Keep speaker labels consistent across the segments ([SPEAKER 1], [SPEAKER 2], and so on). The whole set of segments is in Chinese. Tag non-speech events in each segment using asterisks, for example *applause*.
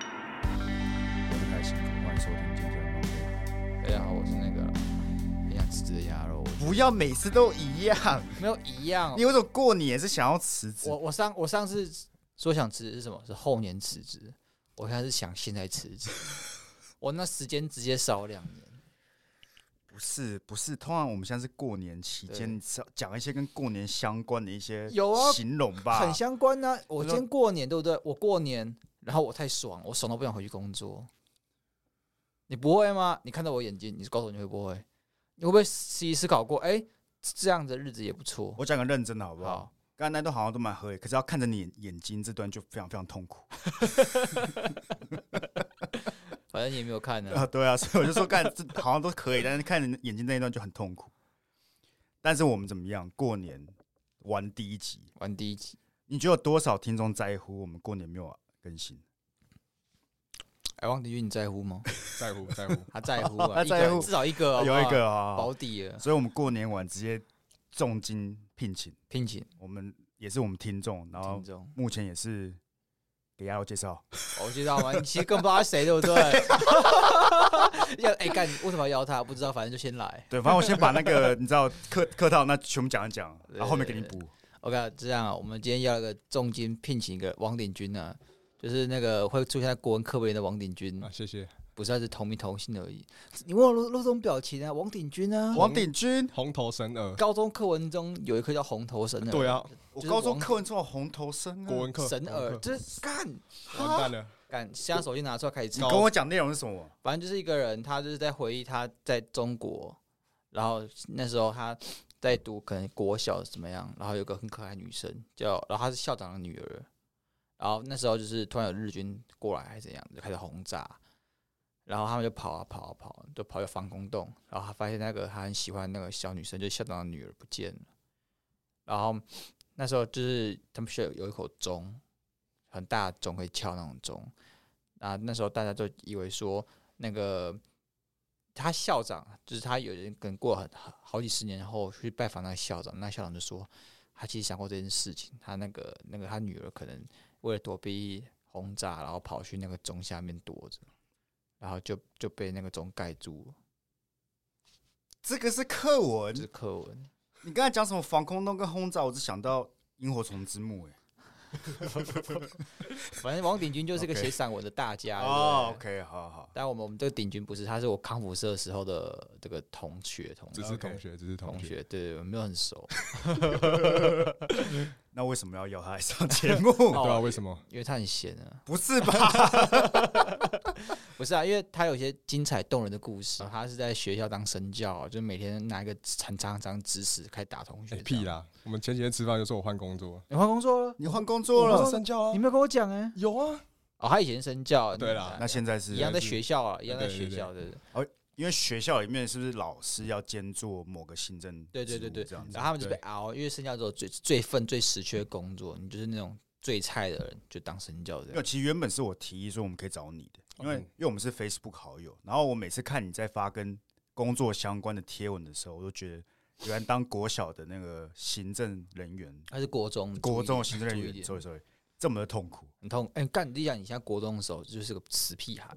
[SPEAKER 1] 我们开始，欢迎收听今天的 Monday。
[SPEAKER 2] 大家哎好，我是那个很想吃的鸭肉，
[SPEAKER 1] 不要每次都一样，
[SPEAKER 2] 没有一样。
[SPEAKER 1] 你为什么过年是想要辞职
[SPEAKER 2] 我？我上我上次说想辞职是什么？是后年辞职，我现在是想现在辞职，我那时间直接少两年。
[SPEAKER 1] 不是不是，通常我们现在是过年期间，
[SPEAKER 2] 对
[SPEAKER 1] 你是要讲一些跟过年相关的一些
[SPEAKER 2] 有啊
[SPEAKER 1] 形容吧。
[SPEAKER 2] *laughs* 很相关呢、我
[SPEAKER 1] 你
[SPEAKER 2] 今
[SPEAKER 1] 说
[SPEAKER 2] 天过年对不对？我过年，然后我太爽，我爽到不想回去工作。你不会吗？你看到我眼睛，你告诉我你会不会？你会不会仔细思考过？哎、这样的日子也不错。
[SPEAKER 1] 我讲个认真的好不好？
[SPEAKER 2] 好，
[SPEAKER 1] 刚才那段好像都蛮合理，可是要看着你眼睛这段就非常非常痛苦
[SPEAKER 2] 反正你也没有看呢、
[SPEAKER 1] 啊！ *laughs* 对啊，所以我就说干这好像都可以，但是看着眼睛那一段就很痛苦。但是我们怎么样？过年玩第一集，
[SPEAKER 2] 玩第一集，
[SPEAKER 1] 你觉得有多少听众在乎我们过年没有更新？
[SPEAKER 2] 哎，王迪玉，你在乎吗？
[SPEAKER 3] *laughs* 在乎在乎，
[SPEAKER 2] 他在乎
[SPEAKER 1] 哦他
[SPEAKER 2] 啊，一个
[SPEAKER 1] 在乎
[SPEAKER 2] 人至少一个，好不好
[SPEAKER 1] 有一个啊，
[SPEAKER 2] 保底了，
[SPEAKER 1] 所以我们过年晚直接重金聘请，
[SPEAKER 2] 聘请
[SPEAKER 1] 我们也是我们听众，然后
[SPEAKER 2] 听众。
[SPEAKER 1] 目前也是给丫头介绍， *laughs*
[SPEAKER 2] 哦我知道吗？你其实更不知道他是谁，对不 *laughs* 对？要哎干，为什么要邀他？不知道，反正就先来。
[SPEAKER 1] 对，反正我先把那
[SPEAKER 2] *laughs*
[SPEAKER 1] 个你知道客客套那全部讲一讲，
[SPEAKER 2] 对
[SPEAKER 1] 然后后面给你补。
[SPEAKER 2] OK，这样啊，我们今天要一个重金聘请一个王鼎钧啊，就是那个会出现在国文课本里的王鼎钧
[SPEAKER 3] 啊，，谢谢。
[SPEAKER 2] 不是他是同名同姓而已。你问我露露这种表情啊，王鼎钧啊，
[SPEAKER 3] 哦
[SPEAKER 1] 王鼎钧，
[SPEAKER 3] 红头神儿，
[SPEAKER 2] 高中课文中有一科叫红头神耳，
[SPEAKER 3] 对，啊，
[SPEAKER 1] 我
[SPEAKER 2] 就是
[SPEAKER 1] 高中
[SPEAKER 2] 王
[SPEAKER 1] 课文中有红头生
[SPEAKER 3] 国
[SPEAKER 1] 啊，
[SPEAKER 3] 文课
[SPEAKER 2] 神耳
[SPEAKER 3] 国文课
[SPEAKER 2] 就是干
[SPEAKER 3] 完蛋了，
[SPEAKER 2] 干，现在手机拿出来开始
[SPEAKER 1] 你
[SPEAKER 2] 抄
[SPEAKER 1] 跟。我讲内容是什么？
[SPEAKER 2] 反正就是一个人，他就是在回忆他在中国，然后那时候他在读可能国小怎么样，然后有个很可爱的女生叫，然后她是校长的女儿，然后那时候就是突然有日军过来还是怎样，就开始轰炸，然后他们就跑啊跑啊跑，就跑到防空洞，然后他发现那个他很喜欢那个小女生，就是校长的女儿不见了，然后那时候就是他们学校有一口钟，很大的钟可以敲那种钟。啊，那时候大家都以为说那个他校长，就是他有人可能过很好好几十年后去拜访那个校长，那校长就说他其实想过这件事情，他那个那个他女儿可能为了躲避轰炸，然后跑去那个钟下面躲着，然后就就被那个钟盖住了，
[SPEAKER 1] 这个是课文
[SPEAKER 2] 这、，是课文。
[SPEAKER 1] 你刚才讲什么防空洞跟轰炸，我只想到萤火虫之墓，哎，
[SPEAKER 2] 反正王鼎钧就是
[SPEAKER 1] *laughs*
[SPEAKER 2] 个
[SPEAKER 1] OK
[SPEAKER 2] 写散文的大家
[SPEAKER 1] 哦
[SPEAKER 2] 对不对
[SPEAKER 1] ，OK，好好，
[SPEAKER 2] 但我们我们这个鼎钧不是，他是我康复社时候的这个同学同
[SPEAKER 3] 只
[SPEAKER 1] 啊
[SPEAKER 3] 是同学，只是
[SPEAKER 2] 同
[SPEAKER 3] 同学。
[SPEAKER 2] 学，对，我们没有很熟，
[SPEAKER 1] 那为什么要邀他来上节
[SPEAKER 2] *laughs*
[SPEAKER 1] 目？
[SPEAKER 2] 哦
[SPEAKER 3] 对啊，为什么？
[SPEAKER 2] 因为他很闲啊。
[SPEAKER 1] 不是吧？
[SPEAKER 2] 不是啊，因为他有些精彩动人的故事，他是在学校当身教，啊就每天拿一个很长很长的直尺开始打同学。
[SPEAKER 3] 哎屁！啦！我们前几天吃饭就说我换工作，
[SPEAKER 2] 你换工作了？
[SPEAKER 1] 你换工作
[SPEAKER 3] 我
[SPEAKER 1] 了
[SPEAKER 3] 是，身教啊
[SPEAKER 2] 你，没有跟我讲哎、
[SPEAKER 3] 有啊，
[SPEAKER 2] 哦，他以前是身教，
[SPEAKER 3] 对啦
[SPEAKER 1] 那现在是
[SPEAKER 2] 一样在学校啊，一样在
[SPEAKER 3] 对对
[SPEAKER 2] 学
[SPEAKER 3] 对
[SPEAKER 2] 校对对对
[SPEAKER 1] 因为学校里面是不是老师要兼做某个行政
[SPEAKER 2] 对对
[SPEAKER 1] 职务
[SPEAKER 2] 对对
[SPEAKER 1] 这样子
[SPEAKER 2] 然后他们就被
[SPEAKER 3] 对
[SPEAKER 2] 熬，因为身教之后最最愤最死缺工作，你就是那种最菜的人就当身教这
[SPEAKER 1] 没
[SPEAKER 2] 样
[SPEAKER 1] 有，。其实原本是我提议说我们可以找你的，因
[SPEAKER 2] 哦
[SPEAKER 1] 为
[SPEAKER 3] 嗯
[SPEAKER 1] 因为我们是 Facebook 好友，然后我每次看你在发跟工作相关的贴文的时候，我都觉得原来当国小的那个行政人员，
[SPEAKER 2] 他是国中，
[SPEAKER 1] 国中的行政人
[SPEAKER 2] 注意一
[SPEAKER 1] 员
[SPEAKER 2] 点
[SPEAKER 1] ，sorry sorry，这么的痛苦，
[SPEAKER 2] 很痛。哎、干你讲，你现在国中的时候就是个死屁孩，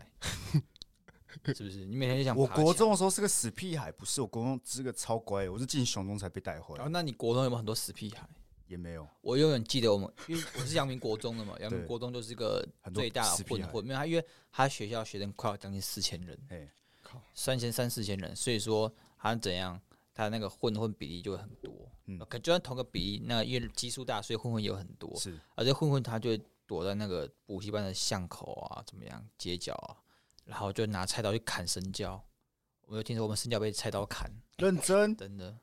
[SPEAKER 2] *laughs* 是不是？你每天就想
[SPEAKER 1] 我
[SPEAKER 2] 爬
[SPEAKER 1] 国
[SPEAKER 2] 墙
[SPEAKER 1] 中的时候是个死屁孩，不是我国中是个超乖的，我是进雄中才被带坏
[SPEAKER 2] 哦，，那你国中有没有很多死屁孩？
[SPEAKER 1] 也没有
[SPEAKER 2] 我永远记得我们，因为我是阳明国中
[SPEAKER 1] *laughs*
[SPEAKER 2] 的嘛，阳明
[SPEAKER 1] 对
[SPEAKER 2] 国中就是一个
[SPEAKER 1] 很多
[SPEAKER 2] 最大
[SPEAKER 1] 死
[SPEAKER 2] 的
[SPEAKER 1] 屁
[SPEAKER 2] 混
[SPEAKER 1] 孩，
[SPEAKER 2] 混，因为他因为他学校学生快要将近四千人，
[SPEAKER 1] 哎，
[SPEAKER 2] 三千三四千人，所以说他怎样，他那个混混比例就会很多。
[SPEAKER 1] 嗯
[SPEAKER 2] 嗯，可就算同个比例，那因为基数大，所以混混也有很多，
[SPEAKER 1] 是
[SPEAKER 2] 而且混混他就会躲在那个补习班的巷口啊，怎么样街角啊，然后就拿菜刀去砍生教。我有听说我们生教被菜刀砍，
[SPEAKER 1] 认真
[SPEAKER 2] 真的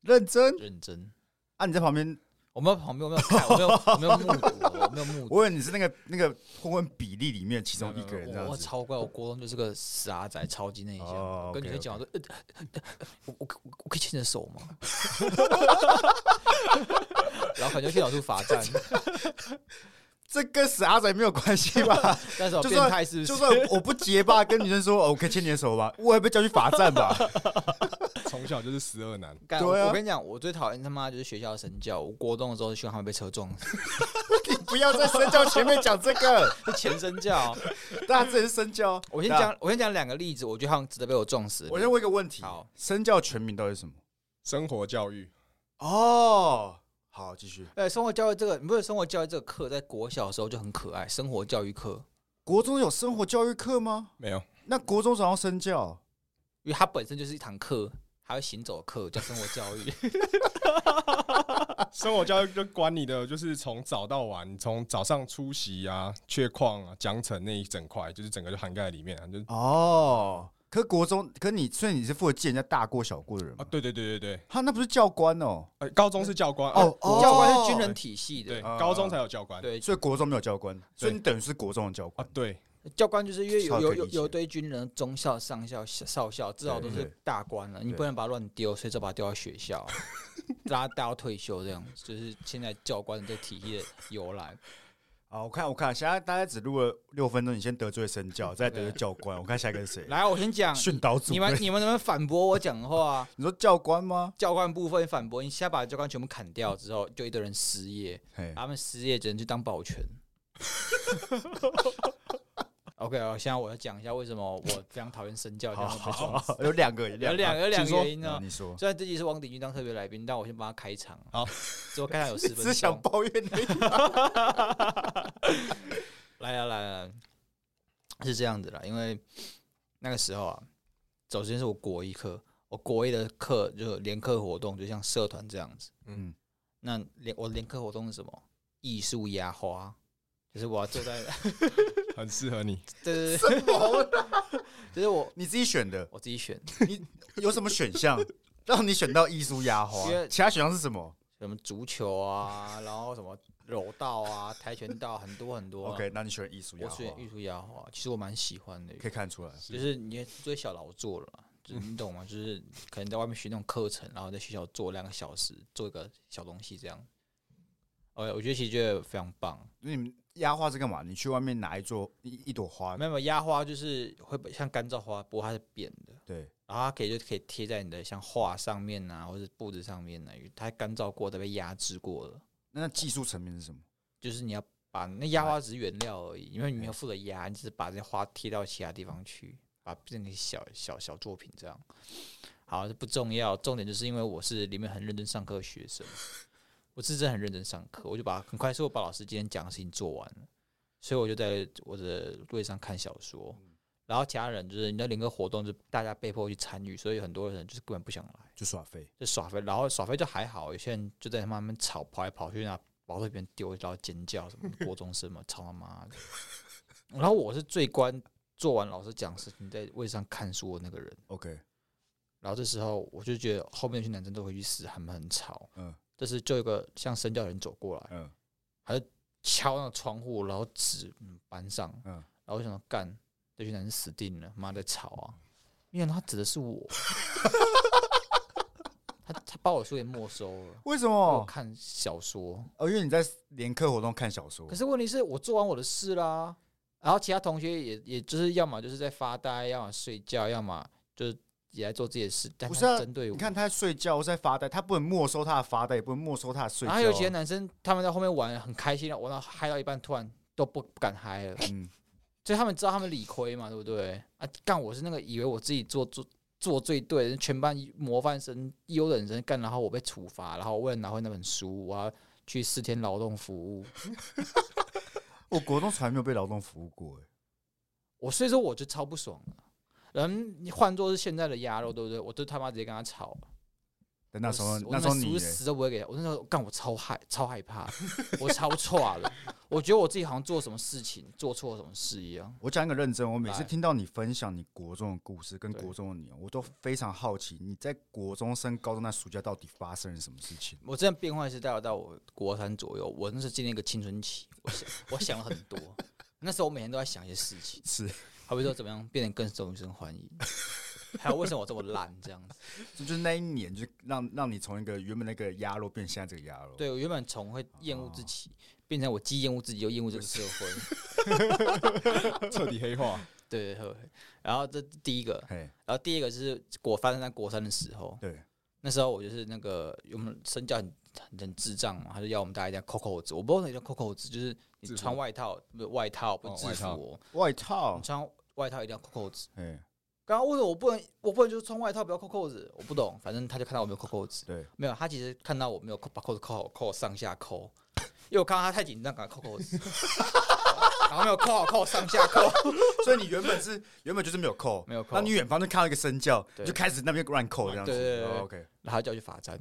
[SPEAKER 1] 认真
[SPEAKER 2] 认真。
[SPEAKER 1] 啊！你在旁边，
[SPEAKER 2] 我们旁边我没有看，我没有我没有目睹哦，我没有目睹。
[SPEAKER 1] 我以为你是那个那个混混比例里面其中一个人这
[SPEAKER 2] 我
[SPEAKER 1] 样
[SPEAKER 2] 我
[SPEAKER 1] 子。
[SPEAKER 2] 超乖，我国中就是个傻仔，超级内向。
[SPEAKER 1] 哦
[SPEAKER 2] 我跟女生
[SPEAKER 1] OK，OK
[SPEAKER 2] 讲，我说，呃呃我我我我可以牵你的手吗？ *laughs* 然后可能就去老处罚
[SPEAKER 1] *laughs*
[SPEAKER 2] 站，
[SPEAKER 1] 这跟死阿仔没有关系吧？
[SPEAKER 2] 那时候
[SPEAKER 1] 就
[SPEAKER 2] 变
[SPEAKER 1] 算
[SPEAKER 2] 态 *laughs* 是不？
[SPEAKER 1] 就是
[SPEAKER 2] *laughs*
[SPEAKER 1] 算我不结巴，跟女生说、哦、我可以牵你的手吧，我也被叫去罚站吧？
[SPEAKER 3] 超从小就是十二男，
[SPEAKER 2] 干
[SPEAKER 1] 对啊
[SPEAKER 2] 我跟你讲，我最讨厌他妈就是学校的神教。我国中的时候希望他们被车撞，
[SPEAKER 1] *laughs* 你不要在身教前面讲这个，
[SPEAKER 2] 是前身教。
[SPEAKER 1] 大家这是身教。
[SPEAKER 2] 我先讲，我先讲两个例子，我觉得他们值得被我撞死。
[SPEAKER 1] 啊我先问一个问题：
[SPEAKER 2] 好
[SPEAKER 1] 身教全名到底是什么？
[SPEAKER 3] 生活教育
[SPEAKER 1] 哦，好，继续。
[SPEAKER 2] 呃，生活教育这个，不是生活教育这个课，在国小的时候就很可爱。生活教育课，
[SPEAKER 1] 国中有生活教育课吗？
[SPEAKER 3] 没有，
[SPEAKER 1] 那国中怎么要身教？
[SPEAKER 2] 因为它本身就是一堂课，还有行走课，叫生活教育。
[SPEAKER 3] 生活教育就管你的，就是从早到晚，你从早上出席啊、缺矿啊、奖惩那一整块，就是整个就涵盖在里面啊，就是
[SPEAKER 1] 哦，可国中，可你所以你是负责记人家大过小过的人
[SPEAKER 3] 啊
[SPEAKER 1] 吗，？
[SPEAKER 3] 对对对对对，
[SPEAKER 1] 他那不是教官哦，
[SPEAKER 3] 呃，高中是教官
[SPEAKER 1] 哦
[SPEAKER 3] 呃国
[SPEAKER 2] 教官是军人体系
[SPEAKER 3] 对，
[SPEAKER 2] 的，
[SPEAKER 1] 啊
[SPEAKER 3] 高中才有教官，
[SPEAKER 2] 对，
[SPEAKER 1] 所以国中没有教官，所以你等于是国中的教
[SPEAKER 3] 啊
[SPEAKER 1] 官，
[SPEAKER 3] 对，
[SPEAKER 2] 教官就是因为
[SPEAKER 1] 超
[SPEAKER 2] 有
[SPEAKER 1] 可
[SPEAKER 2] 有
[SPEAKER 1] 理
[SPEAKER 2] 有
[SPEAKER 1] 解
[SPEAKER 2] 有一堆军人，中校、上校、少校，至少
[SPEAKER 1] 对
[SPEAKER 2] 都是
[SPEAKER 1] 对
[SPEAKER 2] 大官了，你不能把它乱丢，所以就把它丢到
[SPEAKER 1] *laughs*
[SPEAKER 2] 学校，大家带到退休这样，就是现在教官的这体系的由来。
[SPEAKER 1] 好，我看我看，现在大家只录了六分钟，你先得罪身教，再得罪教官，我看下一个是谁？
[SPEAKER 2] 来，我先讲，
[SPEAKER 1] 训导主
[SPEAKER 2] 你们
[SPEAKER 1] 任，
[SPEAKER 2] 你们能不能反驳我讲的话啊？
[SPEAKER 1] 你说教官吗？
[SPEAKER 2] 教官部分反驳，你先把教官全部砍掉之后，就一堆人失业，
[SPEAKER 1] 嘿，
[SPEAKER 2] 他们失业只能去当保
[SPEAKER 1] *laughs*
[SPEAKER 2] 全。OK，好现在我要讲一下为什么我非常讨厌身教，
[SPEAKER 1] 好
[SPEAKER 2] 想要
[SPEAKER 1] 好
[SPEAKER 2] 被撞死
[SPEAKER 1] 好，有两个，有
[SPEAKER 2] 有两
[SPEAKER 1] 个，
[SPEAKER 2] 个有两
[SPEAKER 3] 请
[SPEAKER 2] 个
[SPEAKER 3] 说
[SPEAKER 2] 原因哦呢
[SPEAKER 1] 啊。你说，
[SPEAKER 2] 虽然这集是王鼎钧当特别来宾，但我先帮他开场。
[SPEAKER 3] 好，
[SPEAKER 2] *laughs* 之后开场有十
[SPEAKER 1] 只
[SPEAKER 2] 分
[SPEAKER 1] 想
[SPEAKER 2] 钟。
[SPEAKER 1] 抱怨 *laughs* 你，
[SPEAKER 2] 来啊来啊，是这样子啦，因为那个时候啊，首先是我国一课，我国一的课就联课活动，就像社团这样子。
[SPEAKER 1] 嗯，
[SPEAKER 2] 那联我联课活动是什么？艺术压花，就是我要
[SPEAKER 1] *laughs*
[SPEAKER 2] 坐在，
[SPEAKER 3] 很适合你。
[SPEAKER 2] 对对对，
[SPEAKER 1] 什么？
[SPEAKER 2] *laughs* 就是我
[SPEAKER 1] 你自己选的，
[SPEAKER 2] 我自己选
[SPEAKER 1] 有什么选项让你选到艺术压花
[SPEAKER 2] 因为？
[SPEAKER 1] 其他选项是什么
[SPEAKER 2] 什么足球啊，然后什么柔道啊、跆拳道，很多很多啊。
[SPEAKER 1] ？OK，那你选艺术压
[SPEAKER 2] 我
[SPEAKER 1] 花，
[SPEAKER 2] 选艺术压花，其实我蛮喜欢的。
[SPEAKER 1] 可以看出来。
[SPEAKER 2] 就是你也追小劳作了嘛，就是你懂吗？就是可能在外面学那种课程，然后在学校做两个小时，做一个小东西这样。呃，我觉得其实觉得非常棒。
[SPEAKER 1] 那你们压花是干嘛？你去外面拿一座一一朵花，
[SPEAKER 2] 啊没有没有压花就是会像干燥花，不过它是扁的，
[SPEAKER 1] 对，
[SPEAKER 2] 然后它可以就可以贴在你的像画上面啊，或者布子上面啊，因为它干燥过的被压制过了，
[SPEAKER 1] 那那技术层面是什么？
[SPEAKER 2] 就是你要把那压花只是原料而已，因为你没有负责压，你只是把这些花贴到其他地方去，把它变成一个小小小作品这样。好，这不重要，重点就是因为我是里面很认真上课的学生，我是真的很认真上课，我就把很快速地把老师今天讲的事情做完了，所以我就在我的位上看小说。然后其他人就是你的联个活动，就大家被迫去参与，所以很多人就是根本不想来。
[SPEAKER 1] 就耍废。
[SPEAKER 2] 就耍飞，然后耍飞就还好，有些人就在他妈那边吵，跑来跑去，拿毛被别人丢，然后尖叫什么，国中生嘛， *laughs* 操他妈的！然后我是最关做完老师讲的事情，在位上看书的那个人。
[SPEAKER 1] OK，
[SPEAKER 2] 然后这时候我就觉得后面那些男生都回去死，他们很吵。
[SPEAKER 1] 嗯
[SPEAKER 2] 这时就有一个像身教的人走过来，
[SPEAKER 1] 嗯，
[SPEAKER 2] 敲那个窗户，然后指嗯班上，
[SPEAKER 1] 嗯
[SPEAKER 2] 然后我想说干，这群男生死定了，妈的吵啊！因为他指的是我， *laughs* 他他把我书给没收了。
[SPEAKER 1] 为什
[SPEAKER 2] 我
[SPEAKER 1] 么？
[SPEAKER 2] 看小说，
[SPEAKER 1] 哦，因为你在联课活动看小说
[SPEAKER 2] 可，是问题是我做完我的事啦，然后其他同学也也就是要么就是在发呆，要么睡觉，要么就是也在做自己的事，但
[SPEAKER 1] 不
[SPEAKER 2] 他
[SPEAKER 1] 是啊
[SPEAKER 2] 针对我
[SPEAKER 1] 你。看他在睡觉，在发呆，他不能没收他的发呆，也不能没收他的睡觉啊。
[SPEAKER 2] 然后有几个男生他们在后面玩很开心，玩到嗨到一半，突然都不不敢嗨了，
[SPEAKER 1] 嗯，
[SPEAKER 2] 所以他们知道他们理亏嘛，对不对？啊，干我是那个以为我自己做做做最对的，全班模范生、优等生干，然后我被处罚，然后我为了拿回那本书，我要去四天劳动服务。
[SPEAKER 1] 我国中从来没有被劳动服务过，哎
[SPEAKER 2] 我所以说我就超不爽的。人你换做是现在的鸭肉，对不对？我就他妈直接跟他吵。
[SPEAKER 1] 但欸那时候
[SPEAKER 2] 我死我
[SPEAKER 1] 那时候
[SPEAKER 2] 本
[SPEAKER 1] 你
[SPEAKER 2] 书
[SPEAKER 1] 哎
[SPEAKER 2] 死都不会给他。我那时候干，我超害超害怕，我超错了。我觉得我自己好像做什么事情做错什么事一样。
[SPEAKER 1] 我讲一个认真，我每次
[SPEAKER 2] 来
[SPEAKER 1] 听到你分享你国中的故事跟
[SPEAKER 2] 对
[SPEAKER 1] 国中的你哦，我都非常好奇，你在国中升高中那暑假到底发生了什么事情？
[SPEAKER 2] 我真的变坏是大概到我国三左右，我那是经历一个青春期，我想我想了很多。那时候我每天都在想一些事情，
[SPEAKER 1] 是， *laughs*
[SPEAKER 2] 好比说怎么样变得更受女生欢迎，还有为什么我这么烂这样子。
[SPEAKER 1] 就就是那一年，就让让你从一个原本那个鸭肉变现在这个鸭肉。，
[SPEAKER 2] 对我原本从会厌恶自己，变成我既厌恶自己又厌恶这个社会。
[SPEAKER 3] 彻底黑化。
[SPEAKER 2] 对对对。然后这第一个，
[SPEAKER 1] 嘿，
[SPEAKER 2] 然后第二个就是我发生在国三的时候，
[SPEAKER 1] 对，
[SPEAKER 2] 那时候我就是那个我们身教很很很智障嘛，他就要我们大家一定要扣扣子，我不知道什么叫扣扣子，就是
[SPEAKER 3] 制
[SPEAKER 2] 你
[SPEAKER 3] 服
[SPEAKER 2] 穿外套，不是外套不
[SPEAKER 3] 哦
[SPEAKER 2] 是
[SPEAKER 3] 外
[SPEAKER 2] 制服
[SPEAKER 3] 套
[SPEAKER 2] 哦，
[SPEAKER 1] 外套
[SPEAKER 2] 你，穿外套一定要扣扣子。
[SPEAKER 1] 嘿，
[SPEAKER 2] 刚刚为什么我不能我不能就是穿外套不要扣扣子？我不懂，反正他就看到我没有扣扣子，
[SPEAKER 1] 对，
[SPEAKER 2] 没有，他其实看到我没有扣把扣子扣好，扣我上下扣，因为我看到他太紧张，赶快扣扣子， *laughs* 然后没有扣好，扣我上下扣， *laughs*
[SPEAKER 1] *laughs* 所以你原本是原本就是没有扣，
[SPEAKER 2] 没有扣
[SPEAKER 1] 那你远方就看到一个身教，
[SPEAKER 2] 对
[SPEAKER 1] 你就开始那边乱扣这样子。
[SPEAKER 2] 对对对对
[SPEAKER 1] 哦 OK，
[SPEAKER 2] 然后他叫我去罚站。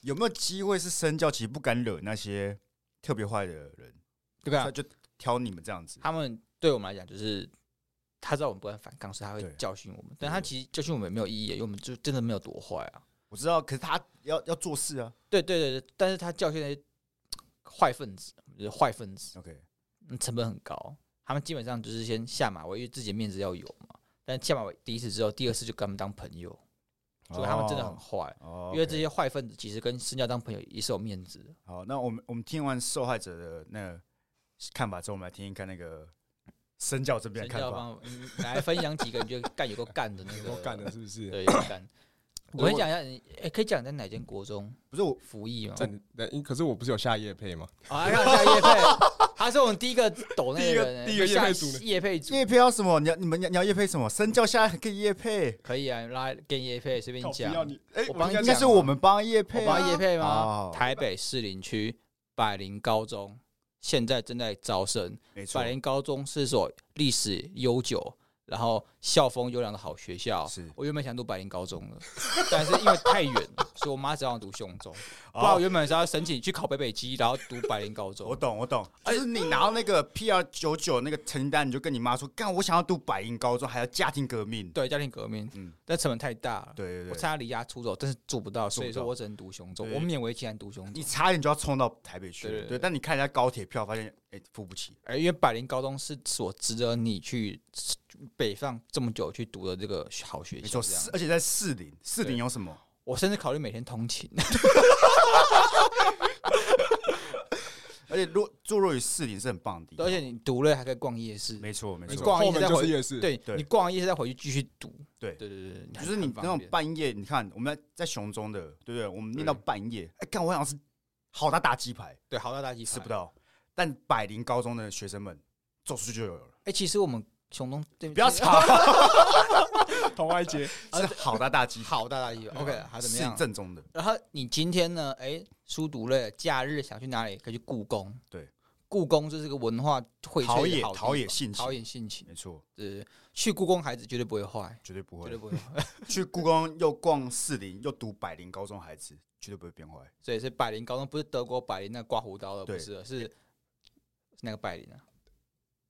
[SPEAKER 1] 有没有机会是身教其实不敢惹那些特别坏的人，
[SPEAKER 2] 对啊
[SPEAKER 1] 他，就挑你们这样子？
[SPEAKER 2] 他们对我们来讲就是他知道我们不敢反抗，所以他
[SPEAKER 1] 对
[SPEAKER 2] 会教训我们，但他
[SPEAKER 1] 对
[SPEAKER 2] 其实教训我们也没有意义，因为我们就真的没有多坏啊。
[SPEAKER 1] 我知道，可是他要要做事啊。
[SPEAKER 2] 对对对对，但是他教训那些坏分子，就是坏分子，
[SPEAKER 1] OK，
[SPEAKER 2] 嗯成本很高。他们基本上就是先下马威，因为自己的面子要有嘛。但下马威第一次之后，第二次就跟他们当朋友，所以他们真的很
[SPEAKER 1] 哦
[SPEAKER 2] 坏。
[SPEAKER 1] 哦
[SPEAKER 2] 因为这
[SPEAKER 1] OK
[SPEAKER 2] 些坏分子其实跟身教当朋友也是有面子的。
[SPEAKER 1] 好，那我们我们听完受害者的那个看法之后，我们来听一看那个身教这边
[SPEAKER 2] 身
[SPEAKER 1] 的看
[SPEAKER 2] 教
[SPEAKER 1] 法。
[SPEAKER 2] 帮嗯来分享几个，你觉得干有够干的那
[SPEAKER 3] 有
[SPEAKER 2] 个，
[SPEAKER 3] 够干的，是不是？
[SPEAKER 2] 对，有够干。我跟你
[SPEAKER 3] 如果
[SPEAKER 2] 讲一下，你哎可以讲你在哪间国中
[SPEAKER 1] 不是我，
[SPEAKER 2] 服役吗？
[SPEAKER 3] 在你，在因可是我不是有下夜配吗？
[SPEAKER 2] 啊，让下叶佩，他是我们第一个抖那个人，
[SPEAKER 3] 第一个第一个
[SPEAKER 2] 下
[SPEAKER 3] 业配组的
[SPEAKER 2] 叶佩组
[SPEAKER 1] 叶配要什么？你要你们你要叶配什么？身教下来还可以叶配，
[SPEAKER 2] 可以啊，来跟叶佩随便
[SPEAKER 3] 靠
[SPEAKER 2] 讲
[SPEAKER 3] 不要，你，哎，
[SPEAKER 2] 我帮你
[SPEAKER 3] 应
[SPEAKER 1] 应该
[SPEAKER 3] 该
[SPEAKER 2] 讲
[SPEAKER 1] 是
[SPEAKER 2] 啊
[SPEAKER 1] 我们帮叶
[SPEAKER 2] 我
[SPEAKER 1] 配、啊，
[SPEAKER 2] 帮叶佩吗
[SPEAKER 1] 好？
[SPEAKER 2] 台北士林区百灵高中现在正在招生，
[SPEAKER 1] 没错
[SPEAKER 2] 百，灵高中是所历史悠久，然后校风优良的好学校。
[SPEAKER 1] 是
[SPEAKER 2] 我原本想读百灵高中的， *laughs* 但是因为太远了，所以我妈只让我读雄中。不然我
[SPEAKER 1] 哦
[SPEAKER 2] 原本是要申请去考北北基，然后读百灵高中
[SPEAKER 1] 我。懂，我懂，
[SPEAKER 2] 哎
[SPEAKER 1] 就是你拿到那个 PR 九九那个成绩单，你就跟你妈说，干，我想要读百英高中，还要家庭革命。
[SPEAKER 2] 对，家庭革命，
[SPEAKER 1] 嗯
[SPEAKER 2] 但成本太大了。
[SPEAKER 1] 对对
[SPEAKER 2] 我
[SPEAKER 1] 对，
[SPEAKER 2] 差点离家出走，但是做不到，所以
[SPEAKER 1] 做不
[SPEAKER 2] 说
[SPEAKER 1] 到
[SPEAKER 2] 我只能读雄中，
[SPEAKER 1] 对
[SPEAKER 2] 我勉为其难读雄
[SPEAKER 1] 你
[SPEAKER 2] 中。
[SPEAKER 1] 差一点就要冲到台北去了。
[SPEAKER 2] 对
[SPEAKER 1] 对
[SPEAKER 2] 对对
[SPEAKER 1] 但你看人家高铁票，发现哎、付不起。
[SPEAKER 2] 哎，因为百灵高中是所值得你去北上这么久去读的这个好学
[SPEAKER 1] 没
[SPEAKER 2] 校，
[SPEAKER 1] 错，
[SPEAKER 2] 这样
[SPEAKER 1] 四。而且在士林，士林
[SPEAKER 2] 对
[SPEAKER 1] 有什么？
[SPEAKER 2] 我甚至考虑每天通勤，
[SPEAKER 1] 而且若坐落于士林是很棒的地方。
[SPEAKER 2] 而且你读了还可以逛夜市，
[SPEAKER 1] 没错没
[SPEAKER 3] 没
[SPEAKER 1] 错，
[SPEAKER 3] 错，
[SPEAKER 2] 逛一
[SPEAKER 3] 后
[SPEAKER 2] 次
[SPEAKER 3] 门
[SPEAKER 2] 再
[SPEAKER 3] 就
[SPEAKER 2] 回
[SPEAKER 3] 是夜 *laughs* 市，
[SPEAKER 2] 对
[SPEAKER 1] 对
[SPEAKER 2] 你逛完夜市再回去继续读。
[SPEAKER 1] 对
[SPEAKER 2] 对对对，
[SPEAKER 1] 就是你那种半夜，你看我们在在雄中的，对不对？我们念到
[SPEAKER 2] 对
[SPEAKER 1] 半夜，哎，干我想吃好大打鸡排，
[SPEAKER 2] 对好大大鸡
[SPEAKER 1] 吃不。到。
[SPEAKER 2] 哎
[SPEAKER 1] 但百灵高中的学生们走出去就有了，
[SPEAKER 2] 哎，其实我们雄东不
[SPEAKER 1] 不要吵，
[SPEAKER 3] 同爱街，
[SPEAKER 1] 是好大大鸡排，
[SPEAKER 2] 好大大鸡排，OK，还怎么
[SPEAKER 1] 是
[SPEAKER 2] 样？
[SPEAKER 1] 正宗的，
[SPEAKER 2] 然后你今天呢？哎，书读累了，假日想去哪里？可以去故宫。
[SPEAKER 1] 对，
[SPEAKER 2] 故宫就是个文化荟萃的好
[SPEAKER 1] 陶冶
[SPEAKER 2] 地方
[SPEAKER 1] 陶冶性情
[SPEAKER 2] 陶冶性情。
[SPEAKER 1] 没错，
[SPEAKER 2] 对对对，去故宫孩子绝对不会坏，
[SPEAKER 1] 绝对不
[SPEAKER 2] 绝对
[SPEAKER 1] 会。
[SPEAKER 2] 不会坏。 *laughs*
[SPEAKER 1] 去故宫又逛士林，又读百灵高中，孩子绝对不会变坏。
[SPEAKER 2] 所以是百灵高中，不是德国百灵那刮胡刀的，
[SPEAKER 1] 对
[SPEAKER 2] 不是，是那个百灵啊，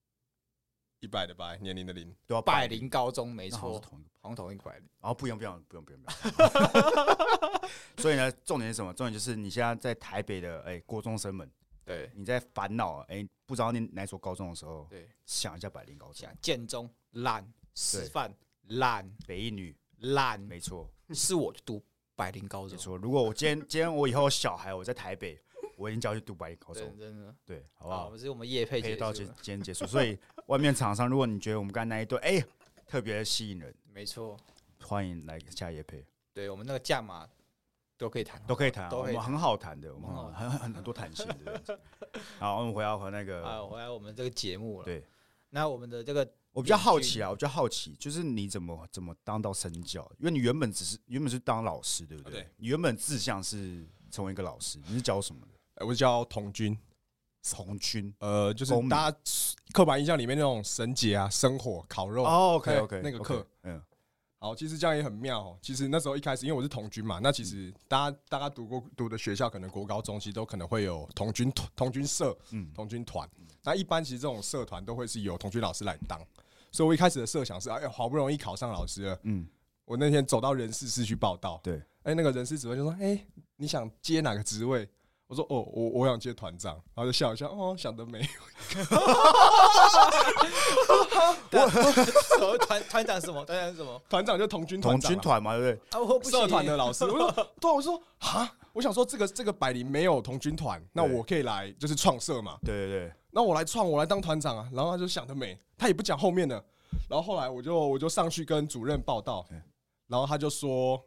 [SPEAKER 3] *laughs* 一百的百，年龄的零，
[SPEAKER 1] 对啊，
[SPEAKER 2] 百灵高中没
[SPEAKER 1] 没错，
[SPEAKER 2] 错，
[SPEAKER 1] 同一个
[SPEAKER 2] 好像同一个百灵。
[SPEAKER 1] 然后不用不用不用不用不用。
[SPEAKER 2] *laughs*
[SPEAKER 1] 所以呢，重点是什么？重点就是你现在在台北的哎国中生们，
[SPEAKER 2] 对
[SPEAKER 1] 你在烦恼哎不知道念哪所高中的时候，
[SPEAKER 2] 对，
[SPEAKER 1] 想一下百灵高中
[SPEAKER 2] 像建中烂，师范烂
[SPEAKER 1] 北一女，
[SPEAKER 2] 烂，
[SPEAKER 1] 没错
[SPEAKER 2] 是我读百灵高
[SPEAKER 1] 没
[SPEAKER 2] 中，
[SPEAKER 1] 错。如果我今天今天我以后有小孩我在台北，我已经叫他去读百灵高中
[SPEAKER 2] 真，真的。
[SPEAKER 1] 对，好不
[SPEAKER 2] 好，
[SPEAKER 1] 好
[SPEAKER 2] 我？是我们叶佩
[SPEAKER 1] 配
[SPEAKER 2] 结
[SPEAKER 1] 到
[SPEAKER 2] 束
[SPEAKER 1] 今
[SPEAKER 2] 了，
[SPEAKER 1] 今天结束，所以外面厂商，如果你觉得我们刚才那一对哎特别吸引人，
[SPEAKER 2] 没错，
[SPEAKER 1] 欢迎来下夜配，
[SPEAKER 2] 对我们那个价码都可以谈，
[SPEAKER 1] 都可以谈啊，
[SPEAKER 2] 都
[SPEAKER 1] 我
[SPEAKER 2] 可以
[SPEAKER 1] 们
[SPEAKER 2] 谈
[SPEAKER 1] 很好谈的，我们
[SPEAKER 2] 很好
[SPEAKER 1] 很很很很多弹性的。好，我们回到和那个
[SPEAKER 2] 啊，回来我们这个节目了。
[SPEAKER 1] 对，
[SPEAKER 2] 那我们的
[SPEAKER 3] *laughs*
[SPEAKER 2] 这个
[SPEAKER 1] 我比较好奇啊，我比较好奇，就是你怎么怎么当到身教？因为你原本只是原本是当老师，对不对？
[SPEAKER 3] 对
[SPEAKER 1] 你原本志向是成为一个老师，你是教什么的？
[SPEAKER 3] 呃我叫童军，
[SPEAKER 1] 童军。
[SPEAKER 3] 呃，就是
[SPEAKER 1] 公民
[SPEAKER 3] 大家刻板印象里面那种神节啊、生火、烤肉。
[SPEAKER 1] 哦
[SPEAKER 3] 对
[SPEAKER 1] OK，OK，
[SPEAKER 3] 那个
[SPEAKER 1] OK，
[SPEAKER 3] 课
[SPEAKER 1] 嗯，
[SPEAKER 3] 好，其实这样也很妙哦。其实那时候一开始，因为我是童军嘛，那其实大家大家读过读的学校，可能国高中其实都可能会有童军团童军社、
[SPEAKER 1] 嗯
[SPEAKER 3] 童军团。那一般其实这种社团都会是由童军老师来当。所以我一开始的设想是，哎呀，好不容易考上老师了，
[SPEAKER 1] 嗯，
[SPEAKER 3] 我那天走到人事室去报道，
[SPEAKER 1] 对，
[SPEAKER 3] 哎、那个人事指挥就说，哎、你想接哪个职位？我说，哦，我我想接团长，然后就笑一笑，哦，想得美，
[SPEAKER 2] *laughs* 什么团团长是什么团长是什么
[SPEAKER 3] 团长就童军团
[SPEAKER 1] 童
[SPEAKER 3] 长
[SPEAKER 1] 军
[SPEAKER 3] 嘛
[SPEAKER 1] 团嘛，对不对？
[SPEAKER 2] 啊？我不
[SPEAKER 3] 社团的
[SPEAKER 2] 了，*laughs*
[SPEAKER 3] 老师，我说，对啊，我说啊，我想说这个这个百灵没有童军团，那
[SPEAKER 1] 对
[SPEAKER 3] 我可以来就是创社嘛。
[SPEAKER 1] 对对对，
[SPEAKER 3] 那我来创，我来当团长啊。然后他就想得美，他也不讲后面的。然后后来我就我就上去跟主任报道
[SPEAKER 1] 对，
[SPEAKER 3] 然后他就说。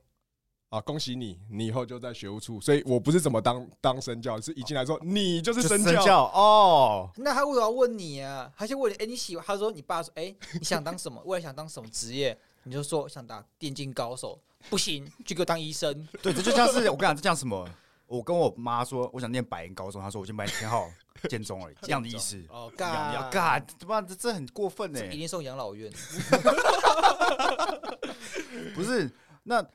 [SPEAKER 3] 啊，恭喜你，你以后就在学务处，所以我不是怎么当当身教，是一进来说你就是
[SPEAKER 1] 就
[SPEAKER 3] 身
[SPEAKER 1] 身教哦，
[SPEAKER 2] 那他为什么要问你啊？他先问你，哎、你喜欢？他说你爸说，哎、你想当什么？未来想当什么职业？你就说想当电竞高手，不行，去给我当医
[SPEAKER 3] *laughs*
[SPEAKER 2] 生。
[SPEAKER 1] 对，这就像是我跟你讲，这像什么？我跟我妈说我想念百年高中，她说我已经把你填好建中而已， *laughs* 这样的意思。
[SPEAKER 2] 哦，
[SPEAKER 1] 一样的
[SPEAKER 2] 干，
[SPEAKER 1] 干，他妈这这很过分欸呢、
[SPEAKER 2] 这一定送养老院。
[SPEAKER 1] 不是，那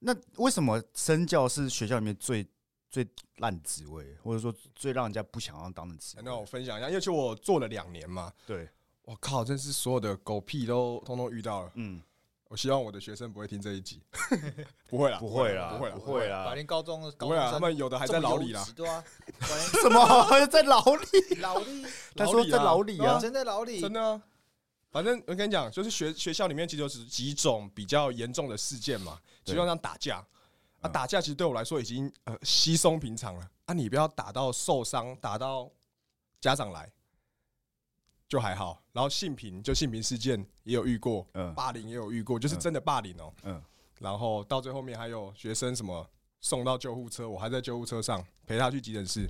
[SPEAKER 1] 那为什么身教是学校里面最最烂职位，或者说最让人家不想要当的职
[SPEAKER 3] 那我
[SPEAKER 1] 位？
[SPEAKER 3] 分享一下，因为其实我做了两年嘛，
[SPEAKER 1] 对，
[SPEAKER 3] 我靠，真是所有的狗屁都通通遇到了。
[SPEAKER 1] 嗯，
[SPEAKER 3] 我希望我的学生不会听这一集， *laughs* 不会啦，
[SPEAKER 1] 不会啦，
[SPEAKER 2] 啊
[SPEAKER 3] 不会啦，
[SPEAKER 1] 不会
[SPEAKER 2] 把
[SPEAKER 1] 啦，
[SPEAKER 2] 连高中的
[SPEAKER 3] 不
[SPEAKER 2] 高
[SPEAKER 3] 会
[SPEAKER 2] 中
[SPEAKER 3] 啦，他
[SPEAKER 2] 生
[SPEAKER 3] 们有的还在牢里啦
[SPEAKER 2] 这么优质，对
[SPEAKER 3] *laughs*
[SPEAKER 2] 啊，把连
[SPEAKER 1] 什么 *laughs* 在牢里？
[SPEAKER 2] 劳力，
[SPEAKER 1] 他
[SPEAKER 3] 牢
[SPEAKER 1] 说
[SPEAKER 3] 里
[SPEAKER 1] 在
[SPEAKER 3] 啊
[SPEAKER 1] 牢里啊，
[SPEAKER 2] 真的劳力，
[SPEAKER 3] 真的啊。反正我跟你讲，就是学学校里面其实有几几种比较严重的事件嘛，
[SPEAKER 1] 对
[SPEAKER 3] 就像打架啊，
[SPEAKER 1] 嗯
[SPEAKER 3] 打架其实对我来说已经呃稀松平常了啊，你不要打到受伤，打到家长来就还好。然后性平就性平事件也有遇过，
[SPEAKER 1] 嗯
[SPEAKER 3] 霸凌也有遇过，就是
[SPEAKER 1] 嗯
[SPEAKER 3] 真的霸凌哦、
[SPEAKER 1] 嗯，
[SPEAKER 3] 然后到最后面还有学生什么送到救护车，我还在救护车上陪他去急诊室，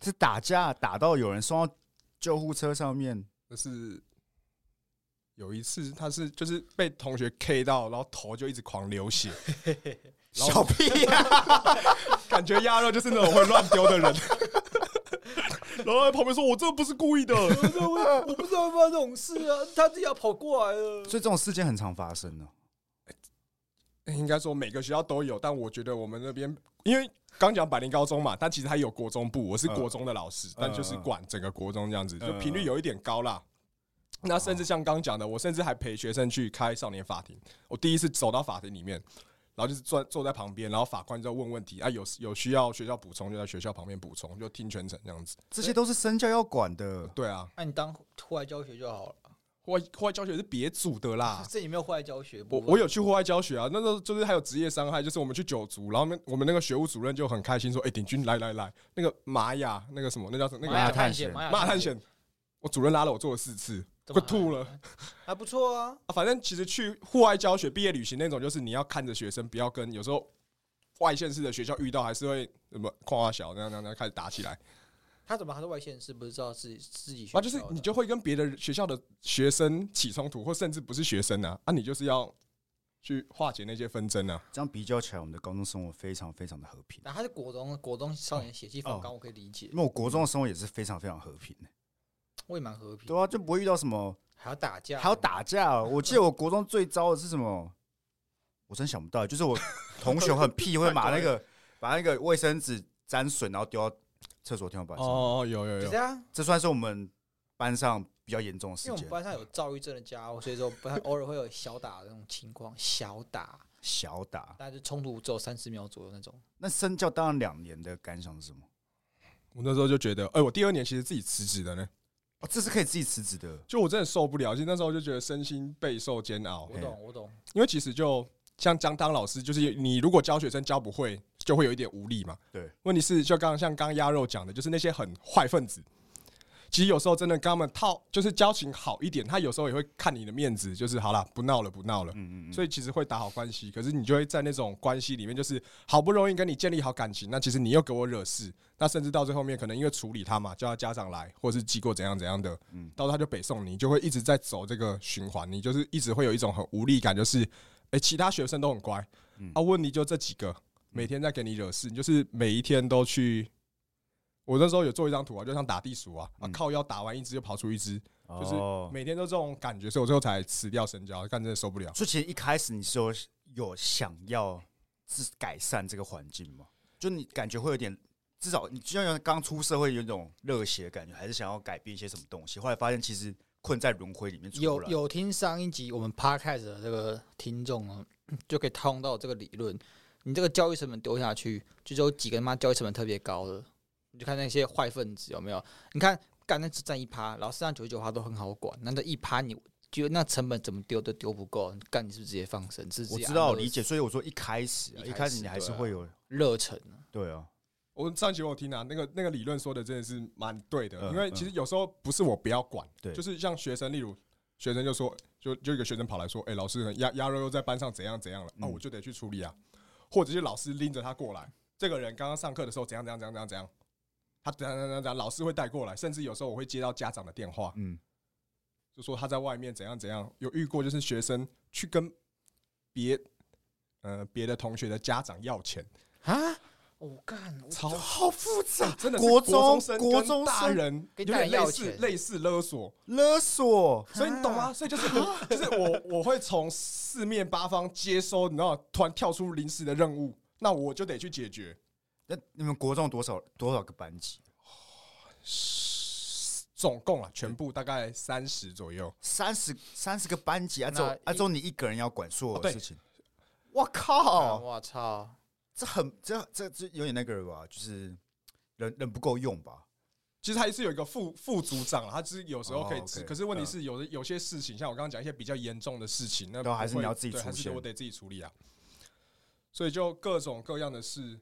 [SPEAKER 1] 是打架打到有人送到救护车上面，
[SPEAKER 3] 那是有一次他是就是被同学 K 到，然后头就一直狂
[SPEAKER 1] *laughs*
[SPEAKER 3] 流血，然
[SPEAKER 1] 小
[SPEAKER 3] 后
[SPEAKER 1] 屁啊呀、
[SPEAKER 3] *laughs* 感觉鸭肉就是那种会乱丢的
[SPEAKER 1] *laughs*
[SPEAKER 3] 人。然后在旁边说：“我这不是故意的。
[SPEAKER 2] 我我不知道发生这种事啊，他自己要跑过来了。
[SPEAKER 1] 所以这种事件很常发生哦呢、”
[SPEAKER 3] 应该说每个学校都有，但我觉得我们那边因为刚讲百灵高中嘛，但其实它有国中部，我是国中的老师，但就是管整个国中这样子，就频率有一点高啦。那甚至像刚讲的，我甚至还陪学生去开少年法庭。我第一次走到法庭里面，然后就是坐坐在旁边，然后法官就问问题啊，有有需要学校补充就在学校旁边补充，就听全程这样子。
[SPEAKER 1] 这些都是身教要管的。
[SPEAKER 3] 对啊，
[SPEAKER 2] 那你当户外教学就好了，
[SPEAKER 3] 户外户外教学是别组的啦。
[SPEAKER 2] 这里没有户外教学部
[SPEAKER 3] 我
[SPEAKER 2] 分。
[SPEAKER 3] 我有去户外教学啊，那时候就是还有职业伤害，就是我们去九族，然后我们我们那个学务主任就很开心说：“哎、鼎军来来来，那个玛雅那个什么，那叫什
[SPEAKER 2] 啊
[SPEAKER 3] 么那
[SPEAKER 1] 玛雅
[SPEAKER 3] 个
[SPEAKER 1] 探险
[SPEAKER 3] 玛雅探，险，我主任拉了我做了四次，快吐了。
[SPEAKER 2] 还不错啊。
[SPEAKER 3] 啊反正其实去户外教学、毕业旅行那种，就是你要看着学生，不要跟有时候外县市的学校遇到还是会什么跨花小那样那样那样开始打起来，
[SPEAKER 2] 他怎么还是外县市？不是知道自己自己学校
[SPEAKER 3] 啊，
[SPEAKER 2] 的？
[SPEAKER 3] 就是你就会跟别的学校的学生起冲突，或甚至不是学生啊，啊，你就是要去化解那些纷争啊。
[SPEAKER 1] 这样比较起来，我们的高中生活非常非常的和平。
[SPEAKER 2] 那他是国中国中少年血气
[SPEAKER 3] 哦
[SPEAKER 2] 方刚，我可以理解
[SPEAKER 3] 嗯
[SPEAKER 1] 因，为我国中的生活也是非常非常和平的，
[SPEAKER 2] 我也蛮和平，
[SPEAKER 1] 对啊，就不会遇到什么
[SPEAKER 2] 还要打架，
[SPEAKER 1] 还要打架哦。我记得我国中最糟的是什么？我真想不到，就是我同学很屁，会把那个 *laughs* 把那个卫生纸沾水，然后丢到厕所天花板上。
[SPEAKER 3] 哦，有有
[SPEAKER 2] 就这样。
[SPEAKER 1] 这算是我们班上比较严重的
[SPEAKER 2] 因为
[SPEAKER 1] 事
[SPEAKER 2] 我
[SPEAKER 1] 件
[SPEAKER 2] 们。班上有躁郁症的家伙，所以说不太偶尔会有小打的那种情况，小打，
[SPEAKER 1] 小打，
[SPEAKER 2] 但是冲突只有三十秒左右那种。
[SPEAKER 1] 那身教当然两年的感想是什么？
[SPEAKER 3] 我那时候就觉得，哎、我第二年其实自己辞职的呢，
[SPEAKER 1] 哦，这是可以自己辞职的。
[SPEAKER 3] 就我真的受不了，其实那时候就觉得身心备受煎熬，
[SPEAKER 2] 我懂，我懂，
[SPEAKER 3] 因为其实就像江当老师，就是你如果教学生教不会，就会有一点无力嘛。
[SPEAKER 1] 对，
[SPEAKER 3] 问题是就刚像刚鸭肉讲的，就是那些很坏分子。其实有时候真的跟他们套，就是交情好一点，他有时候也会看你的面子，就是好啦，不闹了，不闹了。
[SPEAKER 1] 嗯嗯嗯。
[SPEAKER 3] 所以其实会打好关系，可是你就会在那种关系里面，就是好不容易跟你建立好感情，那其实你又给我惹事，那甚至到最后面可能因为处理他嘛，叫他家长来，或是机构怎样怎样的，
[SPEAKER 1] 嗯
[SPEAKER 3] 到时候他就北送你，就会一直在走这个循环，你就是一直会有一种很无力感，就是哎、诶其他学生都很乖，
[SPEAKER 1] 嗯
[SPEAKER 3] 啊，问题就这几个，每天在给你惹事，你就是每一天都去。我那时候有做一张图啊，就像打地鼠啊，啊
[SPEAKER 1] 嗯
[SPEAKER 3] 靠腰打完一只就跑出一只，就是
[SPEAKER 1] 哦
[SPEAKER 3] 每天都这种感觉，所以我最后才辞掉神交，干真的受不了。
[SPEAKER 1] 所以其实一开始你是有有想要自改善这个环境吗？就你感觉会有点，至少你就像刚出社会有一种热血的感觉，还是想要改变一些什么东西？后来发现其实困在轮回里面出
[SPEAKER 2] 有
[SPEAKER 1] 不来。
[SPEAKER 2] 有听上一集我们 podcast 的这个听众呢， *clears throat* 就可以套用到这个理论。你这个教育成本丢下去，就是有几个他妈教育成本特别高的。你就看那些坏分子有没有？你看，干那只占一趴，然后剩下九十九趴都很好管，那这一趴你就那成本怎么丢都丢不够，干你是不是直接放生？是不是
[SPEAKER 1] 我
[SPEAKER 2] 直接
[SPEAKER 1] 知道
[SPEAKER 2] 安乐
[SPEAKER 1] 理解，所以我说一开始啊、
[SPEAKER 2] 一开始
[SPEAKER 1] 一开始你还是会有
[SPEAKER 2] 热忱啊
[SPEAKER 1] 对啊，
[SPEAKER 3] 我上期我有听啊，那个那个理论说的真的是蛮对的，
[SPEAKER 1] 嗯
[SPEAKER 3] 因为其实有时候不是我不要管，
[SPEAKER 1] 对
[SPEAKER 3] 就是像学生，例如学生就说，就就有一个学生跑来说，哎、老师鸭鸭肉又在班上怎样怎样了，那、
[SPEAKER 1] 嗯
[SPEAKER 3] 我就得去处理啊，或者是老师拎着他过来，这个人刚刚上课的时候怎样怎样怎样怎样怎样，他怎样怎样怎样怎样，老师会带过来，甚至有时候我会接到家长的电话，
[SPEAKER 1] 嗯
[SPEAKER 3] 就说他在外面怎样怎样，有遇过就是学生去跟别呃别的同学的家长要钱，
[SPEAKER 2] 啊！
[SPEAKER 1] 哦
[SPEAKER 2] 我干，我
[SPEAKER 3] 超哎
[SPEAKER 1] 好复杂，
[SPEAKER 3] 真的是
[SPEAKER 1] 国
[SPEAKER 3] 中
[SPEAKER 1] 中
[SPEAKER 3] 生
[SPEAKER 1] 国
[SPEAKER 3] 跟
[SPEAKER 1] 中
[SPEAKER 3] 大
[SPEAKER 1] 生
[SPEAKER 3] 人有
[SPEAKER 2] 跟大人
[SPEAKER 3] 点类
[SPEAKER 2] 要
[SPEAKER 3] 似
[SPEAKER 2] 钱
[SPEAKER 3] 类似勒索，
[SPEAKER 1] 勒索，
[SPEAKER 3] 所以你懂吗？所以就是就是我我会从四面八方接收，你知道，突然跳出临时的任务，那我就得去解决。
[SPEAKER 1] 那你们国中多少多少个班级？
[SPEAKER 3] 总共啊，全部大概三十左右。
[SPEAKER 1] 三十三十个班级，啊，只
[SPEAKER 2] 那
[SPEAKER 1] 有
[SPEAKER 2] 一
[SPEAKER 1] 啊，只有你一个人要管所有
[SPEAKER 3] 哦
[SPEAKER 1] 的
[SPEAKER 3] 对
[SPEAKER 1] 事情。我
[SPEAKER 3] 啊
[SPEAKER 1] 靠，
[SPEAKER 2] 我操！
[SPEAKER 1] 这很这这这有点那个了吧？就是人人不够用吧？
[SPEAKER 3] 其实还是有一个副副组长啦，他就是有时候可以
[SPEAKER 1] 哦
[SPEAKER 3] 吃，
[SPEAKER 1] ，OK，
[SPEAKER 3] 可是问题
[SPEAKER 1] 嗯
[SPEAKER 3] 是有的有些事情，像我刚刚讲一些比较严重的事情，那
[SPEAKER 1] 对啊还
[SPEAKER 3] 不
[SPEAKER 1] 是
[SPEAKER 3] 会
[SPEAKER 1] 你要自己
[SPEAKER 3] 对
[SPEAKER 1] 出
[SPEAKER 3] 还是
[SPEAKER 1] 现
[SPEAKER 3] 我得自己处理啊。所以就各种各样的事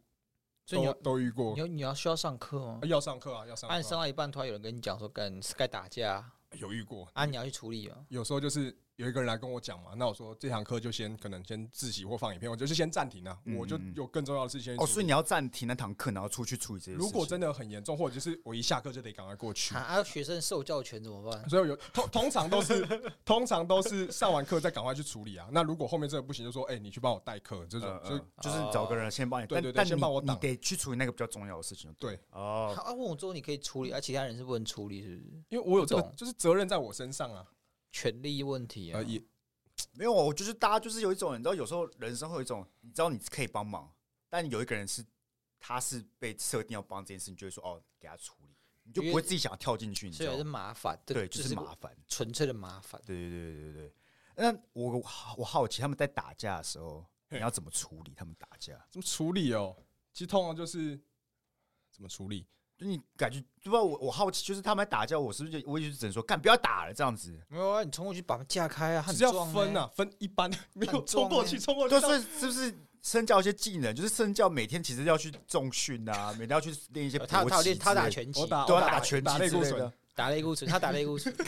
[SPEAKER 2] 所以你
[SPEAKER 1] 哦
[SPEAKER 3] 都
[SPEAKER 2] 要
[SPEAKER 3] 都遇过
[SPEAKER 2] 你，要你要需要上课吗
[SPEAKER 3] 啊？要上课啊，要上
[SPEAKER 2] 啊，你
[SPEAKER 3] 课
[SPEAKER 2] 上
[SPEAKER 3] 啊，
[SPEAKER 2] 到一半，突然有人跟你讲说，跟 Sky 打架
[SPEAKER 3] 有遇过，
[SPEAKER 2] 啊，你要去处理啊。
[SPEAKER 3] 有时候就是有一个人来跟我讲嘛，那我说这堂课就先可能先自习或放影片，我就是先暂停啊，
[SPEAKER 1] 嗯
[SPEAKER 3] 我就
[SPEAKER 1] 嗯嗯
[SPEAKER 3] 有更重要的事情先
[SPEAKER 1] 哦，
[SPEAKER 3] 处
[SPEAKER 1] 所以
[SPEAKER 3] 理
[SPEAKER 1] 你要暂停那堂课，然后出去处理这些事情。
[SPEAKER 3] 如果真的很严重，或者就是我一下课就得赶快过去
[SPEAKER 2] 啊，，啊学生受教权怎么办？
[SPEAKER 3] 所以有通通常都是通常都是上完课再赶快去处理啊。那如果后面真的不行，就说哎、你去帮我代课这
[SPEAKER 1] 嗯
[SPEAKER 3] 种，
[SPEAKER 1] 嗯
[SPEAKER 3] 就
[SPEAKER 1] 就是你找个人先帮你，
[SPEAKER 3] 对
[SPEAKER 1] 但
[SPEAKER 3] 对对
[SPEAKER 1] 但
[SPEAKER 3] 先
[SPEAKER 1] 你
[SPEAKER 3] 帮我
[SPEAKER 1] 你
[SPEAKER 3] 挡
[SPEAKER 1] 得去处理那个比较重要的事情。
[SPEAKER 3] 对
[SPEAKER 2] 他
[SPEAKER 1] 哦，
[SPEAKER 2] 啊，问我之后你可以处理，啊而、其他人是不能处理，是不是？
[SPEAKER 3] 因为我有这
[SPEAKER 2] 不
[SPEAKER 3] 个
[SPEAKER 2] 懂
[SPEAKER 3] 就是责任在我身上啊，
[SPEAKER 2] 权利问题啊
[SPEAKER 3] 呃，也
[SPEAKER 1] 没有，我就是大家就是有一种，你知道，有时候人生会有一种，你知道你可以帮忙，但有一个人是他是被设定要帮这件事，你就会说哦，给他处理，你就不会自己想要跳进去，你
[SPEAKER 2] 所
[SPEAKER 1] 知
[SPEAKER 2] 以
[SPEAKER 1] 道
[SPEAKER 2] 还是
[SPEAKER 1] 吗？
[SPEAKER 2] 麻烦，这
[SPEAKER 1] 对，
[SPEAKER 2] 就
[SPEAKER 1] 就是麻烦。
[SPEAKER 2] 纯粹的麻烦。
[SPEAKER 1] 对对对对对对。那我我好奇他们在打架的时候，
[SPEAKER 3] 嘿
[SPEAKER 1] 你要怎么处理他们打架？
[SPEAKER 3] 怎么处理哦？其实通常就是怎么处理，
[SPEAKER 1] 就你感觉，对吧？我我好奇，就是他们在打架，我是不是就我也就只能说干，不要打了这样子？
[SPEAKER 2] 没有啊，你冲过去把他们架开啊，他很
[SPEAKER 3] 只要
[SPEAKER 2] 壮
[SPEAKER 3] 分
[SPEAKER 2] 呢
[SPEAKER 3] 啊，分一 *laughs* 般没有
[SPEAKER 2] 很
[SPEAKER 3] 冲过
[SPEAKER 2] 壮
[SPEAKER 3] 去，
[SPEAKER 2] 欸
[SPEAKER 3] 冲过去
[SPEAKER 1] 就
[SPEAKER 3] 到
[SPEAKER 1] 是是不是身教一些技能？就是身教每天其实要去重训
[SPEAKER 2] *laughs*
[SPEAKER 1] 啊，每天要去练一些
[SPEAKER 2] 呃他
[SPEAKER 1] 搏
[SPEAKER 2] 他有
[SPEAKER 1] 击
[SPEAKER 2] 练他打
[SPEAKER 1] 之类
[SPEAKER 2] 拳击，
[SPEAKER 3] 我打
[SPEAKER 1] 对啊
[SPEAKER 3] 我
[SPEAKER 1] 打拳击
[SPEAKER 3] 打类
[SPEAKER 1] 之
[SPEAKER 3] 固
[SPEAKER 1] 类
[SPEAKER 3] 醇
[SPEAKER 1] 的，
[SPEAKER 2] 打肋骨锤，他打肋骨
[SPEAKER 1] *laughs*
[SPEAKER 2] 锤，
[SPEAKER 1] 的，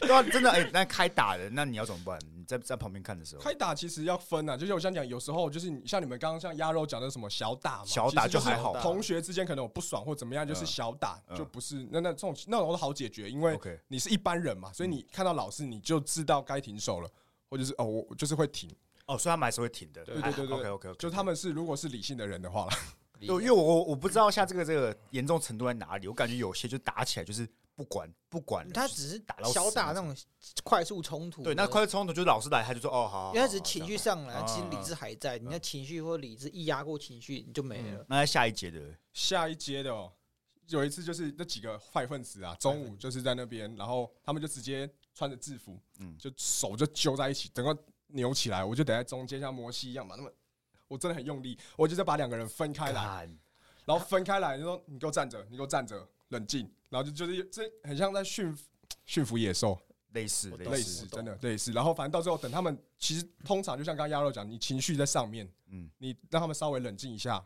[SPEAKER 1] 对啊，真的哎、那开打的，那你要怎么办？你在在旁边看的时候，
[SPEAKER 3] 开打其实要分啊，就是我想讲，有时候就是你像你们刚刚像鸭肉讲的什么小打嘛，
[SPEAKER 1] 小打
[SPEAKER 3] 其实就
[SPEAKER 1] 就还好
[SPEAKER 3] 是同学之间可能有不爽或怎么样，就是
[SPEAKER 1] 嗯
[SPEAKER 3] 小打，
[SPEAKER 1] 嗯
[SPEAKER 3] 就不是那那这种那种都好解决，因为
[SPEAKER 1] OK 嗯
[SPEAKER 3] 你是一般人嘛，所以你看到老师你就知道该停手了，或者是哦我我就是会停，
[SPEAKER 1] 哦，所以他们还是会挺的，
[SPEAKER 3] 对对对对
[SPEAKER 1] OK OK，
[SPEAKER 3] 就是他们是如果是理性的人的话啦，
[SPEAKER 1] 对，因为我我我不知道下这个这个严重程度在哪里，我感觉有些就打起来就是不管不管了，
[SPEAKER 2] 他
[SPEAKER 1] 就是
[SPEAKER 2] 只是
[SPEAKER 1] 打到
[SPEAKER 2] 小
[SPEAKER 1] 死
[SPEAKER 2] 打
[SPEAKER 1] 那
[SPEAKER 2] 那种快速冲突的，
[SPEAKER 1] 对那快速冲突就是老师来，他就说哦好好，好
[SPEAKER 2] 因为他只是
[SPEAKER 1] 好
[SPEAKER 2] 情
[SPEAKER 1] 这
[SPEAKER 2] 绪
[SPEAKER 1] 样
[SPEAKER 2] 上来，
[SPEAKER 1] 啊
[SPEAKER 2] 其实理智还在。
[SPEAKER 1] 嗯
[SPEAKER 2] 你的情绪或理智一压过情绪，你就没了。
[SPEAKER 1] 那在下一节的
[SPEAKER 3] 下一阶的哦，有一次就是那几个坏分子啊，中午就是在那边，然后他们就直接穿着制服，
[SPEAKER 1] 嗯
[SPEAKER 3] 就手就揪在一起，整个扭起来，我就等在中间像摩西一样把他们，我真的很用力，我就在把两个人分开来，
[SPEAKER 1] 干
[SPEAKER 3] 然后分开来，就说你给我站着，你给我站着，冷静，然后就就是这很像在驯服驯服野兽，
[SPEAKER 1] 类似
[SPEAKER 2] 我懂
[SPEAKER 3] 类
[SPEAKER 1] 类
[SPEAKER 3] 似
[SPEAKER 1] 似，
[SPEAKER 3] 真的类似，然后反正到最后等他们，其实通常就像刚刚鸭肉讲，你情绪在上面，
[SPEAKER 1] 嗯，
[SPEAKER 3] 你让他们稍微冷静一下，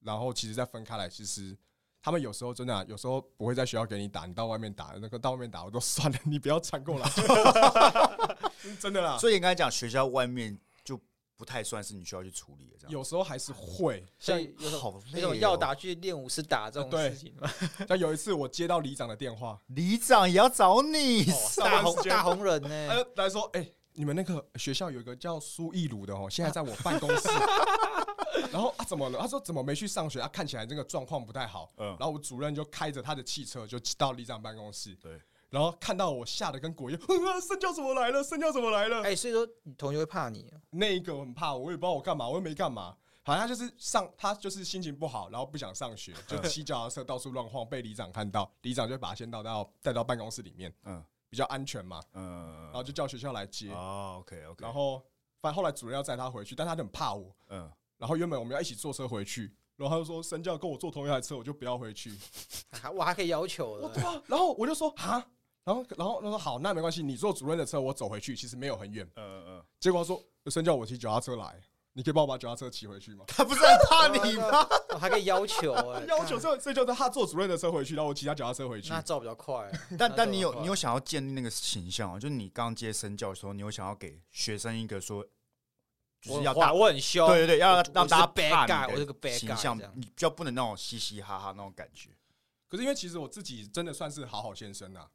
[SPEAKER 3] 然后其实再分开来，其实他们有时候真的啊、有时候不会在学校给你打，你到外面打，那个到外面打我都 *laughs* 算了，你不要传过来， *laughs* 真的啦。
[SPEAKER 1] 所以你刚才讲学校外面就不太算是你需要去处理的，这样
[SPEAKER 3] 有时候还是会，
[SPEAKER 2] 所
[SPEAKER 3] 像
[SPEAKER 2] 以有种
[SPEAKER 1] 好
[SPEAKER 2] 那
[SPEAKER 1] 累
[SPEAKER 2] 种
[SPEAKER 1] 哦。呃
[SPEAKER 2] 要打去练武士打这种
[SPEAKER 3] 对
[SPEAKER 2] 事情嘛，
[SPEAKER 3] 像有一次我接到里长的电话，
[SPEAKER 1] 里长也要找你，
[SPEAKER 2] 哦 *laughs* 大
[SPEAKER 3] 哦上班
[SPEAKER 2] 红
[SPEAKER 3] 时间
[SPEAKER 2] 大红人
[SPEAKER 3] 他
[SPEAKER 2] 呢？
[SPEAKER 3] 就来说：“哎、你们那个学校有一个叫苏义鲁的哦，现在在我办公室。 *laughs* 然后啊，怎么了？他说怎么没去上学？啊，看起来这个状况不太好。
[SPEAKER 1] 嗯
[SPEAKER 3] 然后我主任就开着他的汽车就到里长办公室，
[SPEAKER 1] 对，
[SPEAKER 3] 然后看到我吓得跟鬼一样， *laughs* 啊，生教怎么来了？生教怎么来了？
[SPEAKER 2] 哎，所以说你同学会怕你哦，
[SPEAKER 3] 那一个我很怕，我也不知道我干嘛，我又没干嘛。好像他就是上，他就是心情不好，然后不想上学，
[SPEAKER 1] 嗯
[SPEAKER 3] 就骑脚踏车到处乱晃，被里长看到，里长就把他先带到带到办公室里面，
[SPEAKER 1] 嗯
[SPEAKER 3] 比较安全嘛，
[SPEAKER 1] 嗯，
[SPEAKER 3] 然后就叫学校来接。
[SPEAKER 1] 哦，OK OK，
[SPEAKER 3] 然后反正后来主任要载他回去，但他就很怕我。
[SPEAKER 1] 嗯，
[SPEAKER 3] 然后原本我们要一起坐车回去，然后他就说神教跟我坐同一台车，我就不要回去。
[SPEAKER 2] 啊我还可以要求
[SPEAKER 3] 我对
[SPEAKER 2] 的。
[SPEAKER 3] 啊，然后我就说哈，然后然后他说好，那没关系，你坐主任的车，我走回去，其实没有很远。
[SPEAKER 1] 嗯嗯
[SPEAKER 3] 结果他说神教我骑脚踏车来，你可以帮我把脚踏车骑回去吗？
[SPEAKER 1] 他不是很怕你
[SPEAKER 2] *laughs*
[SPEAKER 1] 吗？
[SPEAKER 2] *laughs* 我还可以要
[SPEAKER 3] *laughs*
[SPEAKER 2] 求哎，
[SPEAKER 3] 要求这这就是他坐主任的车回去，然后我骑他脚踏车回去
[SPEAKER 1] 嗯
[SPEAKER 2] 那。照比较
[SPEAKER 3] *laughs*
[SPEAKER 2] 快。
[SPEAKER 1] 但但你
[SPEAKER 2] 啊
[SPEAKER 1] 有你有想要建立那个形象啊？就是你刚接身教的时候，你有想要给学生一个说，就是要大
[SPEAKER 2] 打，我很凶，
[SPEAKER 1] 对对对，要
[SPEAKER 2] 我
[SPEAKER 1] 让大家
[SPEAKER 2] 我是 bad
[SPEAKER 1] 怕
[SPEAKER 2] guy，
[SPEAKER 1] 你
[SPEAKER 2] 我
[SPEAKER 1] 的
[SPEAKER 2] 是个 bad
[SPEAKER 1] 形
[SPEAKER 2] guy
[SPEAKER 1] 象
[SPEAKER 2] 这，样
[SPEAKER 1] 你比较不能那种嘻嘻哈哈那种感觉。
[SPEAKER 3] 可是因为其实我自己真的算是好好先生呐、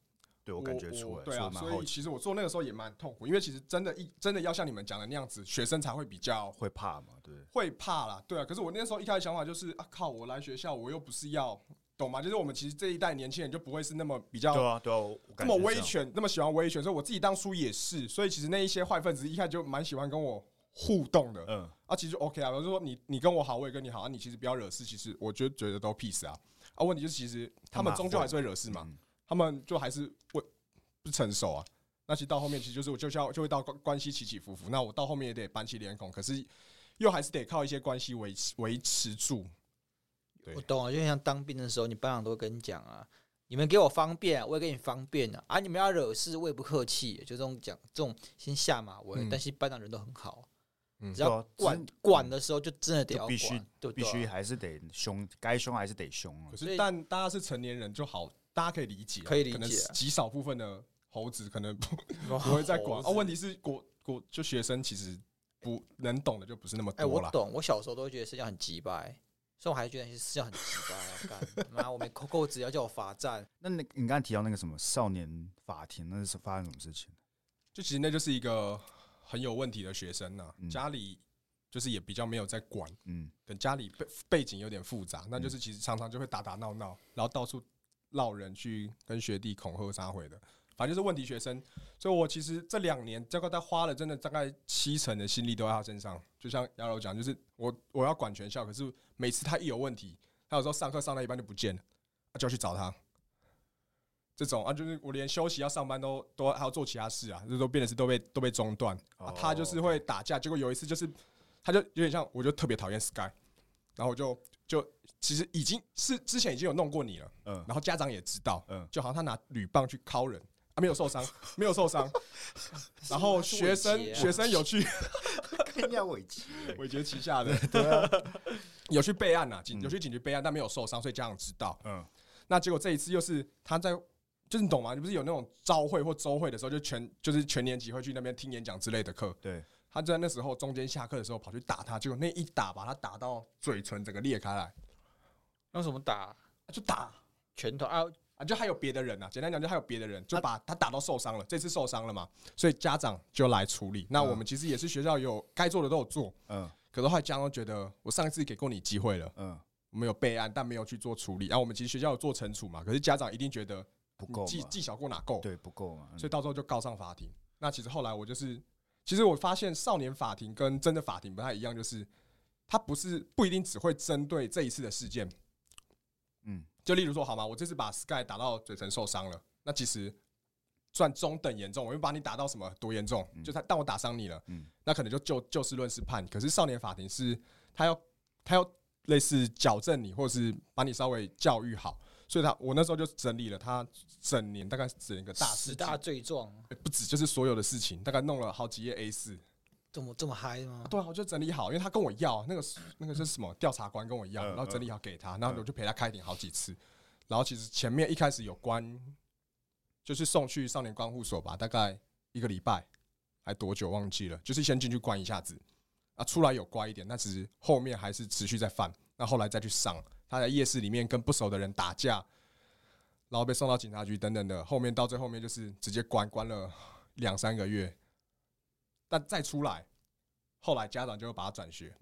[SPEAKER 1] 对我
[SPEAKER 3] 我
[SPEAKER 1] 感觉出
[SPEAKER 3] 我
[SPEAKER 1] 来，所
[SPEAKER 3] 对
[SPEAKER 1] 以
[SPEAKER 3] 啊
[SPEAKER 1] 我，蛮
[SPEAKER 3] 所
[SPEAKER 1] 好
[SPEAKER 3] 以
[SPEAKER 1] 奇，
[SPEAKER 3] 其实我做那个时候也蛮痛苦，因为其实真的一真的要像你们讲的那样子，学生才会比较
[SPEAKER 1] 会怕嘛？对，
[SPEAKER 3] 会怕啦，对啊。可是我那时候一开始想法就是啊靠，我来学校我又不是要懂吗？就是我们其实这一代年轻人就不会是那么比较
[SPEAKER 1] 对啊，对啊，我
[SPEAKER 3] 这
[SPEAKER 1] 感觉
[SPEAKER 3] 么
[SPEAKER 1] 是
[SPEAKER 3] 威
[SPEAKER 1] 样，
[SPEAKER 3] 权，那么喜欢威权，所以我自己当初也是，所以其实那一些坏分子一开始就蛮喜欢跟我互动的
[SPEAKER 1] 嗯，
[SPEAKER 3] 啊，其实就 OK 啊，我就说你你跟我好，我也跟你好啊，你其实不要惹事，其实我就觉得都 peace 啊啊，问题就是其实他们终究还是会惹事嘛，
[SPEAKER 1] 嗯？
[SPEAKER 3] 他们就还是会不成熟啊。那其实到后面，其实就是我就像就会到关关系起起伏伏。那我到后面也得板起脸孔，可是又还是得靠一些关系维持维持住。对
[SPEAKER 2] 我懂啊，就像当兵的时候，你班长都会跟你讲啊，你们给我方便，我也给你方便啊，啊，你们要惹事，我也不客气，就这种讲，这种先下马威。
[SPEAKER 3] 嗯
[SPEAKER 2] 但是班长人都很好，
[SPEAKER 3] 嗯
[SPEAKER 2] 只要
[SPEAKER 1] 对啊
[SPEAKER 2] 管管的时候，就真的得
[SPEAKER 1] 就
[SPEAKER 2] 要
[SPEAKER 1] 必须
[SPEAKER 2] 管，对不
[SPEAKER 1] 必
[SPEAKER 2] 对啊？ *laughs*
[SPEAKER 1] 须还是得凶，该凶还是得凶啊
[SPEAKER 3] 可。
[SPEAKER 2] 所
[SPEAKER 3] 是
[SPEAKER 2] 以
[SPEAKER 3] 但大家是成年人就好，大家可以理解啊、
[SPEAKER 2] 可以理解啊
[SPEAKER 3] 可能极少部分的猴子可能不
[SPEAKER 2] 不
[SPEAKER 3] 不会再管。哦，问题是国国就学生其实不能懂的就不是那么
[SPEAKER 2] 哎，
[SPEAKER 3] 多
[SPEAKER 2] 我
[SPEAKER 3] 了。
[SPEAKER 2] 懂，我小时候都会觉得事情很鸡掰，所以我还觉得那些事情很鸡掰。啊干妈，我没扣扣子要叫我罚站，
[SPEAKER 1] 那那你刚才提到那个什么少年法庭，那是发生什么事情？
[SPEAKER 3] 就其实那就是一个很有问题的学生呐、
[SPEAKER 1] 嗯
[SPEAKER 3] 家里就是也比较没有在管。
[SPEAKER 1] 嗯，
[SPEAKER 3] 跟家里背背景有点复杂，那就是其实常常就会打打闹闹，然后到处闹人去跟学弟恐吓杀回的，反正就是问题学生。所以我其实这两年大概他花了真的大概七成的心力都在他身上，就像姚柔讲，就是我我要管全校，可是每次他一有问题，他有时候上课上到一半就不见了，啊就要去找他。这种啊，就是我连休息要上班都都还要做其他事啊，这都变得是都被都被中断啊
[SPEAKER 1] 哦。
[SPEAKER 3] 他就是会打架，结果有一次就是，他就有点像，我就特别讨厌 Sky，然后我就就其实已经是之前已经有弄过你了， *laughs*
[SPEAKER 1] 嗯
[SPEAKER 3] 然后家长也知道，
[SPEAKER 1] 嗯
[SPEAKER 3] 就好像他拿铝棒去敲人啊，没有受伤，没有
[SPEAKER 2] *laughs*
[SPEAKER 3] 受伤，然后学
[SPEAKER 2] 是
[SPEAKER 3] 生
[SPEAKER 2] 我啊
[SPEAKER 3] 学生有 *laughs* 去
[SPEAKER 1] 看一下尾鳍，
[SPEAKER 3] 伟杰旗下的， *laughs* 嗯对啊，有去备案呐、警有去警局备案，但没有受伤，所以家长知道。
[SPEAKER 1] 嗯，
[SPEAKER 3] 那结果这一次又是他在，就是你懂吗？你不是有那种招会或周会的时候，就全就是全年级会去那边听演讲之类的课，
[SPEAKER 1] 对，
[SPEAKER 3] 他就在那时候中间下课的时候跑去打他，结果那一打把他打到嘴唇整个裂开来，啊
[SPEAKER 2] 用什么打
[SPEAKER 3] 就打
[SPEAKER 2] 拳头啊？
[SPEAKER 3] 啊，就还有别的人啊，简单讲就还有别的人，就把他打到受伤了，这次受伤了嘛，所以家长就来处理。那我们其实也是学校有该做的都有做，
[SPEAKER 1] 嗯
[SPEAKER 3] 可是后来家长觉得我上一次给过你机会了，
[SPEAKER 1] 嗯，
[SPEAKER 3] 我们有备案但没有去做处理，然、后我们其实学校有做惩处嘛，可是家长一定觉得
[SPEAKER 1] 不
[SPEAKER 3] 你
[SPEAKER 1] 够
[SPEAKER 3] 技
[SPEAKER 1] 嘛，
[SPEAKER 3] 技巧过哪够，
[SPEAKER 1] 对，不够嘛，嗯
[SPEAKER 3] 所以到时候就告上法庭。那其实后来我就是，其实我发现少年法庭跟真的法庭不太一样，就是它不是不一定只会针对这一次的事件。
[SPEAKER 1] 嗯，
[SPEAKER 3] 就例如说，好吗？我这次把 Sky 打到嘴唇受伤了，那其实算中等严重，我又把你打到什么多严重？
[SPEAKER 1] 嗯
[SPEAKER 3] 就他但我打伤你了，
[SPEAKER 1] 嗯
[SPEAKER 3] 那可能就就就事论事判。可是少年法庭是他要他要类似矫正你，或是把你稍微教育好。所以他，我那时候就整理了他整年大概整个大事
[SPEAKER 2] 十
[SPEAKER 3] 件
[SPEAKER 2] 大罪状，啊
[SPEAKER 3] 欸不止就是所有的事情，大概弄了好几页 A 四。
[SPEAKER 2] 这么这么嗨吗？
[SPEAKER 3] 对啊，我就整理好，因为他跟我要那个是那个是什么调查官跟我要，
[SPEAKER 1] 嗯
[SPEAKER 3] 然后整理好给他，然后我就陪他开庭好几次。然后其实前面一开始有关，就是送去少年关护所吧，大概一个礼拜还多久忘记了，就是先进去关一下子啊，出来有乖一点，那其实后面还是持续在犯，那后来再去上，他在夜市里面跟不熟的人打架，然后被送到警察局等等的，后面到最后面就是直接关关了两三个月，但再出来，后来家长就会把他转学，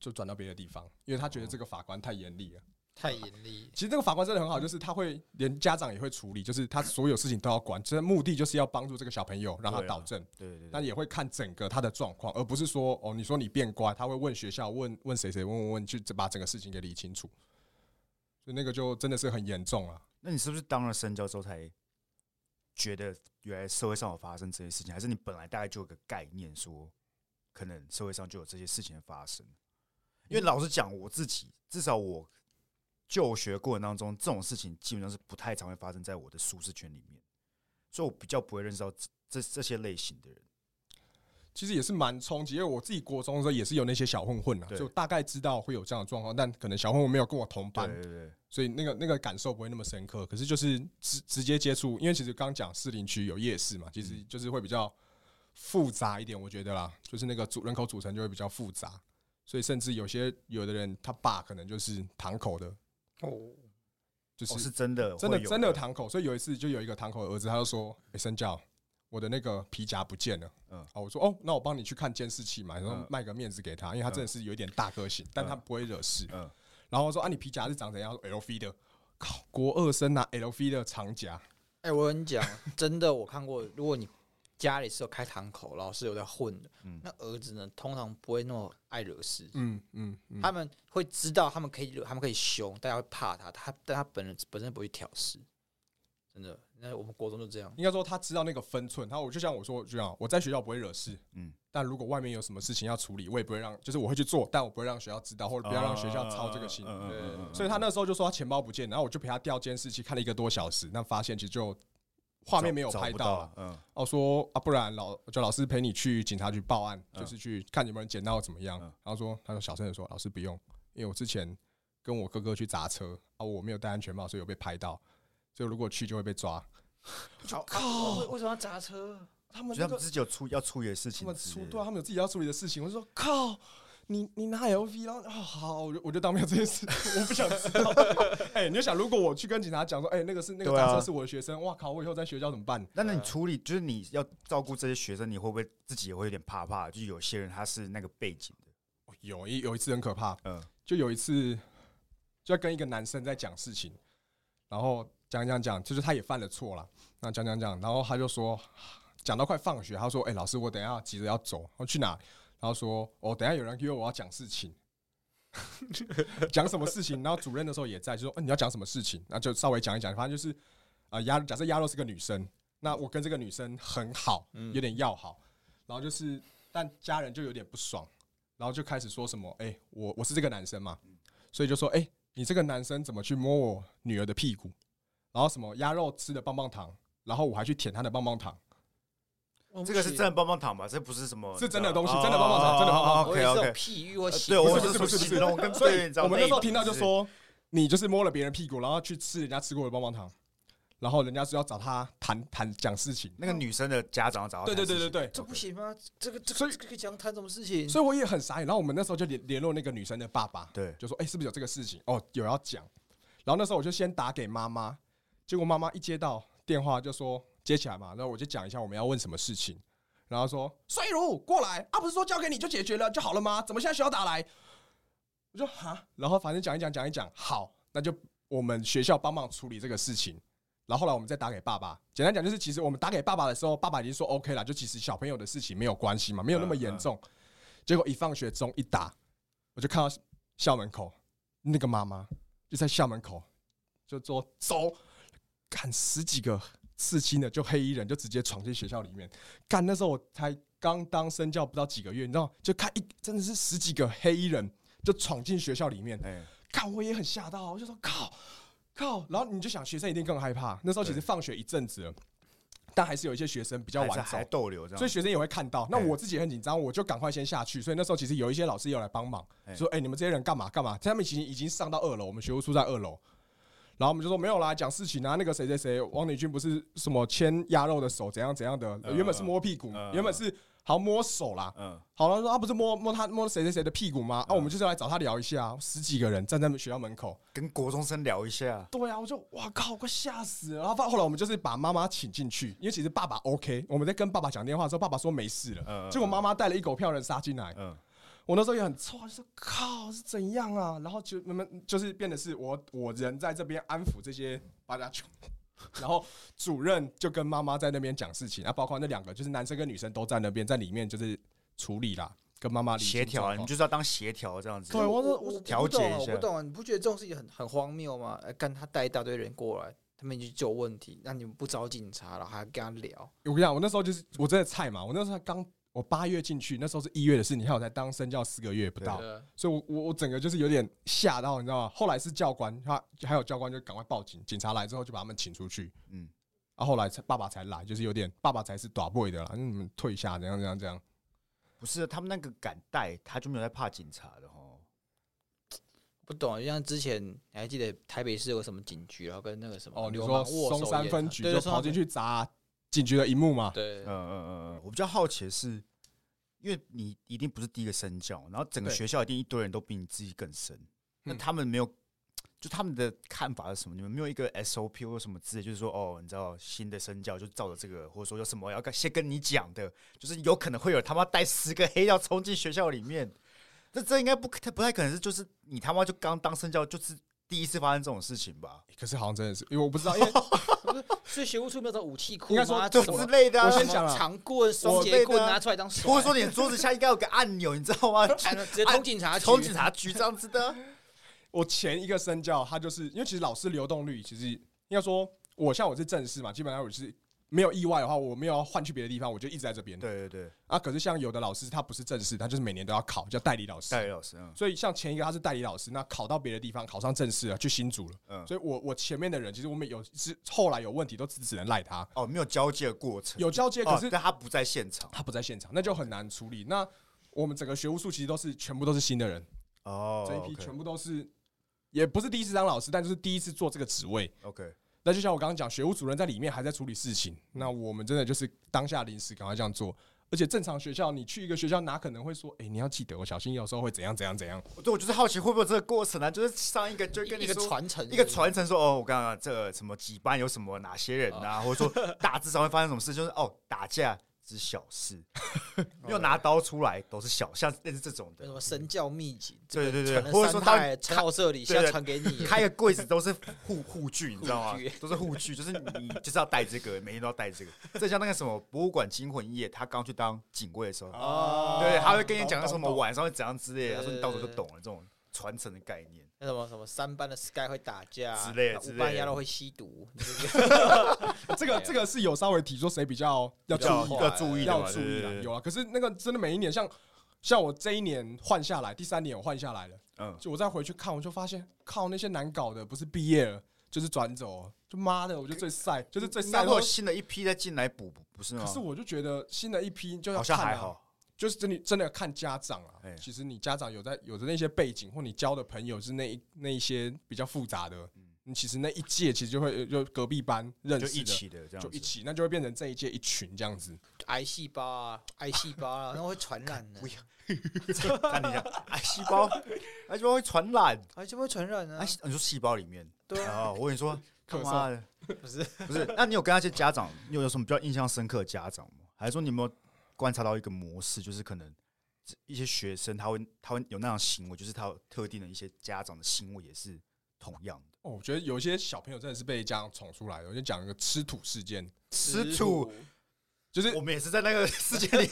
[SPEAKER 3] 就转到别的地方，因为他觉得这个法官太严厉了。
[SPEAKER 2] 太严厉，
[SPEAKER 3] 其实这个法官真的很好，就是他会连家长也会处理，就是他所有事情都要管，这目的就是要帮助这个小朋友让他
[SPEAKER 1] 对啊
[SPEAKER 3] 导正，
[SPEAKER 1] 对对对，
[SPEAKER 3] 但也会看整个他的状况，而不是说哦，你说你变乖，他会问学校、问问谁谁、问问问，去把整个事情给理清楚。所以那个就真的是很严重啊。
[SPEAKER 1] 那你是不是当了深交之后才觉得原来社会上有发生这些事情，还是你本来大概就有个概念说，可能社会上就有这些事情发生？因为
[SPEAKER 3] 嗯
[SPEAKER 1] 老实讲，我自己至少我就学过程当中，这种事情基本上是不太常会发生在我的舒适圈里面，所以我比较不会认识到这这这些类型的人。
[SPEAKER 3] 其实也是蛮冲击，因为我自己国中的时候也是有那些小混混啊，
[SPEAKER 1] 对
[SPEAKER 3] 就大概知道会有这样的状况，但可能小混混没有跟我同班，
[SPEAKER 1] 对对对，哦
[SPEAKER 3] 所以那个那个感受不会那么深刻。可是就是直直接接触，因为其实刚讲士林区有夜市嘛，其实就是会比较复杂一点，我觉得啦，就是那个组人口组成就会比较复杂，所以甚至有些有的人他爸可能就是堂口的，
[SPEAKER 2] 哦，
[SPEAKER 3] 就
[SPEAKER 1] 哦，
[SPEAKER 3] 是
[SPEAKER 1] 是真的，
[SPEAKER 3] 真的
[SPEAKER 1] 会有
[SPEAKER 3] 真的堂口，所以有一次就有一个堂口的儿子，他就说：“哎、身教，我的那个皮夹不见了。”
[SPEAKER 1] 嗯
[SPEAKER 3] 嗯，啊，我说：“哦，那我帮你去看监视器嘛，然后
[SPEAKER 1] 嗯
[SPEAKER 3] 卖个面子给他，因为他真的是有一点大个性，但他不会惹事。”
[SPEAKER 1] 嗯
[SPEAKER 3] 嗯，然后我说：“啊，你皮夹是长怎样？”他说：“LV 的。”靠，国二生拿 LV 的长夹，
[SPEAKER 2] 哎、我跟你讲，真的，我看过，如果你家里是有开堂口，老师有在混的，
[SPEAKER 1] 嗯
[SPEAKER 2] 那儿子呢，通常不会那么爱惹事。
[SPEAKER 3] 嗯嗯嗯，
[SPEAKER 2] 他们会知道他们可以惹，他们可以凶，大家会怕他，他但他本人本身不会挑事，真的。那我们国中就这样，
[SPEAKER 3] 应该说他知道那个分寸。他我就像我说，就像我在学校不会惹事，
[SPEAKER 1] 嗯
[SPEAKER 3] 嗯，但如果外面有什么事情要处理，我也不会让，就是我会去做，但我不会让学校知道，或者不要让学校操这个心。
[SPEAKER 1] 嗯嗯嗯嗯嗯嗯
[SPEAKER 3] 所以他那时候就说他钱包不见，然后我就陪他调监视器看了一个多小时，但发现其实就画面没有
[SPEAKER 1] 找
[SPEAKER 3] 拍
[SPEAKER 1] 不
[SPEAKER 3] 到啊。
[SPEAKER 1] 嗯，
[SPEAKER 3] 哦，说啊，不然老就老师陪你去警察局报案，
[SPEAKER 1] 嗯
[SPEAKER 3] 就是去看有没有人捡到怎么样
[SPEAKER 1] 嗯。
[SPEAKER 3] 然后说，他说小声的说，老师不用，因为我之前跟我哥哥去砸车啊，我没有戴安全帽，所以有被拍到，所以如果去就会被抓。
[SPEAKER 2] 靠，为为什么要砸车？
[SPEAKER 3] 他们
[SPEAKER 1] 就他们自己有处要处理的事
[SPEAKER 3] 他
[SPEAKER 1] 情
[SPEAKER 3] 们
[SPEAKER 1] 之
[SPEAKER 3] 出
[SPEAKER 1] 类的，
[SPEAKER 3] 对、啊，他们有自己要处理的事情。我就说靠，你你拿 LV，然后哦好，我就我就当没有这件事，我不想知道。 *laughs* 哎、你就想，如果我去跟警察讲说，哎、那个是那个
[SPEAKER 1] 对啊
[SPEAKER 3] 大车是我的学生，哇靠，我以后在学校怎么办？
[SPEAKER 1] 那那你处理就是你要照顾这些学生，你会不会自己也会有点怕怕？就是有些人他是那个背景的，
[SPEAKER 3] 有一有一次很可怕，
[SPEAKER 1] 嗯
[SPEAKER 3] 就有一次就在跟一个男生在讲事情，然后讲讲讲，就是他也犯了错了，那讲讲讲，然后他就说，讲到快放学，他说，哎、老师，我等一下急着要走，我去哪？然后说，哦，等一下有人约我要讲事情。 *laughs* 讲什么事情？然后主任的时候也在，就说：“嗯、你要讲什么事情？”那就稍微讲一讲，反正就是，啊，鸭假设鸭肉是个女生，那我跟这个女生很好，
[SPEAKER 2] 嗯
[SPEAKER 3] 有点要好，然后就是，但家人就有点不爽，然后就开始说什么：“哎、我我是这个男生嘛，所以就说：哎、你这个男生怎么去摸我女儿的屁股？然后什么鸭肉吃的棒棒糖，然后我还去舔她的棒棒糖，
[SPEAKER 1] 这个是真的棒棒糖吧？这不是什么，呃哦
[SPEAKER 3] 是啊真的东西真的棒棒糖真的棒棒糖
[SPEAKER 2] 我
[SPEAKER 1] OK
[SPEAKER 2] 也是有
[SPEAKER 1] OK，
[SPEAKER 2] 譬喻或
[SPEAKER 1] 对，
[SPEAKER 2] 形容
[SPEAKER 1] 我
[SPEAKER 3] 不
[SPEAKER 1] 是
[SPEAKER 3] 是不是不是
[SPEAKER 1] 哦形容跟
[SPEAKER 3] 所以
[SPEAKER 1] 对你知道
[SPEAKER 3] 我们那时候
[SPEAKER 1] 类比
[SPEAKER 3] 听到就
[SPEAKER 1] 之类
[SPEAKER 3] 说，你就是摸了别人屁股，然后去吃人家吃过的棒棒糖，然后人家是要找他谈谈讲事情。
[SPEAKER 1] 那个女生的家长找到
[SPEAKER 3] 对
[SPEAKER 1] 他
[SPEAKER 3] 对
[SPEAKER 1] 的
[SPEAKER 3] 对
[SPEAKER 1] 哦事情
[SPEAKER 3] 对对，
[SPEAKER 2] 这不行吗？这个这
[SPEAKER 3] 所
[SPEAKER 2] 个
[SPEAKER 3] 以
[SPEAKER 2] 这个讲谈什么事情？
[SPEAKER 3] 所以我也很傻眼。然后我们那时候就联联络那个女生的爸爸，
[SPEAKER 1] 对
[SPEAKER 3] 就说：“哎、是不是有这个事情？哦，有要讲。”然后那时候我就先打给妈妈，结果妈妈一接到电话就说接起来嘛，然后我就讲一下我们要问什么事情，然后说：“衰如过来啊，不是说交给你就解决了就好了吗？怎么现在学校打来？”我就哈，然后反正讲一讲讲一讲，好，那就我们学校帮忙处理这个事情。然后后来我们再打给爸爸，简单讲就是，其实我们打给爸爸的时候，爸爸已经说 OK 了，就其实小朋友的事情没有关系嘛，没有那么严重。结果一放学钟一打，我就看到校门口那个妈妈就在校门口就说走，看十几个刺青的就黑衣人就直接闯进学校里面。干那时候我才刚当身教不到几个月，你知道，就看一真的是十几个黑衣人就闯进学校里面，
[SPEAKER 1] 哎，
[SPEAKER 3] 看我也很吓到，我就说靠靠，然后你就想学生一定更害怕。那时候其实
[SPEAKER 1] 对
[SPEAKER 3] 放学一阵子了，但还是有一些学生比较
[SPEAKER 1] 还
[SPEAKER 3] 晚
[SPEAKER 1] 是
[SPEAKER 3] 走
[SPEAKER 1] 还，逗留这样，
[SPEAKER 3] 所以学生也会看到。那
[SPEAKER 1] 啊哎
[SPEAKER 3] 我自己也很紧张，我就赶快先下去。所以那时候其实有一些老师也有来帮忙
[SPEAKER 1] 哎，嗯
[SPEAKER 3] 说：“哎、你们这些人干嘛干嘛？”他们其实已经上到二楼，我们学务处在二楼。然后我们就说没有啦，讲事情啊，那个谁谁谁，王磊军不是什么牵鸭肉的手怎样怎样的，
[SPEAKER 1] 嗯
[SPEAKER 3] 原本是摸屁股，
[SPEAKER 1] 嗯
[SPEAKER 3] 原本是好像摸手啦，
[SPEAKER 1] 嗯
[SPEAKER 3] 好了，说啊，不是摸摸他摸谁谁谁的屁股吗？啊，
[SPEAKER 1] 嗯
[SPEAKER 3] 我们就是来找他聊一下，十几个人站在学校门口。
[SPEAKER 1] 跟国中生聊一下，
[SPEAKER 3] 对啊，我就哇靠，快吓死了。然后后来我们就是把妈妈请进去，因为其实爸爸 OK，我们在跟爸爸讲电话的时候，爸爸说没事了。
[SPEAKER 1] 嗯，
[SPEAKER 3] 结果妈妈带了一狗票人杀进来，
[SPEAKER 1] 嗯，
[SPEAKER 3] 我那时候也很错，就说靠是怎样啊？然后就慢慢就是变得是我我人在这边安抚这些八家穷，然后主任就跟妈妈在那边讲事情，啊，包括那两个就是男生跟女生都在那边在里面就是处理啦，跟妈妈理清
[SPEAKER 1] 协调啊，
[SPEAKER 3] 状
[SPEAKER 1] 你
[SPEAKER 3] 况
[SPEAKER 1] 就是要当协调这样子，
[SPEAKER 3] 对我
[SPEAKER 2] 我
[SPEAKER 3] 我
[SPEAKER 2] 我
[SPEAKER 1] 调节一
[SPEAKER 2] 我
[SPEAKER 1] 下
[SPEAKER 2] 不懂啊，你不觉得这种事情很很荒谬吗？哎干他带一大堆人过来，他们去救问题，那你们不找警察，然后还跟他聊，
[SPEAKER 3] 我跟你讲，我那时候就是我真的菜嘛，我那时候刚我八月进去，那时候是一月的事，你看我才当身教四个月不到
[SPEAKER 1] 对，
[SPEAKER 3] 所以我我我整个就是有点吓到，你知道吗？后来是教官，他还有教官就赶快报警，警察来之后就把他们请出去，
[SPEAKER 1] 嗯，
[SPEAKER 3] 啊，后来才爸爸才来，就是有点爸爸才是打 boy 的啦，那你们退下，怎样怎样怎样。
[SPEAKER 1] 不是他们那个敢带，他就没有在怕警察的哦。
[SPEAKER 2] 不懂，啊就像之前你还记得台北市有个什么警局，然后跟那个什么
[SPEAKER 3] 哦，你
[SPEAKER 2] 流
[SPEAKER 3] 说
[SPEAKER 2] 氓握手
[SPEAKER 3] 松山
[SPEAKER 2] 言
[SPEAKER 3] 分
[SPEAKER 2] 谈
[SPEAKER 3] 局
[SPEAKER 2] 对
[SPEAKER 3] 就跑进，去砸警局的一幕嘛？
[SPEAKER 2] 对
[SPEAKER 1] 嗯
[SPEAKER 2] 松山分
[SPEAKER 1] 嗯嗯嗯，我比较好奇的是，因为你一定不是第一个身教，然后整个
[SPEAKER 3] 对
[SPEAKER 1] 学校一定一堆人都比你自己更深，那
[SPEAKER 3] 嗯
[SPEAKER 1] 他们没有，就他们的看法是什么？你们没有一个 SOP 或什么之类，就是说哦，你知道新的身教就照着这个，或者说有什么要跟先跟你讲的，就是有可能会有他妈带十个黑要冲进学校里面，那这应该不可不太可能是就是你他妈就刚当身教就是第一次发生这种事情吧？
[SPEAKER 3] 可是好像真的是，因为我不知道，因为
[SPEAKER 2] 局，所以学务处没有找武器库
[SPEAKER 3] 应该说
[SPEAKER 2] 吗？
[SPEAKER 1] 就
[SPEAKER 2] 什
[SPEAKER 1] 之
[SPEAKER 2] 么
[SPEAKER 1] 类的、啊，
[SPEAKER 3] 我
[SPEAKER 2] 什
[SPEAKER 3] 先
[SPEAKER 2] 么
[SPEAKER 3] 讲啊
[SPEAKER 2] 长棍、双
[SPEAKER 1] 我
[SPEAKER 2] 节
[SPEAKER 1] 对
[SPEAKER 2] 棍
[SPEAKER 1] 的啊
[SPEAKER 2] 拿出来当手，
[SPEAKER 1] 或者说你的桌子下应该有个按钮，你知道
[SPEAKER 3] *laughs*
[SPEAKER 1] 吗？
[SPEAKER 2] 哎直接通警察局，
[SPEAKER 1] 从警察局这样子的，
[SPEAKER 3] 我前一个身教，他就是因为其实老师流动率，其实应该说，我像我是正式嘛，基本上我是没有意外的话，我没有要换去别的地方，我就一直在这边。
[SPEAKER 1] *laughs* 对对对，
[SPEAKER 3] 啊，可是像有的老师他不是正式，他就是每年都要考，叫代理老师。
[SPEAKER 1] 代理老师，嗯
[SPEAKER 3] 所以像前一个他是代理老师，那考到别的地方，考上正式了，去新竹了。
[SPEAKER 1] 嗯，
[SPEAKER 3] 所以我我前面的人，其实我们有是后来有问题，都只只能赖他。
[SPEAKER 1] 哦，没有交接的过程，
[SPEAKER 3] 有交接，可
[SPEAKER 1] 哦
[SPEAKER 3] 是
[SPEAKER 1] 但他不在现场，
[SPEAKER 3] 他不在现场，那就很难处理。那我们整个学务处其实都是全部都是新的人，
[SPEAKER 1] 哦
[SPEAKER 3] 这一批全部都是，也不是第一次当老师，但就是第一次做这个职位。
[SPEAKER 1] OK，
[SPEAKER 3] 那就像我刚刚讲，学务主任在里面还在处理事情，那我们真的就是当下临时赶快这样做。而且正常学校，你去一个学校哪可能会说，哎、你要记得，我小心有时候会怎样怎样怎样。
[SPEAKER 1] 对，我就是好奇会不会有这个过程啊？就是上一个就跟
[SPEAKER 2] 一
[SPEAKER 1] 你
[SPEAKER 2] 个
[SPEAKER 1] 说
[SPEAKER 2] 传承，
[SPEAKER 1] 一个传承说哦，我刚刚这个什么几班有什么哪些人啊，或者说大致上会发生什么事，就是哦打架只是小事，没有拿刀出来都是小，像类似这种
[SPEAKER 2] 有
[SPEAKER 1] 的
[SPEAKER 2] 什，么神教秘籍，
[SPEAKER 1] 对对对
[SPEAKER 2] 传了
[SPEAKER 1] 或者说
[SPEAKER 2] 三
[SPEAKER 1] 他
[SPEAKER 2] 代传到这里，
[SPEAKER 1] 对
[SPEAKER 2] 现在
[SPEAKER 1] 对
[SPEAKER 2] 传给
[SPEAKER 1] *laughs*
[SPEAKER 2] 你，
[SPEAKER 1] 开个柜子都是护护具，你知道吗
[SPEAKER 2] 护具？
[SPEAKER 1] 都是护具，就是你就是要带这个，每天都要带这个。这像那个什么博物馆惊魂夜，他刚去当警卫的时候，
[SPEAKER 3] 哦
[SPEAKER 1] 对，他会跟你讲
[SPEAKER 3] 懂
[SPEAKER 1] 什么
[SPEAKER 3] 懂
[SPEAKER 1] 晚上会怎样之类的，他
[SPEAKER 2] 对
[SPEAKER 1] 说你
[SPEAKER 2] 对
[SPEAKER 1] 到时候就
[SPEAKER 2] 对
[SPEAKER 1] 懂了这种传承的概念。
[SPEAKER 2] 那什么什么三班的 Sky 会打架
[SPEAKER 1] 之类的之
[SPEAKER 2] 五
[SPEAKER 1] 类
[SPEAKER 2] 班
[SPEAKER 1] 的
[SPEAKER 2] 亚都会吸毒，
[SPEAKER 1] *laughs*
[SPEAKER 3] *laughs* 这个这个是有稍微提说谁比较要注意
[SPEAKER 1] 比
[SPEAKER 3] 的，
[SPEAKER 1] 较注意的
[SPEAKER 3] 要
[SPEAKER 1] 嘛
[SPEAKER 3] 注
[SPEAKER 1] 对
[SPEAKER 3] 意
[SPEAKER 1] 对
[SPEAKER 3] 啦
[SPEAKER 1] 对，
[SPEAKER 3] 有啊。可是那个真的每一年，像像我这一年换下来，第三年我换下来了，
[SPEAKER 1] 嗯，
[SPEAKER 3] 就我再回去看，我就发现靠那些难搞的，不是毕业了就是转走了，就妈的，我就最晒，就是最
[SPEAKER 1] 那
[SPEAKER 3] 晒
[SPEAKER 1] 会有
[SPEAKER 3] 后。
[SPEAKER 1] 新的一批再进来补，不是吗
[SPEAKER 3] 可？是我就觉得新的一批就要
[SPEAKER 1] 好像
[SPEAKER 3] 看啊
[SPEAKER 1] 还，好，
[SPEAKER 3] 就是真的真的看家长啊
[SPEAKER 1] 哎。
[SPEAKER 3] 其实你家长有在有着那些背景，或你交的朋友是那一那一些比较复杂的，你其实那一届其实就会就隔壁班认
[SPEAKER 1] 嗯就
[SPEAKER 3] 识
[SPEAKER 1] 一
[SPEAKER 3] 的。
[SPEAKER 1] 起的这样子，
[SPEAKER 3] 就一起，那就会变成这一届一群这样子。
[SPEAKER 2] 癌细胞啊，癌细胞啊，那会传染的，
[SPEAKER 1] *laughs* 看一下，癌哎细胞，哎癌细胞会传染，
[SPEAKER 2] 癌细胞会传染啊
[SPEAKER 1] 癌，细你说细胞里面
[SPEAKER 2] 对啊，
[SPEAKER 1] 啊？我跟你
[SPEAKER 3] *laughs*
[SPEAKER 1] 说，他
[SPEAKER 3] 咳嗽
[SPEAKER 1] 妈的，
[SPEAKER 2] 不是
[SPEAKER 1] 不是，那你有跟那些家长，你有有什么比较印象深刻的家长吗？还是说你有没有观察到一个模式，就是可能这一些学生他会他会有那样行为，就是他有特定的一些家长的行为也是同样的。
[SPEAKER 3] 哦，我觉得有一些小朋友真的是被家长宠出来的。我就讲一个吃土事件，
[SPEAKER 1] 吃土，
[SPEAKER 3] 就是
[SPEAKER 1] 我们哎也是在那
[SPEAKER 3] *laughs*
[SPEAKER 1] 个世界里，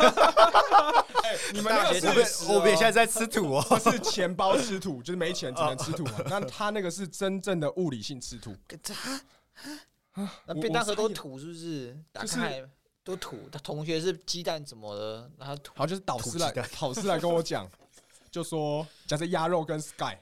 [SPEAKER 3] 你们那
[SPEAKER 2] 大
[SPEAKER 3] 个
[SPEAKER 2] 学
[SPEAKER 3] 是
[SPEAKER 1] 我
[SPEAKER 2] 生
[SPEAKER 1] 们
[SPEAKER 2] 是
[SPEAKER 1] 我们也
[SPEAKER 2] 哦
[SPEAKER 1] 现在在吃土哦。
[SPEAKER 3] 不是钱包吃土，就是没钱只能
[SPEAKER 1] *laughs*
[SPEAKER 3] 吃土嘛。那他那个是真正的物理性吃土，
[SPEAKER 2] 那
[SPEAKER 3] 我
[SPEAKER 2] 便当
[SPEAKER 3] 我
[SPEAKER 2] 盒都
[SPEAKER 3] 猜
[SPEAKER 2] 吐是不是？打
[SPEAKER 3] 就是
[SPEAKER 2] 开都吐，他同学是鸡蛋怎么了？然后他吐
[SPEAKER 3] 然后就是导师来
[SPEAKER 1] 土鸡蛋
[SPEAKER 3] 导师来跟我讲， *laughs* 就说假设鸭肉跟 Sky，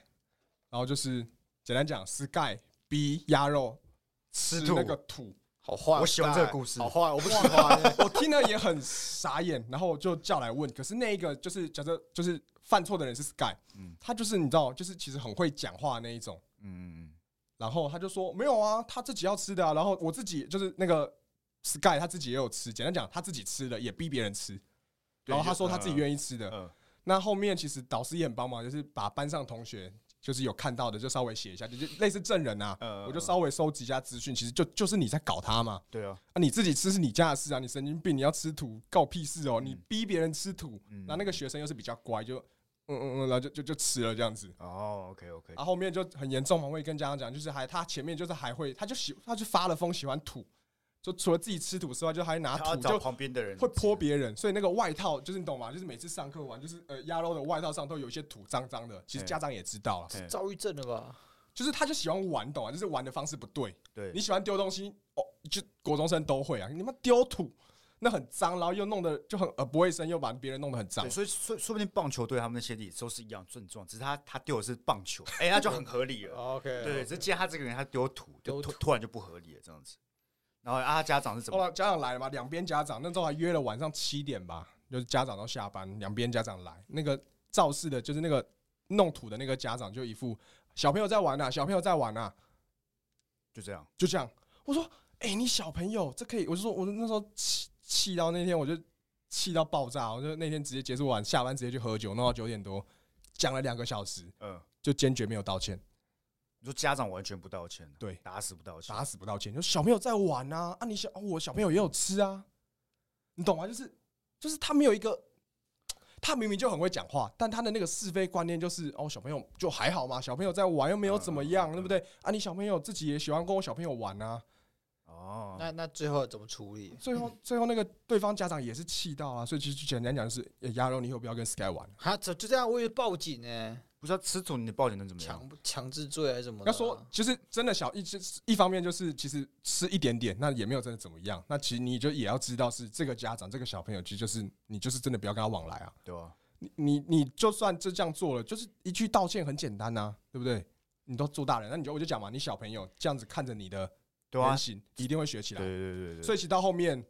[SPEAKER 3] 然后就是简单讲 Sky 逼鸭肉
[SPEAKER 1] *laughs* 吃
[SPEAKER 3] 那
[SPEAKER 1] 土
[SPEAKER 3] 个哦土，
[SPEAKER 2] 好坏，
[SPEAKER 1] 我喜欢这个故事
[SPEAKER 2] 好坏，我不喜欢。
[SPEAKER 3] 我听了也很傻眼，然后我就叫来问，可是那一个就是假设就是犯错的人是 Sky，
[SPEAKER 1] 嗯
[SPEAKER 3] 他就是你知道，就是其实很会讲话的那一种。
[SPEAKER 1] 嗯，
[SPEAKER 3] 然后他就说没有啊，他自己要吃的啊。然后我自己就是那个 Sky 他自己也有吃，简单讲他自己吃的也逼别人吃。
[SPEAKER 1] 对
[SPEAKER 3] 然后他说他自己愿意吃
[SPEAKER 1] 嗯
[SPEAKER 3] 的。
[SPEAKER 1] 嗯
[SPEAKER 3] 那后面其实导师也很帮忙，就是把班上同学就是有看到的就稍微写一下，就是类似证人啊。
[SPEAKER 1] 嗯
[SPEAKER 3] 我就
[SPEAKER 1] 嗯
[SPEAKER 3] 稍微收集一下资讯，其实就就是你在搞他嘛。
[SPEAKER 1] 对啊，
[SPEAKER 3] 啊，你自己吃是你家的事啊，你神经病，你要吃土，告屁事哦！你逼别人吃土，
[SPEAKER 1] 嗯
[SPEAKER 3] 然后那个学生又是比较乖，就嗯嗯嗯，然后就就就吃了这样子。啊
[SPEAKER 1] 哦，OK OK，
[SPEAKER 3] 然后后面就很严重嘛，我也跟家长讲，就是还他前面就是还会，他就喜他就发了疯喜欢吐，就除了自己吃土之外，就还拿
[SPEAKER 1] 他要
[SPEAKER 3] 土
[SPEAKER 1] 找
[SPEAKER 3] 就
[SPEAKER 1] 旁边的人啊
[SPEAKER 3] 会泼
[SPEAKER 1] 别
[SPEAKER 3] 别人，所以那个外套就是你懂吗？就是每次上课完，就是呃鸭肉的外套上都有一些土脏脏的，其实
[SPEAKER 1] 嗯
[SPEAKER 3] 家长也知道了，
[SPEAKER 1] 嗯
[SPEAKER 2] 躁郁症了吧？
[SPEAKER 3] 就是他就喜欢玩，懂吗？啊就是玩的方式不对，
[SPEAKER 1] 对
[SPEAKER 3] 你喜欢丢东西哦，就国中生都会啊，你们丢土。那很脏，然后又弄得就很呃不卫生，又把别人弄得很脏
[SPEAKER 1] 对，。所以说说不定棒球队他们那些也都是一样症状，只是他他丢的是棒球， *laughs* 哎，那就很合理了。
[SPEAKER 2] OK，
[SPEAKER 1] 对，只是见他这个人，他丢土，就
[SPEAKER 2] 哦丢
[SPEAKER 1] 突
[SPEAKER 2] 土
[SPEAKER 1] 突然就不合理了这样子。然后啊，他家长是怎
[SPEAKER 3] 后
[SPEAKER 1] 么？
[SPEAKER 3] 来家长来了嘛，两边家长那时候还约了晚上七点吧，就是家长到下班，两边家长来，那个肇事的，就是那个弄土的那个家长，就一副小朋友在玩啊，小朋友在玩啊，
[SPEAKER 1] 就这样，
[SPEAKER 3] 就这样。我说，哎、你小朋友这可以，我就说，我那时候气气到那天，我就气到爆炸，我就那天直接结束完，下班直接去喝酒，弄到九点多，讲了两个小时，
[SPEAKER 1] 嗯，
[SPEAKER 3] 就坚决没有道歉。
[SPEAKER 1] 你说家长完全不道歉，
[SPEAKER 3] 对
[SPEAKER 1] 打死不道歉，
[SPEAKER 3] 打死不道歉，就小朋友在玩啊，啊你小、哦我小朋友也有吃啊，你懂吗？就是就是他没有一个，他明明就很会讲话，但他的那个是非观念就是哦小朋友就还好嘛，小朋友在玩又没有怎么样，
[SPEAKER 1] 嗯嗯嗯
[SPEAKER 3] 对不对？啊你小朋友自己也喜欢跟我小朋友玩啊，
[SPEAKER 1] 哦，
[SPEAKER 2] 那那最后怎么处理？
[SPEAKER 3] 最后最后那个对方家长也是气到啊，所以其实简单讲就是，欸鸭肉你以后不要跟 Sky 玩。
[SPEAKER 2] 啊，就就这样，我以为报警呢，
[SPEAKER 1] 不知道吃土你的报警能怎么样？
[SPEAKER 2] 强强制罪还是什么的
[SPEAKER 3] 要
[SPEAKER 2] 啊？
[SPEAKER 3] 说就是真的小一，就是一方面就是其实吃一点点，那也没有真的怎么样。那其实你就也要知道是这个家长这个小朋友，其实就是你就是真的不要跟他往来啊。
[SPEAKER 1] 对吧？
[SPEAKER 3] 你你你就算就这样做了，就是一句啊道歉很简单呐、对不对？你都做大人，那你就我就讲嘛，你小朋友这样子看着你的
[SPEAKER 1] 对啊
[SPEAKER 3] 言，行，一定会学起
[SPEAKER 1] 对
[SPEAKER 3] 来。
[SPEAKER 1] 对对对，
[SPEAKER 3] 所以其实到后面，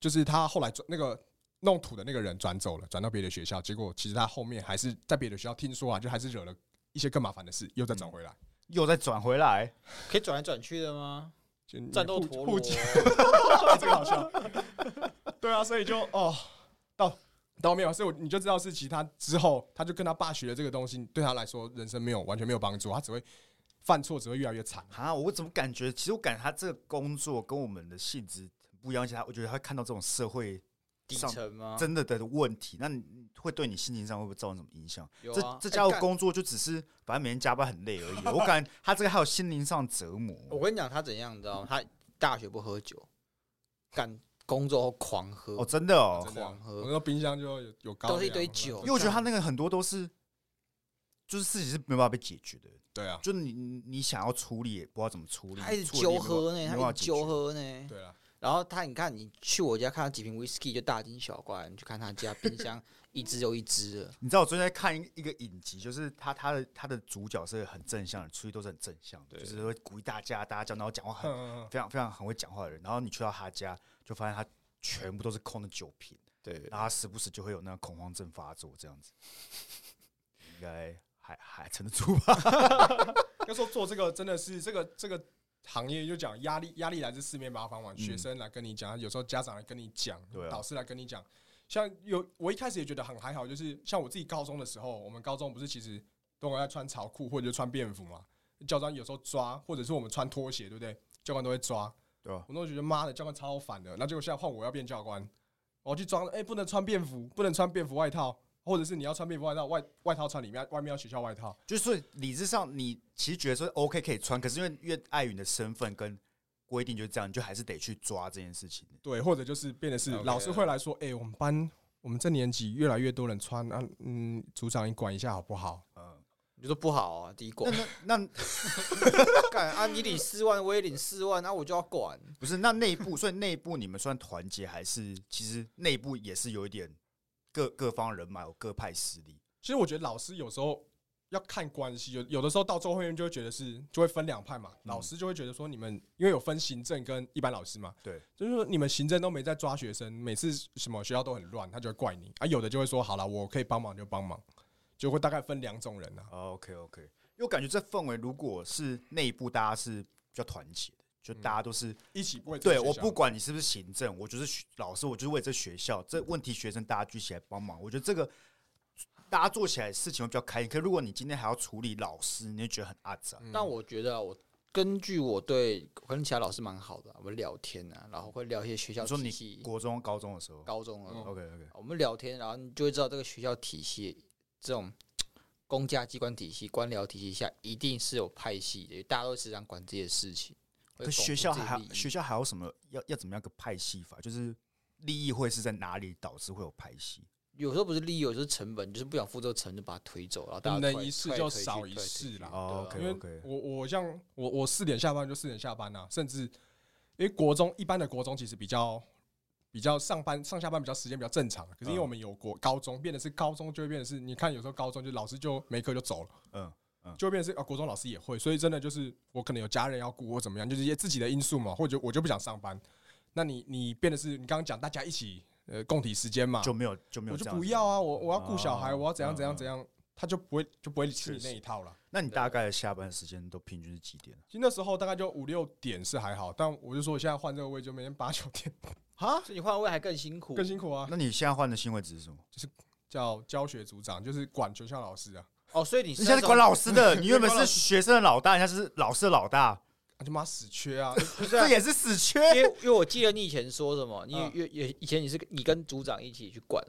[SPEAKER 3] 就是他后来转那个弄土的那个人转走了，转到别的学校，结果其实他后面还是在别的学校听说啊，就还是惹了一些更麻烦的事，又再转回来。
[SPEAKER 1] 又再转回来，
[SPEAKER 2] 可以转来转去的吗？
[SPEAKER 3] 就你
[SPEAKER 2] 战斗
[SPEAKER 3] 互
[SPEAKER 2] 陀
[SPEAKER 3] 互
[SPEAKER 2] 螺，
[SPEAKER 3] 击这个好笑。对啊，所以就哦，到到没有，所以我你就知道是其他之后，他就跟他爸学的这个东西，对他来说人生没有完全没有帮助，他只会犯错，只会越来越惨。
[SPEAKER 1] 啊，我怎么感觉？其实我感觉他这个工作跟我们的性质很不一样，而且他我觉得他看到这种社会
[SPEAKER 2] *laughs* 底
[SPEAKER 1] 上
[SPEAKER 2] 层吗？
[SPEAKER 1] 真的的问题，那你会对你心情上会不会造成什么影响？
[SPEAKER 2] 有
[SPEAKER 1] 这
[SPEAKER 2] 啊，
[SPEAKER 1] 这
[SPEAKER 2] 哎
[SPEAKER 1] 家伙
[SPEAKER 2] 干
[SPEAKER 1] 工作就只是反正每天加班很累而已。我感觉他这个还有心灵上折磨。
[SPEAKER 2] 我跟你讲，他怎样，你知道吗？他大学不喝酒，干工作后狂喝，
[SPEAKER 1] 哦，真的哦，
[SPEAKER 3] 真的啊，
[SPEAKER 2] 狂喝
[SPEAKER 3] 我那个冰箱就有有高粱，
[SPEAKER 2] 都是一堆酒
[SPEAKER 1] 因为我觉得他那个很多都是，就是事情是没有办法被解决的，
[SPEAKER 3] 对啊，
[SPEAKER 1] 就是你你你想要处理也不知道怎么处理，
[SPEAKER 2] 他一直
[SPEAKER 1] 处理也没
[SPEAKER 2] 酒
[SPEAKER 1] 有
[SPEAKER 2] 喝
[SPEAKER 1] 没有
[SPEAKER 2] 呢，他
[SPEAKER 1] 办
[SPEAKER 2] 一
[SPEAKER 1] 法
[SPEAKER 2] 直
[SPEAKER 1] 解
[SPEAKER 2] 酒
[SPEAKER 1] 决
[SPEAKER 2] 喝呢。
[SPEAKER 3] 对啊，
[SPEAKER 2] 然后他，你看你去我家看到几瓶 whisky 就大惊小怪，你去看他家冰箱一只又一只
[SPEAKER 1] *laughs*
[SPEAKER 2] 了。
[SPEAKER 1] 你知道我最近在看一一个影集，就是他他的他的主角是很正向的，出去都是很正向的，
[SPEAKER 2] 对
[SPEAKER 1] 就是会鼓励大家，大家讲，然后讲话很
[SPEAKER 3] 嗯
[SPEAKER 1] 非常非常很会讲话的人。然后你去到他家，就发现他全部都是空的酒瓶，
[SPEAKER 2] 对
[SPEAKER 1] 然后他时不时就会有那个恐慌症发作，这样子，应该还还撑得住吧？
[SPEAKER 3] 要说做这个真的是这个这个行业，就讲压力，压力来自四面八方嘛。
[SPEAKER 1] 嗯
[SPEAKER 3] 学生来跟你讲，有时候家长来跟你讲，
[SPEAKER 1] 对啊
[SPEAKER 3] 导师来跟你讲。像有我一开始也觉得很还好，就是像我自己高中的时候，我们高中不是其实都会在穿潮裤或者就穿便服嘛，教官有时候抓，或者是我们穿拖鞋，对不对？教官都会抓。
[SPEAKER 1] *laughs* 对啊吧？
[SPEAKER 3] 我那时候觉得妈的，教官超烦的。那结果现在换我要变教官，我要去装，哎、不能穿便服，不能穿便服外套，或者是你要穿便服外套，外外套穿里面，外面要学校外套。
[SPEAKER 1] 就是理智上你其实觉得说 OK 可以穿，可是因为因为碍于你的身份跟规定就是这样，你就还是得去抓这件事情。
[SPEAKER 3] 对，或者就是变得是
[SPEAKER 2] OK
[SPEAKER 3] 老师会来说，哎、我们班我们这年级越来越多人穿啊，嗯，组长你管一下好不好？
[SPEAKER 1] 嗯，
[SPEAKER 2] 你说不好啊， *laughs* 第一管
[SPEAKER 1] 那那
[SPEAKER 2] 干 *laughs* 啊，你领四万，我也领四万，那、我就要管。
[SPEAKER 1] 不是，那内部，所以内部你们算团结，还是其实内部也是有一点各各方人马有各派势力？
[SPEAKER 3] 其实我觉得老师有时候要看关系，有有的时候到最后面就会觉得是就会分两派
[SPEAKER 1] 嗯
[SPEAKER 3] 嘛，老师就会觉得说你们因为有分行政跟一般老师嘛，
[SPEAKER 1] 对，
[SPEAKER 3] 就是说你们行政都没在抓学生，每次什么学校都很乱，他就会怪你啊，有的就会说好了，我可以帮忙就帮忙，就会大概分两种人啊。
[SPEAKER 1] 哦，OK OK，因为我感觉这氛围如果是内部大家是比较团结的，就大家都是、
[SPEAKER 3] 一起为这个
[SPEAKER 1] 对，我
[SPEAKER 3] 学校嗯
[SPEAKER 1] 不管你是不是行政，我就是学老师，我就是为这学校这问题学生大家聚起来帮忙，我觉得这个。大家做起来事情会比较开心，可如果你今天还要处理老师，你就觉得很阿杂。
[SPEAKER 2] 但我觉得啊我根据我对我跟其他老师蛮好的啊、我们聊天啊，然后会聊一些学校
[SPEAKER 1] 你说
[SPEAKER 2] 体
[SPEAKER 1] 你
[SPEAKER 2] 系、
[SPEAKER 1] 国中、高中的时候
[SPEAKER 2] 嗯高中啊，
[SPEAKER 1] ，OK OK，
[SPEAKER 2] 我们聊天，然后你就会知道这个学校体系这种公家机关体系、官僚体系下，一定是有派系的，大家都是想管这些事情。会
[SPEAKER 1] 可
[SPEAKER 2] 巩
[SPEAKER 1] 学校
[SPEAKER 2] 固自己
[SPEAKER 1] 还
[SPEAKER 2] 利益
[SPEAKER 1] 学校还有什么要要怎么样个派系法？就是利益会是在哪里导致会有派系？
[SPEAKER 2] 有时候不是利益，有时候是成本，就是不想付这个成本，就把它推走，然后大家
[SPEAKER 3] 能
[SPEAKER 2] 推
[SPEAKER 3] 一事
[SPEAKER 2] 推
[SPEAKER 3] 就
[SPEAKER 2] 推去
[SPEAKER 3] 少
[SPEAKER 2] 推
[SPEAKER 3] 一
[SPEAKER 2] 推
[SPEAKER 3] 事
[SPEAKER 2] 去
[SPEAKER 3] 啦
[SPEAKER 2] 对啊
[SPEAKER 1] 哦
[SPEAKER 3] 因为
[SPEAKER 1] OK，OK
[SPEAKER 3] 我我像我我四点下班就四点下班呐、甚至因为国中一般的国中其实比较比较上班上下班比较时间比较正常，啊可是因为
[SPEAKER 1] 嗯
[SPEAKER 3] 我们有国高中变得是高中就会变得是，你看有时候高中就老师就没课就走了，
[SPEAKER 1] 嗯，
[SPEAKER 3] 就会变成是啊国中老师也会，所以真的就是我可能有家人要顾或怎么样，就是一些自己的因素嘛，或者我就不想上班，那你你变得是你刚刚讲大家一起呃供体时间嘛，
[SPEAKER 1] 就没有就没有
[SPEAKER 3] 我就
[SPEAKER 1] 这样
[SPEAKER 3] 不
[SPEAKER 1] 子
[SPEAKER 3] 要啊，我我要顾小孩，
[SPEAKER 1] 哦
[SPEAKER 3] 我要怎样
[SPEAKER 1] 嗯
[SPEAKER 3] 怎样怎样，他就不会就不会吃你
[SPEAKER 1] 确
[SPEAKER 3] 那
[SPEAKER 1] 实
[SPEAKER 3] 一套了。
[SPEAKER 1] 那你大概下班时间都平均是几点？
[SPEAKER 3] 其实那时候大概就五六点是还好，但我就说我现在换这个位就每天八九点
[SPEAKER 2] 啊，所以你换位还更辛苦，
[SPEAKER 3] 更辛苦啊，
[SPEAKER 1] 那你现在换的新位置是什么？
[SPEAKER 3] 叫教学组长就是管学校老师啊， *laughs*
[SPEAKER 2] 哦。所以你
[SPEAKER 1] 你
[SPEAKER 2] 是
[SPEAKER 1] 现在是
[SPEAKER 2] 那种
[SPEAKER 1] 管老师的，你原本
[SPEAKER 3] 管老
[SPEAKER 1] 是学生的老大，人家是老师的老大，
[SPEAKER 3] 他就妈死缺啊，
[SPEAKER 2] 不是啊
[SPEAKER 1] 这也是死缺。
[SPEAKER 2] *laughs* 因为因为我记得你以前说什么，你
[SPEAKER 3] 嗯
[SPEAKER 2] 也也以前你是你跟组长一起去管，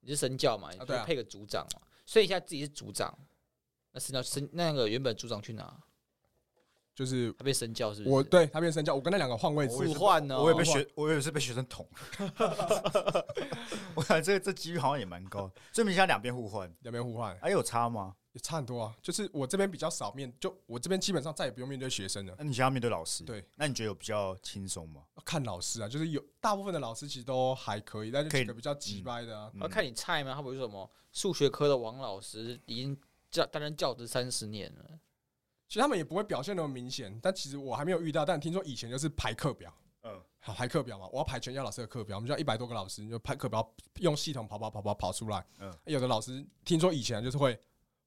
[SPEAKER 2] 你是神教嘛，你
[SPEAKER 3] 对
[SPEAKER 2] 就
[SPEAKER 3] 啊
[SPEAKER 2] 配个组长嘛，所以现在自己是组长。那神教神那个原本组长去哪？
[SPEAKER 3] 就是
[SPEAKER 2] 他被神教是不是？
[SPEAKER 3] 我对他变身教，我跟那两个换位置
[SPEAKER 1] 我也，
[SPEAKER 2] 互
[SPEAKER 1] 是
[SPEAKER 2] 换哦呢，
[SPEAKER 3] 哦
[SPEAKER 1] 我也被学，我也是被学生捅。 *laughs* 我看这这几率好像也蛮高，证明现在两边互换，
[SPEAKER 3] 两边互换
[SPEAKER 1] 哎、有差吗？
[SPEAKER 3] 也差很多啊，就是我这边比较少面，就我这边基本上再也不用面对学生了。
[SPEAKER 1] 那你现在面对老师，
[SPEAKER 3] 对，
[SPEAKER 1] 那你觉得有比较轻松吗？
[SPEAKER 3] 看老师啊，就是有大部分的老师其实都还可以，但是
[SPEAKER 1] 可以
[SPEAKER 3] 几个比较鸡掰的啊，
[SPEAKER 2] 要看你菜吗？他不是说什么数学科的王老师已经教担任教职三十年了，
[SPEAKER 3] 其实他们也不会表现那么明显，但其实我还没有遇到，但听说以前就是排课表，
[SPEAKER 1] 嗯，
[SPEAKER 3] 好排课表嘛，我要排全校老师的课表，我们就要一百多个老师，你就排课表用系统跑跑跑跑跑出来。欸
[SPEAKER 1] 嗯
[SPEAKER 3] 有的老师听说以前就是会，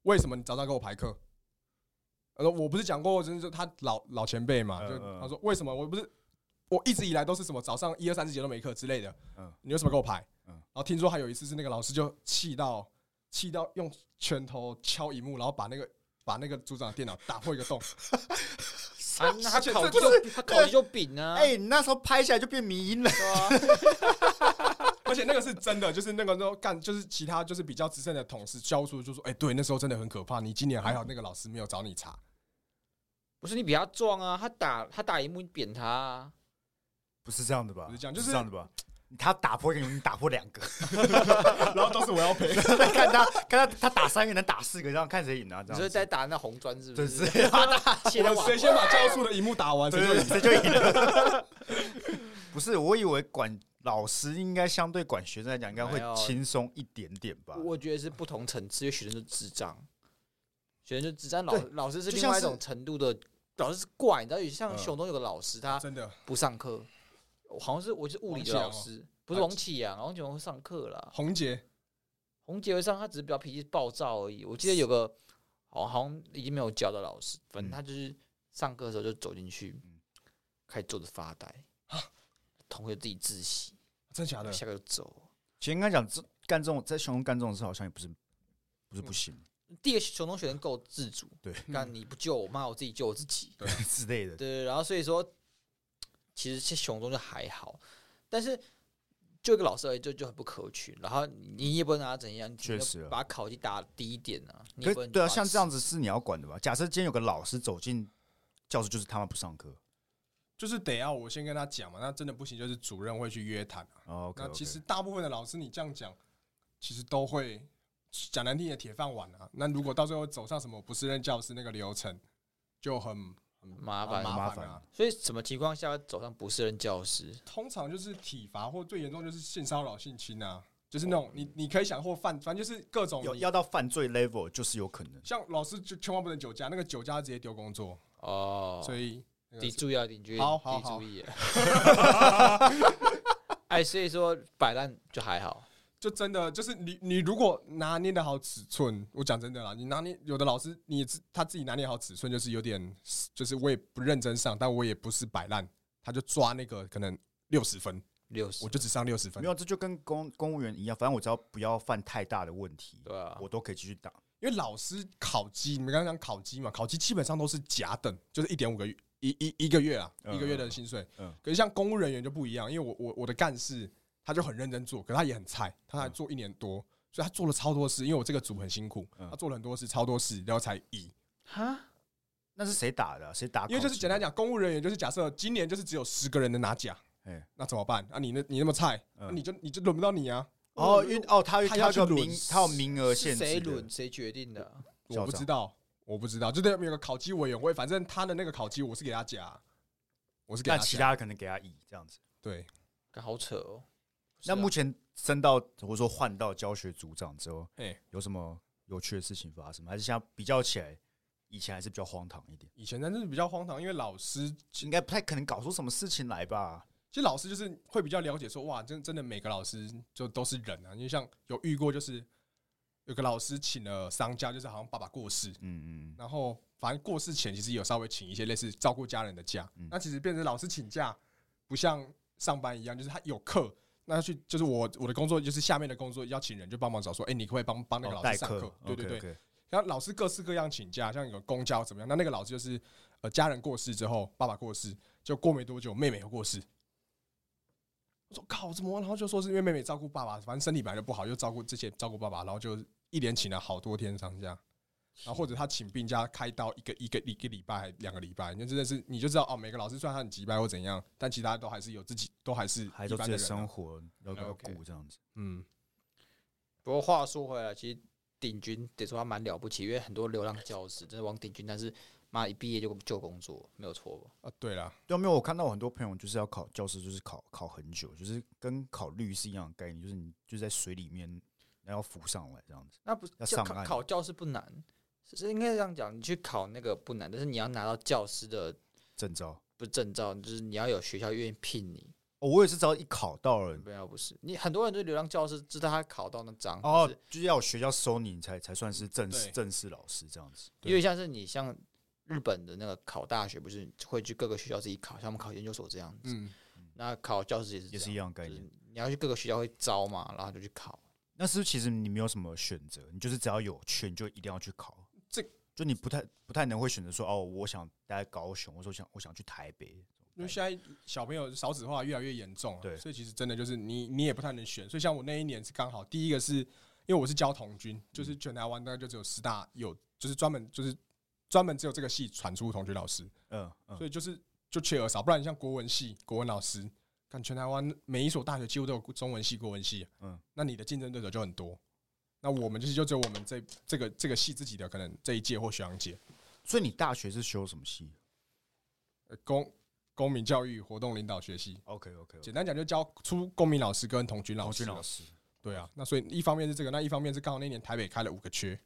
[SPEAKER 3] 为什么你早上给我排课？呃，我不是讲过，就是他老老前辈嘛，
[SPEAKER 1] 嗯
[SPEAKER 3] 就
[SPEAKER 1] 嗯
[SPEAKER 3] 他说为什么我不是我一直以来都是什么早上一二三四节都没课之类的，
[SPEAKER 1] 嗯
[SPEAKER 3] 你为什么给我排？
[SPEAKER 1] 嗯
[SPEAKER 3] 然后听说还有一次是那个老师就气到气到用拳头敲荧幕，然后把那个把那个组长的电脑打破一个洞，
[SPEAKER 2] 啊，那他
[SPEAKER 3] 而且
[SPEAKER 2] 考
[SPEAKER 3] 这
[SPEAKER 2] 级
[SPEAKER 3] 不
[SPEAKER 2] 就他考级就丙啊，
[SPEAKER 1] 哎、你那时候拍下来就变迷音了。 *laughs*
[SPEAKER 2] 对啊，
[SPEAKER 3] 而且那个是真的，就是那个时候干，就是其他就是比较资深的同事教出就说，哎、对，那时候真的很可怕。你今年还好，那个老师没有找你查，
[SPEAKER 2] 不是你比他壮啊，他打他打赢幕你扁他啊，
[SPEAKER 1] 不是这样的吧？
[SPEAKER 3] 不是这样
[SPEAKER 1] 不
[SPEAKER 3] 就是
[SPEAKER 1] 这样的吧？他打破一个，你打破两个，
[SPEAKER 3] *laughs* 然后都是我要赔。
[SPEAKER 1] *laughs* 看他看他他打三个能打四个，然后看谁赢啊？这
[SPEAKER 2] 你
[SPEAKER 1] 样
[SPEAKER 2] 是
[SPEAKER 1] 子
[SPEAKER 2] 在打那红砖是不
[SPEAKER 1] 真
[SPEAKER 2] 是？
[SPEAKER 1] 是 *laughs*
[SPEAKER 2] *laughs* 现在
[SPEAKER 3] 我
[SPEAKER 2] 网
[SPEAKER 3] 谁先把教出的荧幕打完，谁
[SPEAKER 1] 对
[SPEAKER 3] 就
[SPEAKER 1] 对，
[SPEAKER 3] 赢。
[SPEAKER 1] 谁就赢了。 *laughs* 不是，我以为管老师应该相对管学生来讲，应该会
[SPEAKER 2] 没有
[SPEAKER 1] 轻松一点点吧？
[SPEAKER 2] 我觉得是不同层次，因为学生就智障，学生就智障，老
[SPEAKER 1] 对
[SPEAKER 2] 老师是
[SPEAKER 1] 就
[SPEAKER 2] 另
[SPEAKER 1] 像
[SPEAKER 2] 外一
[SPEAKER 1] 是
[SPEAKER 2] 种程度的，老师是怪，你知道，有像
[SPEAKER 1] 嗯
[SPEAKER 2] 熊东有个老师，他
[SPEAKER 3] *laughs* 真的，
[SPEAKER 2] 不上课，好像是我是物理的
[SPEAKER 3] 王启阳
[SPEAKER 2] 老
[SPEAKER 3] 哦
[SPEAKER 2] 师，不是王启阳，王启阳会上课啦，
[SPEAKER 3] 红杰
[SPEAKER 2] 洪杰会上，他只是比较脾气暴躁而已。我记得有个好好像已经没有教的老师，反正
[SPEAKER 1] 嗯
[SPEAKER 2] 他就是上课的时候就走进去
[SPEAKER 1] 嗯，
[SPEAKER 2] 开始坐着发呆，同学自己自习，
[SPEAKER 3] 真假的？
[SPEAKER 2] 下课就走。
[SPEAKER 1] 其实应该讲，这干这种在熊干这种事，好像也不是不是不行、
[SPEAKER 2] 第一个熊东学生够自主，
[SPEAKER 1] 对，
[SPEAKER 2] 但你不救我妈，我自己救我自己。
[SPEAKER 1] *laughs* 之类的。
[SPEAKER 2] 嗯对，然后所以说，其实这熊中就还好，但是就一个老师而已，就就很不可取。然后你也不能拿他怎样，你
[SPEAKER 1] 确
[SPEAKER 2] 就
[SPEAKER 1] 实啊
[SPEAKER 2] 把考绩打低一点啊。你也不
[SPEAKER 1] 可
[SPEAKER 2] 能
[SPEAKER 1] 对啊，
[SPEAKER 2] 把他
[SPEAKER 1] 像这样子是你要管的吧？假设今天有个老师走进教室，就是他们不上课。
[SPEAKER 3] 就是得要我先跟他讲嘛，那真的不行，就是主任会去约谈啊。
[SPEAKER 1] 哦，OK，
[SPEAKER 3] 那其实大部分的老师你这样讲，其实都会讲难听的铁饭碗啊。那如果到最后走上什么不是任教师那个流程，就很很
[SPEAKER 2] 麻
[SPEAKER 3] 很
[SPEAKER 2] 烦。
[SPEAKER 1] 麻
[SPEAKER 3] 麻
[SPEAKER 1] 烦
[SPEAKER 3] 烦啊。
[SPEAKER 2] 所以什么情况下走上不是任教师？
[SPEAKER 3] 通常就是体罚，或最严重就是性骚扰、性侵啊，就是那种你你可以想或犯，反正就是各种
[SPEAKER 1] 有
[SPEAKER 3] 你
[SPEAKER 1] 要到犯罪 level，就是有可能。
[SPEAKER 3] 像老师就千万不能酒驾，那个酒驾直接丢工作，
[SPEAKER 2] 哦，
[SPEAKER 3] 所以那个
[SPEAKER 2] 得注意啊，你觉
[SPEAKER 3] 好
[SPEAKER 2] 得
[SPEAKER 3] 好
[SPEAKER 2] 得
[SPEAKER 3] 好
[SPEAKER 2] 注意啊。哎，所以说摆烂就还好，
[SPEAKER 3] 就真的就是你你如果拿捏的好尺寸，我讲真的啦，你拿捏有的老师你自他自己拿捏好尺寸，就是有点就是我也不认真上，但我也不是摆烂，他就抓那个可能六十分，
[SPEAKER 2] 六十
[SPEAKER 3] 我就只上六十分
[SPEAKER 1] 没，有，这就跟公公务员一样，反正我只要不要犯太大的问题，
[SPEAKER 2] 对啊，
[SPEAKER 1] 我都可以继续打。
[SPEAKER 3] 因为老师考级，你们刚刚讲考级嘛，考级基本上都是甲等，就是一点五个月一一一个月啊，
[SPEAKER 1] 嗯
[SPEAKER 3] 一个月的薪水。
[SPEAKER 1] 嗯
[SPEAKER 3] 可是像公务人员就不一样，因为我我我的干事他就很认真做，可他也很菜，他还做一年多，所以他做了超多事。因为我这个组很辛苦，
[SPEAKER 1] 嗯
[SPEAKER 3] 他做了很多事，超多事，然后才一。
[SPEAKER 2] 哈，
[SPEAKER 1] 那是谁打的啊、谁打？
[SPEAKER 3] 因为就是简单，讲，公务人员就是假设今年就是只有十个人能拿甲
[SPEAKER 1] 哎，
[SPEAKER 3] 那怎么办？啊，你那你那么菜，
[SPEAKER 1] 嗯
[SPEAKER 3] 啊你就你就轮不到你啊！
[SPEAKER 1] 哦，因为哦，他
[SPEAKER 3] 他要
[SPEAKER 1] 有
[SPEAKER 3] 去
[SPEAKER 1] 个
[SPEAKER 3] 轮
[SPEAKER 1] 名，他有名额限
[SPEAKER 2] 是
[SPEAKER 1] 制的。
[SPEAKER 2] 谁轮谁决定的？
[SPEAKER 1] 校
[SPEAKER 3] 我不
[SPEAKER 1] 长
[SPEAKER 3] 知道，我不知道，就那边有个考级委员会，反正他的那个考级我是给他甲，我是给他
[SPEAKER 1] 那
[SPEAKER 3] 甲
[SPEAKER 1] 其他可能给他乙这样子。
[SPEAKER 3] 对。
[SPEAKER 2] 干好扯哦。
[SPEAKER 1] 那
[SPEAKER 2] 是啊
[SPEAKER 1] 目前升到或者说换到教学组长之后，
[SPEAKER 3] 哎
[SPEAKER 1] 有什么有趣的事情发生吗？还是像比较起来，以前还是比较荒唐一点，
[SPEAKER 3] 以前真的是比较荒唐，因为老师
[SPEAKER 1] 应该不太可能搞出什么事情来吧？
[SPEAKER 3] 其实老师就是会比较了解说，哇，真真的每个老师就都是人啊。因为像有遇过，就是有个老师请了丧假，就是好像爸爸过世，
[SPEAKER 1] 嗯嗯
[SPEAKER 3] 然后反正过世前其实有稍微请一些类似照顾家人的假。
[SPEAKER 1] 嗯
[SPEAKER 3] 那其实变成老师请假，不像上班一样，就是他有课，那去就是我我的工作就是下面的工作要请人就帮忙找说，哎、你可不可以帮帮那
[SPEAKER 1] 哦
[SPEAKER 3] 个老
[SPEAKER 1] 代
[SPEAKER 3] 师上课？
[SPEAKER 1] 课，
[SPEAKER 3] 对对对。
[SPEAKER 1] 对，
[SPEAKER 3] 然后老师各式各样请假，像有公教怎么样？那那个老师就是呃，家人过世之后，爸爸过世，就过没多久，妹妹又过世。我说靠，怎么？然后就说是因为妹妹照顾爸爸，反正身体本来就不好，又照顾这些照顾爸爸，然后就一连请了好多天丧假，然后或者他请病假开刀一个一个一个礼拜、两个礼拜，那真的是你就知道哦，每个老师虽然他很急掰或怎样，但其他都还是有自己，都还是
[SPEAKER 1] 还
[SPEAKER 3] 一
[SPEAKER 1] 有自
[SPEAKER 3] 般
[SPEAKER 1] 己
[SPEAKER 3] 的
[SPEAKER 1] 的
[SPEAKER 3] 人啊、
[SPEAKER 1] 生活要要
[SPEAKER 3] OK
[SPEAKER 1] 顾这样子，
[SPEAKER 3] 嗯，
[SPEAKER 2] 不过话说回来，其实顶军得说他蛮了不起，因为很多流浪教师真的往顶军，但是妈一毕业就就工作，没有错吧？
[SPEAKER 3] 啊，对了，
[SPEAKER 1] 对啊，没有，我看到我很多朋友就是要考教师，就是考考很久，就是跟考律师一样的概念，就是你就在水里面，然后浮上来这样子。
[SPEAKER 2] 那不是
[SPEAKER 1] 要
[SPEAKER 2] 就
[SPEAKER 1] 上
[SPEAKER 2] 考
[SPEAKER 1] 岸
[SPEAKER 2] 考教师不难，是是应该这样讲，你去考那个不难，但是你要拿到教师的
[SPEAKER 1] 证照
[SPEAKER 2] 不证照，就是你要有学校愿意聘你，
[SPEAKER 1] 哦，我也是只要一考到了，
[SPEAKER 2] 不要不是你很多人就是流浪教师，知道他考到那章，
[SPEAKER 1] 哦
[SPEAKER 2] 可是，
[SPEAKER 1] 就是要有学校收你，你才才算是正式
[SPEAKER 3] 对
[SPEAKER 1] 正式老师这样子。
[SPEAKER 2] 因为像是你像日本的那个考大学，不是会去各个学校自己考，像我们考研究所这样子，
[SPEAKER 3] 嗯，
[SPEAKER 2] 那考教师也是
[SPEAKER 1] 也
[SPEAKER 2] 这
[SPEAKER 1] 是一
[SPEAKER 2] 样，
[SPEAKER 1] 样概
[SPEAKER 2] 就是
[SPEAKER 1] 念。
[SPEAKER 2] 你要去各个学校会招嘛，然后就去考。
[SPEAKER 1] 那是不是其实你没有什么选择，你就是只要有去，你就一定要去考。
[SPEAKER 3] 这
[SPEAKER 1] 就你不太不太能会选择说哦，我想待在高雄，或者我想我想去台北。
[SPEAKER 3] 因为现在小朋友少子化越来越严重、啊，
[SPEAKER 1] 对
[SPEAKER 3] 所以其实真的就是你你也不太能选。所以像我那一年是刚好第一个是因为我是教童军，
[SPEAKER 1] 嗯
[SPEAKER 3] 就是全台湾大概就只有师大有，就是专门就是专门只有这个系产出童军老师，
[SPEAKER 1] 嗯嗯
[SPEAKER 3] 所以就是就缺额少。不然你像国文系国文老师，看全台湾每一所大学几乎都有中文系国文系，
[SPEAKER 1] 嗯
[SPEAKER 3] 嗯，那你的竞争对手就很多。那我们就是就只有我们这这个这个系自己的可能这一届或学长姐，
[SPEAKER 1] 所以你大学是修什么系
[SPEAKER 3] 呃公公民教育活动领导学系，
[SPEAKER 1] ？OK OK，
[SPEAKER 3] 简单讲，就教出公民老师跟童军老
[SPEAKER 1] 王
[SPEAKER 3] 师
[SPEAKER 1] 军
[SPEAKER 3] 了。
[SPEAKER 1] 老师，
[SPEAKER 3] 对啊，那所以一方面是这个，那一方面是刚好那年台北开了五个缺，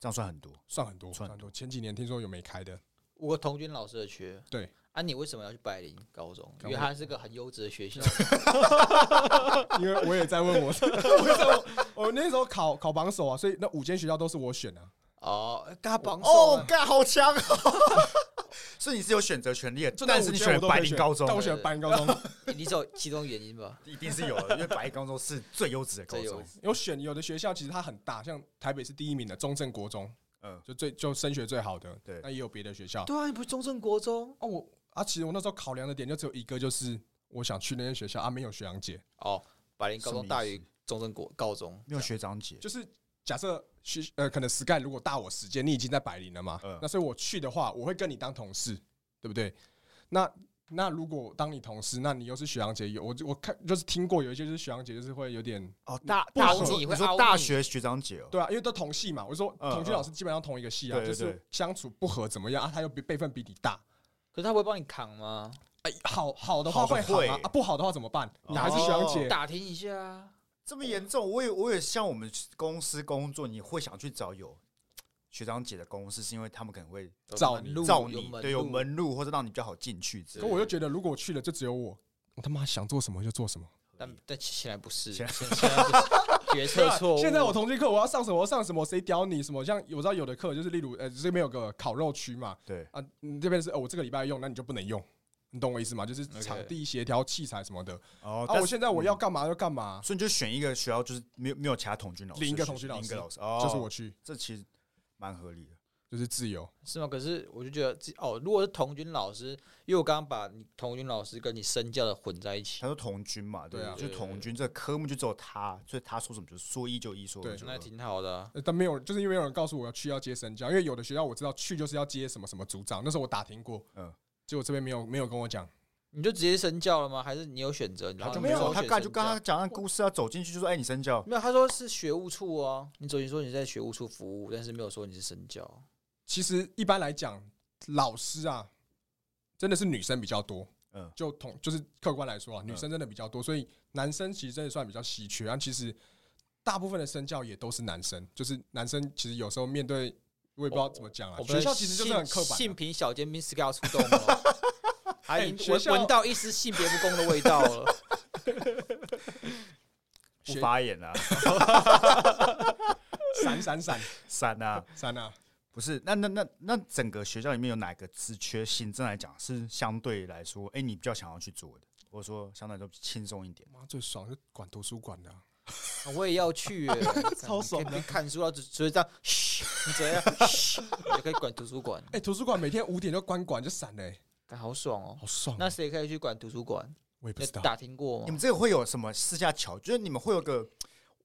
[SPEAKER 1] 这样算很多。
[SPEAKER 3] 算很多，
[SPEAKER 1] 算
[SPEAKER 3] 算
[SPEAKER 1] 很
[SPEAKER 3] 很
[SPEAKER 1] 多
[SPEAKER 3] 多。前几年听说有没开的，
[SPEAKER 2] 五个童军老师的缺，
[SPEAKER 3] 对
[SPEAKER 2] 啊，你为什么要去百灵高中？因
[SPEAKER 3] 干嘛
[SPEAKER 2] 为它是个很优质
[SPEAKER 1] *laughs*
[SPEAKER 2] 的学校，
[SPEAKER 3] 因为我也在问我，我也在问我我那时候考考榜首啊，所以那五间学校都是我选啊。
[SPEAKER 2] 哦，他榜首
[SPEAKER 1] 哦
[SPEAKER 2] 呢，
[SPEAKER 1] 干好强哦！ *laughs* 所以你是有选择权利的，
[SPEAKER 3] 就那
[SPEAKER 1] 但是
[SPEAKER 3] 五
[SPEAKER 1] 你
[SPEAKER 3] 间
[SPEAKER 1] 选
[SPEAKER 3] 我都
[SPEAKER 1] 白
[SPEAKER 3] 可以
[SPEAKER 1] 领
[SPEAKER 3] 选
[SPEAKER 1] 高中
[SPEAKER 3] 但，我选白领高中，
[SPEAKER 2] 你只有其中原因吧？
[SPEAKER 1] 一定是有的，因为白领高中是最优质的高
[SPEAKER 2] 最优
[SPEAKER 1] 中。
[SPEAKER 2] 质
[SPEAKER 3] 有选有的学校其实它很大，像台北是第一名的中正国中，
[SPEAKER 1] 嗯，
[SPEAKER 3] 就最就升学最好的。
[SPEAKER 1] 对
[SPEAKER 3] 那也有别的学校。
[SPEAKER 2] 对啊，你不是中正国中
[SPEAKER 3] 啊，我啊，其实我那时候考量的点就只有一个，就是我想去那些学校啊，没有学长姐，
[SPEAKER 2] 哦，百灵高
[SPEAKER 1] 什么
[SPEAKER 2] 中
[SPEAKER 1] 意
[SPEAKER 2] 大
[SPEAKER 1] 思
[SPEAKER 2] 于中正国高中，
[SPEAKER 1] 没有学长姐，
[SPEAKER 3] 就是假设学呃，可能 Sky 如果大我时间，你已经在百灵了嘛，
[SPEAKER 1] 嗯
[SPEAKER 3] 那所以我去的话，我会跟你当同事，对不对？那那如果当你同事，那你又是学长姐，有我我看就是听过有一些就是学长姐就是会有点
[SPEAKER 1] 哦，大
[SPEAKER 3] 不
[SPEAKER 1] 大
[SPEAKER 3] 合
[SPEAKER 1] 说
[SPEAKER 2] 你
[SPEAKER 1] 你
[SPEAKER 2] 会凹
[SPEAKER 1] 说
[SPEAKER 2] 你
[SPEAKER 1] 大学学长姐哦，
[SPEAKER 3] 对啊，因为都同系嘛，我说
[SPEAKER 1] 嗯
[SPEAKER 3] 同居老师基本上同一个系啊，
[SPEAKER 1] 对对
[SPEAKER 3] 就
[SPEAKER 1] 对
[SPEAKER 3] 是相处不合怎么样啊？他又比辈分比你大，
[SPEAKER 2] 可是他不会帮你扛吗？
[SPEAKER 3] 哎，好好的
[SPEAKER 1] 好
[SPEAKER 3] 话
[SPEAKER 1] 的
[SPEAKER 3] 会好
[SPEAKER 1] 会
[SPEAKER 3] 啊，啊不好的话怎么办？
[SPEAKER 1] 哦
[SPEAKER 3] 你还是学长姐，
[SPEAKER 2] 打听一下啊，
[SPEAKER 1] 这么严重，我也我也像我们公司工作，你会想去找有学长姐的公司，是因为他们可能会
[SPEAKER 3] 照
[SPEAKER 2] 门
[SPEAKER 3] 你
[SPEAKER 2] 路
[SPEAKER 1] 照
[SPEAKER 2] 有
[SPEAKER 1] 你，
[SPEAKER 2] 门
[SPEAKER 1] 对，有
[SPEAKER 2] 路
[SPEAKER 1] 门路或者让你比较好进去之类
[SPEAKER 3] 可
[SPEAKER 1] 的。
[SPEAKER 3] 我又觉得如果我去了，就只有
[SPEAKER 1] 哦
[SPEAKER 3] 我，我他妈想做什么就做什么。
[SPEAKER 2] 但但显然不是，
[SPEAKER 1] 显
[SPEAKER 2] 显显然不是决
[SPEAKER 1] *laughs*
[SPEAKER 2] 策
[SPEAKER 1] 哦
[SPEAKER 2] 错误。
[SPEAKER 3] 现在我同学课我要上什么我要上什么，谁屌你什么？像我知道有的课就是例如呃这边有个烤肉区嘛，
[SPEAKER 1] 对，
[SPEAKER 3] 啊嗯这边是哦我这个礼拜用，那你就不能用，你懂我意思吗？就是场地协调、器材什么的。
[SPEAKER 1] 哦，
[SPEAKER 3] 啊，
[SPEAKER 1] 但
[SPEAKER 3] 我
[SPEAKER 1] 是
[SPEAKER 3] 现在我要干嘛就干嘛，
[SPEAKER 1] 所以你就选一个学校，就是没有没有其他同军老师的学校，
[SPEAKER 3] 零个同军老师
[SPEAKER 1] 零个老师，哦，
[SPEAKER 3] 就是我，去，
[SPEAKER 1] 这其实蛮合理的。
[SPEAKER 3] 就是自由。
[SPEAKER 2] 是吗？可是我就觉得自己哦，如果是童军老师，因为我刚刚把你童军老师跟你身教的混在一起
[SPEAKER 1] 他，说同军嘛，对不
[SPEAKER 3] 对啊
[SPEAKER 1] 就同军这个科目就只有他，所以他说什么就是说一就一，说二
[SPEAKER 3] 对
[SPEAKER 1] 就
[SPEAKER 2] 那
[SPEAKER 1] 二。
[SPEAKER 2] 挺好的啊、
[SPEAKER 3] 呃但没有，就是因为没有人告诉我要去要接身教，因为有的学校我知道去就是要接什么什么组长，那时候我打听过，
[SPEAKER 1] 嗯
[SPEAKER 3] 嗯，结果这边没有没有跟我讲，
[SPEAKER 2] 你就直接身教了吗？还是你有选择？然
[SPEAKER 1] 他
[SPEAKER 2] 后
[SPEAKER 1] 就
[SPEAKER 2] 你
[SPEAKER 1] 没有，啊
[SPEAKER 2] 说
[SPEAKER 1] 他
[SPEAKER 2] 选
[SPEAKER 1] 刚才就
[SPEAKER 2] 身
[SPEAKER 1] 跟他
[SPEAKER 2] 教
[SPEAKER 1] 讲那个故事，要走进去就说：“哎，你身教。
[SPEAKER 2] 没有，他说是学务处哦、你走进去说你在学务处服务，但是没有说你是身教。
[SPEAKER 3] 其实一般来讲，老师啊，真的是女生比较多。
[SPEAKER 1] 嗯
[SPEAKER 3] 嗯，就同就是客观来说啊，女
[SPEAKER 1] 嗯
[SPEAKER 3] 生真的比较多，所以男生其实真的算比较稀缺。然后其实大部分的身教也都是男生，就是男生其实有时候面对我也不知道怎么讲啊
[SPEAKER 2] 我，们
[SPEAKER 3] 学校其实就是很刻
[SPEAKER 2] 性
[SPEAKER 3] 板啊、哎
[SPEAKER 2] 性平小尖兵 Sky 要出动了，
[SPEAKER 3] *laughs*
[SPEAKER 2] 阿姨哦
[SPEAKER 3] 学
[SPEAKER 2] 闻
[SPEAKER 3] 校
[SPEAKER 2] 闻到一丝性别不公的味道了。
[SPEAKER 3] *laughs*
[SPEAKER 1] 不
[SPEAKER 2] 学
[SPEAKER 1] 发言啊，
[SPEAKER 3] *laughs* 闪闪闪
[SPEAKER 1] 散啊，
[SPEAKER 3] 闪啊！
[SPEAKER 1] 不是，那那那那整个学校里面有哪个职缺新增来讲是相对来说，哎、你比较想要去做的，或者说相对来说轻松一点？
[SPEAKER 3] 妈最爽是管图书馆的啊，
[SPEAKER 2] 我也要去耶，
[SPEAKER 3] *laughs* 超爽的
[SPEAKER 2] 可以看书，然后只只是这样，嘘，你怎样，嘘，你就可以管图书馆，
[SPEAKER 3] 哎，图书馆每天五点就关馆就闪欸嘞，
[SPEAKER 2] 干好爽
[SPEAKER 3] *laughs*
[SPEAKER 2] 哦。
[SPEAKER 3] 好爽啊。
[SPEAKER 2] 那谁可以去管图书馆？
[SPEAKER 3] 我也不
[SPEAKER 2] 有
[SPEAKER 3] 知道，
[SPEAKER 2] 打听过
[SPEAKER 1] 你
[SPEAKER 2] 吗
[SPEAKER 1] 们？这个会有什么私下巧？就是你们会有个，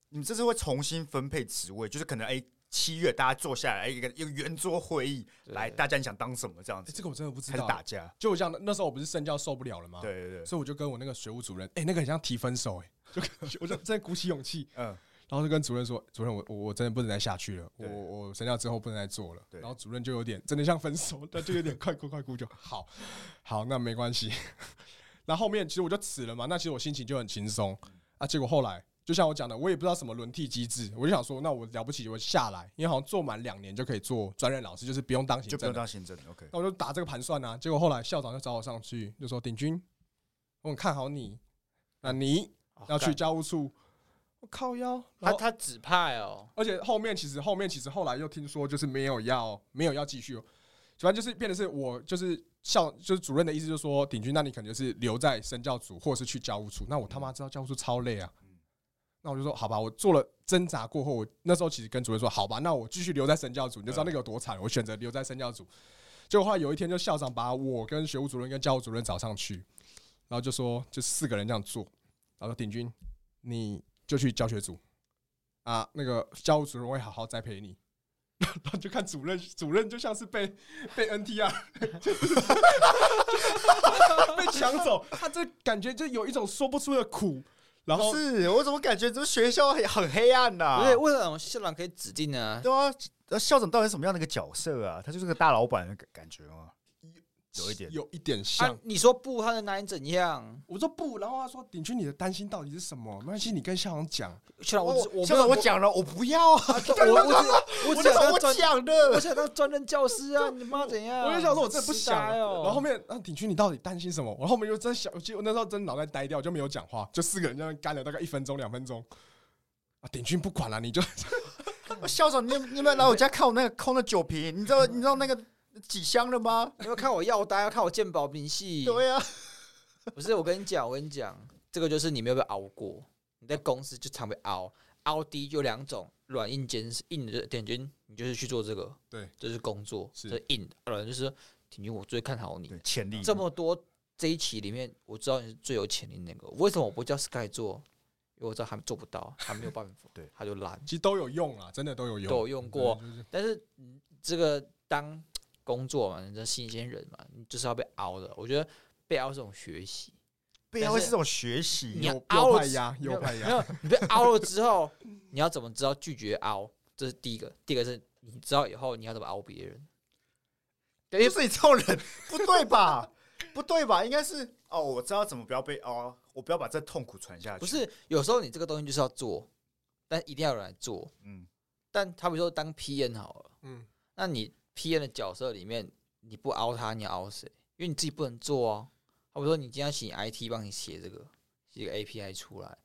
[SPEAKER 1] 你们这次会重新分配职位，就是可能哎、七月大家坐下来一个一个圆桌会议，
[SPEAKER 2] 对
[SPEAKER 1] 来大家你想当什么这样
[SPEAKER 3] 哎，
[SPEAKER 1] 子，
[SPEAKER 3] 这个我真的不知
[SPEAKER 1] 开始
[SPEAKER 3] 道。啊
[SPEAKER 1] 打架。
[SPEAKER 3] 就像那时候我不是身教受不了了吗？，
[SPEAKER 1] 对对对，
[SPEAKER 3] 所以我就跟我那个学务主任，哎，那个很像提分手，哎， *laughs* 就我就真的鼓起勇气，
[SPEAKER 1] 嗯，
[SPEAKER 3] 然后就跟主任说，主任，我我我真的不能再下去了，我
[SPEAKER 1] 对
[SPEAKER 3] 我身教之后不能再做了。
[SPEAKER 1] 对
[SPEAKER 3] 然后主任就有点真的像分手， *laughs* 他就有点快哭快哭就好，好，那没关系。 *laughs* 那后面其实我就辞了嘛，那其实我心情就很轻松啊。结果后来就像我讲的，我也不知道什么轮替机制，我就想说，那我了不起我下来，因为好像做满两年就可以做专任老师，就是不用当行
[SPEAKER 1] 就不
[SPEAKER 3] 政
[SPEAKER 1] 用
[SPEAKER 3] 了。
[SPEAKER 1] 当行政了，OK。
[SPEAKER 3] 那我就打这个盘算啊。结果后来校长就找我上去，就说：“鼎军，我很看好你，那你
[SPEAKER 2] 哦
[SPEAKER 3] 要去
[SPEAKER 2] 干
[SPEAKER 3] 教务处。”我靠腰，然
[SPEAKER 2] 他
[SPEAKER 3] 后
[SPEAKER 2] 他指派哦，
[SPEAKER 3] 而且后面其实后面其实后来又听说就是没有要没有要继续哦，反正就是变得是我就是校就是主任的意思就是说鼎军，那你肯定是留在身教组或者是去教务处。那我他妈知道教务处超累啊，那我就说好吧，我做了挣扎过后，我那时候其实跟主任说好吧，那我继续留在身教组，你就知道那个有多惨，我选择留在身教组。结果后来有一天，就校长把我跟学务主任跟教务主任找上去，然后就说就四个人这样做，然后说鼎军你就去教学组。啊，那个教务主任会好好栽培你。 *laughs* 然后就看主任，主任就像是被被 *laughs* NTR 被抢走，他这感觉就有一种说不出的苦。然后
[SPEAKER 1] 不是，我怎么感觉这学校很很黑暗呐、
[SPEAKER 3] 啊
[SPEAKER 2] 不是为什么校长可以指定呢？
[SPEAKER 1] 对啊，呃校长到底是什么样的一个角色啊？他就是个大老板的感感觉吗？有一点
[SPEAKER 3] 有一点像
[SPEAKER 2] 啊，。你说不，他能拿你怎样？
[SPEAKER 3] 我说不，然后他说：“鼎君，你的担心到底是什么？没关系，你跟校长讲。
[SPEAKER 2] 校长，我只我
[SPEAKER 1] 校
[SPEAKER 2] 没有
[SPEAKER 1] 长，我讲了，我不要啊！
[SPEAKER 2] 我我
[SPEAKER 3] *laughs*
[SPEAKER 2] 只
[SPEAKER 1] 我
[SPEAKER 2] 我
[SPEAKER 1] 那
[SPEAKER 2] 只想
[SPEAKER 1] 时候
[SPEAKER 2] 当
[SPEAKER 1] 我
[SPEAKER 2] 专，
[SPEAKER 1] 讲
[SPEAKER 2] 我
[SPEAKER 1] 的，
[SPEAKER 2] 想当专任教师啊！你妈怎”样？
[SPEAKER 3] 我就想说，我真的不想
[SPEAKER 2] 痴呆
[SPEAKER 3] 了。
[SPEAKER 2] 哦。
[SPEAKER 3] 然后后面，啊，鼎君，你到底担心什么？我后面就真想，我记得我那时候真脑袋呆掉，就没有讲话，就四个人这样干了大概一分钟、两分钟。啊，鼎君不管了，你就
[SPEAKER 1] 校长，你有你有没有来我家看我那个空的酒瓶？你知道你知道那个几箱了吗？
[SPEAKER 2] 你要看我药单，要看我鉴宝明细。
[SPEAKER 1] 对啊，
[SPEAKER 2] 不是，我跟你讲，我跟你讲，这个就是你没有被熬过。你在公司就常被熬，熬低就两种，软硬兼施。硬的就是点军，你就是去做这个，
[SPEAKER 3] 对，
[SPEAKER 2] 这是工作，
[SPEAKER 3] 是
[SPEAKER 2] 这是硬的；软的就是挺军，我最看好你。
[SPEAKER 1] 潜力
[SPEAKER 2] 这么多这一期里面，我知道你是最有潜力的那个，为什么我不叫 Sky 做？因为我知道他们做不
[SPEAKER 3] *laughs*
[SPEAKER 2] 到，他没有办法，
[SPEAKER 1] 对，
[SPEAKER 2] 他就懒。
[SPEAKER 3] 其实都有用啊，真的都有用，
[SPEAKER 2] 都有用过
[SPEAKER 3] 嗯。就是
[SPEAKER 2] 但是嗯这个当工作嘛，你这新鲜人嘛，你就是要被熬的。我觉得被熬是种学习，
[SPEAKER 1] 背后是这种学习
[SPEAKER 2] 你
[SPEAKER 3] 右
[SPEAKER 2] 要
[SPEAKER 3] 右
[SPEAKER 2] 凹
[SPEAKER 3] 嗯派
[SPEAKER 2] 了
[SPEAKER 3] 压，
[SPEAKER 2] 没
[SPEAKER 3] 右
[SPEAKER 2] 有
[SPEAKER 3] 派
[SPEAKER 2] 没
[SPEAKER 3] 压，
[SPEAKER 2] 有，你被凹了之后，你要怎么知道拒绝凹？这是第一个，第二个是你知道以后你要怎么凹别人。对，因
[SPEAKER 1] 就
[SPEAKER 2] 为
[SPEAKER 1] 是你这种人，不对吧？ *laughs* 不对吧？应该是哦，我知道怎么不要被哦，我不要把这痛苦传下去。
[SPEAKER 3] 啊
[SPEAKER 2] 不，是有时候你这个东西就是要做，但一定要有人来做。
[SPEAKER 1] 嗯，
[SPEAKER 2] 但他比如说当 PN 好了，
[SPEAKER 3] 嗯，
[SPEAKER 2] 那你 PN 的角色里面你不凹他，你要凹谁？因为你自己不能做啊。好比说你今天要请 IT 帮你写这个，写一个 API 出来，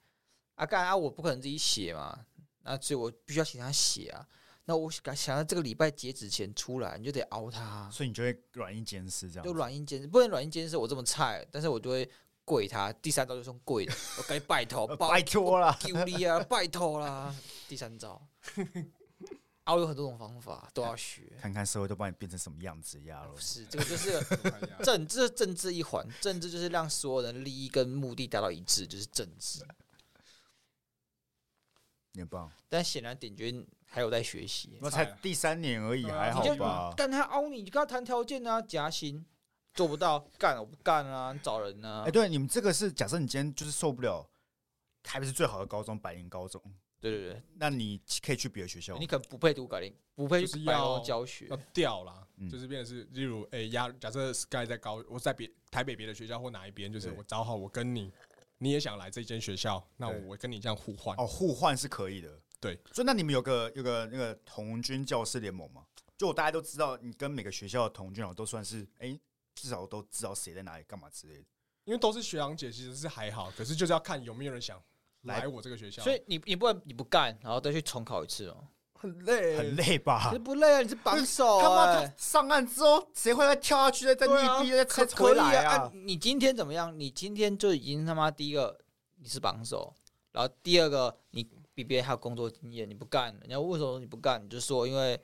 [SPEAKER 2] 啊干啊，我不可能自己写嘛，那所以我必须要请他写啊。那我想想要这个礼拜截止前出来，你就得凹他啊、
[SPEAKER 1] 所以你就会软硬兼施这
[SPEAKER 2] 就
[SPEAKER 1] 样。
[SPEAKER 2] 软硬兼施，不能软硬兼施。我这么菜，但是我就会跪他。第三招就是用跪的，我该拜托，
[SPEAKER 1] 呃
[SPEAKER 2] 拜
[SPEAKER 1] 拜托啦，
[SPEAKER 2] 丢你啊，拜托啦。第
[SPEAKER 1] *laughs*
[SPEAKER 2] 三招，凹有很多种方法都要学。
[SPEAKER 1] 看看社会都把你变成什么样子呀咯
[SPEAKER 2] 不？是，这个就是
[SPEAKER 3] 右派压
[SPEAKER 2] 政治，政治一环，政治就是让所有人利益跟目的达到一致，就是政治。
[SPEAKER 1] 你很棒，
[SPEAKER 2] 但显然，鼎军还有在学习，
[SPEAKER 1] 我才第三年而已，
[SPEAKER 3] 对啊
[SPEAKER 1] 还好
[SPEAKER 2] 你就
[SPEAKER 1] 吧？
[SPEAKER 2] 干他凹你，就跟他谈条件啊，夹心做不到，干我不干啊，你找人啊
[SPEAKER 1] 哎，，对，你们这个是假设你今天就是受不了，台北是最好的高中，百年高中，
[SPEAKER 2] 对对对，
[SPEAKER 1] 那你可以去别的学校
[SPEAKER 2] 你。可能不配读改令，不配
[SPEAKER 3] 就是
[SPEAKER 2] 去
[SPEAKER 3] 要
[SPEAKER 2] 白龙教学
[SPEAKER 3] 要，掉啦，
[SPEAKER 1] 嗯
[SPEAKER 3] 就是变成是，例如，哎、压，假设 Sky 在高，我在别台北别的学校或哪一边，就是
[SPEAKER 1] 对
[SPEAKER 3] 我找好我跟你，你也想来这间学校，那
[SPEAKER 1] 对
[SPEAKER 3] 我跟你这样互换，
[SPEAKER 1] 哦，互换是可以的。
[SPEAKER 3] 对，
[SPEAKER 1] 所以那你们有个有个那个童军教师联盟吗？就我大家都知道，你跟每个学校的童军啊都算是哎、至少都知道谁在哪里干嘛之类的。
[SPEAKER 3] 因为都是学长姐，其实是还好，可是就是要看有没有人想来我这个学校，
[SPEAKER 2] 所以你你不能你不干，然后再去重考一次哦、
[SPEAKER 3] 很累，
[SPEAKER 1] 很。累吧
[SPEAKER 2] 可是？不累啊，你是榜首
[SPEAKER 1] 他妈
[SPEAKER 2] 哎、
[SPEAKER 1] 他上岸之后，谁会再跳下去，再再
[SPEAKER 2] 对啊
[SPEAKER 1] 溺毙，再
[SPEAKER 2] 可
[SPEAKER 1] 再回
[SPEAKER 2] 可以
[SPEAKER 1] 来
[SPEAKER 2] 啊啊你今天怎么样？你今天就已经他妈第一个你是榜首，然后第二个你比别人还有工作经验，你不干，人家为什么你不干？你就说因为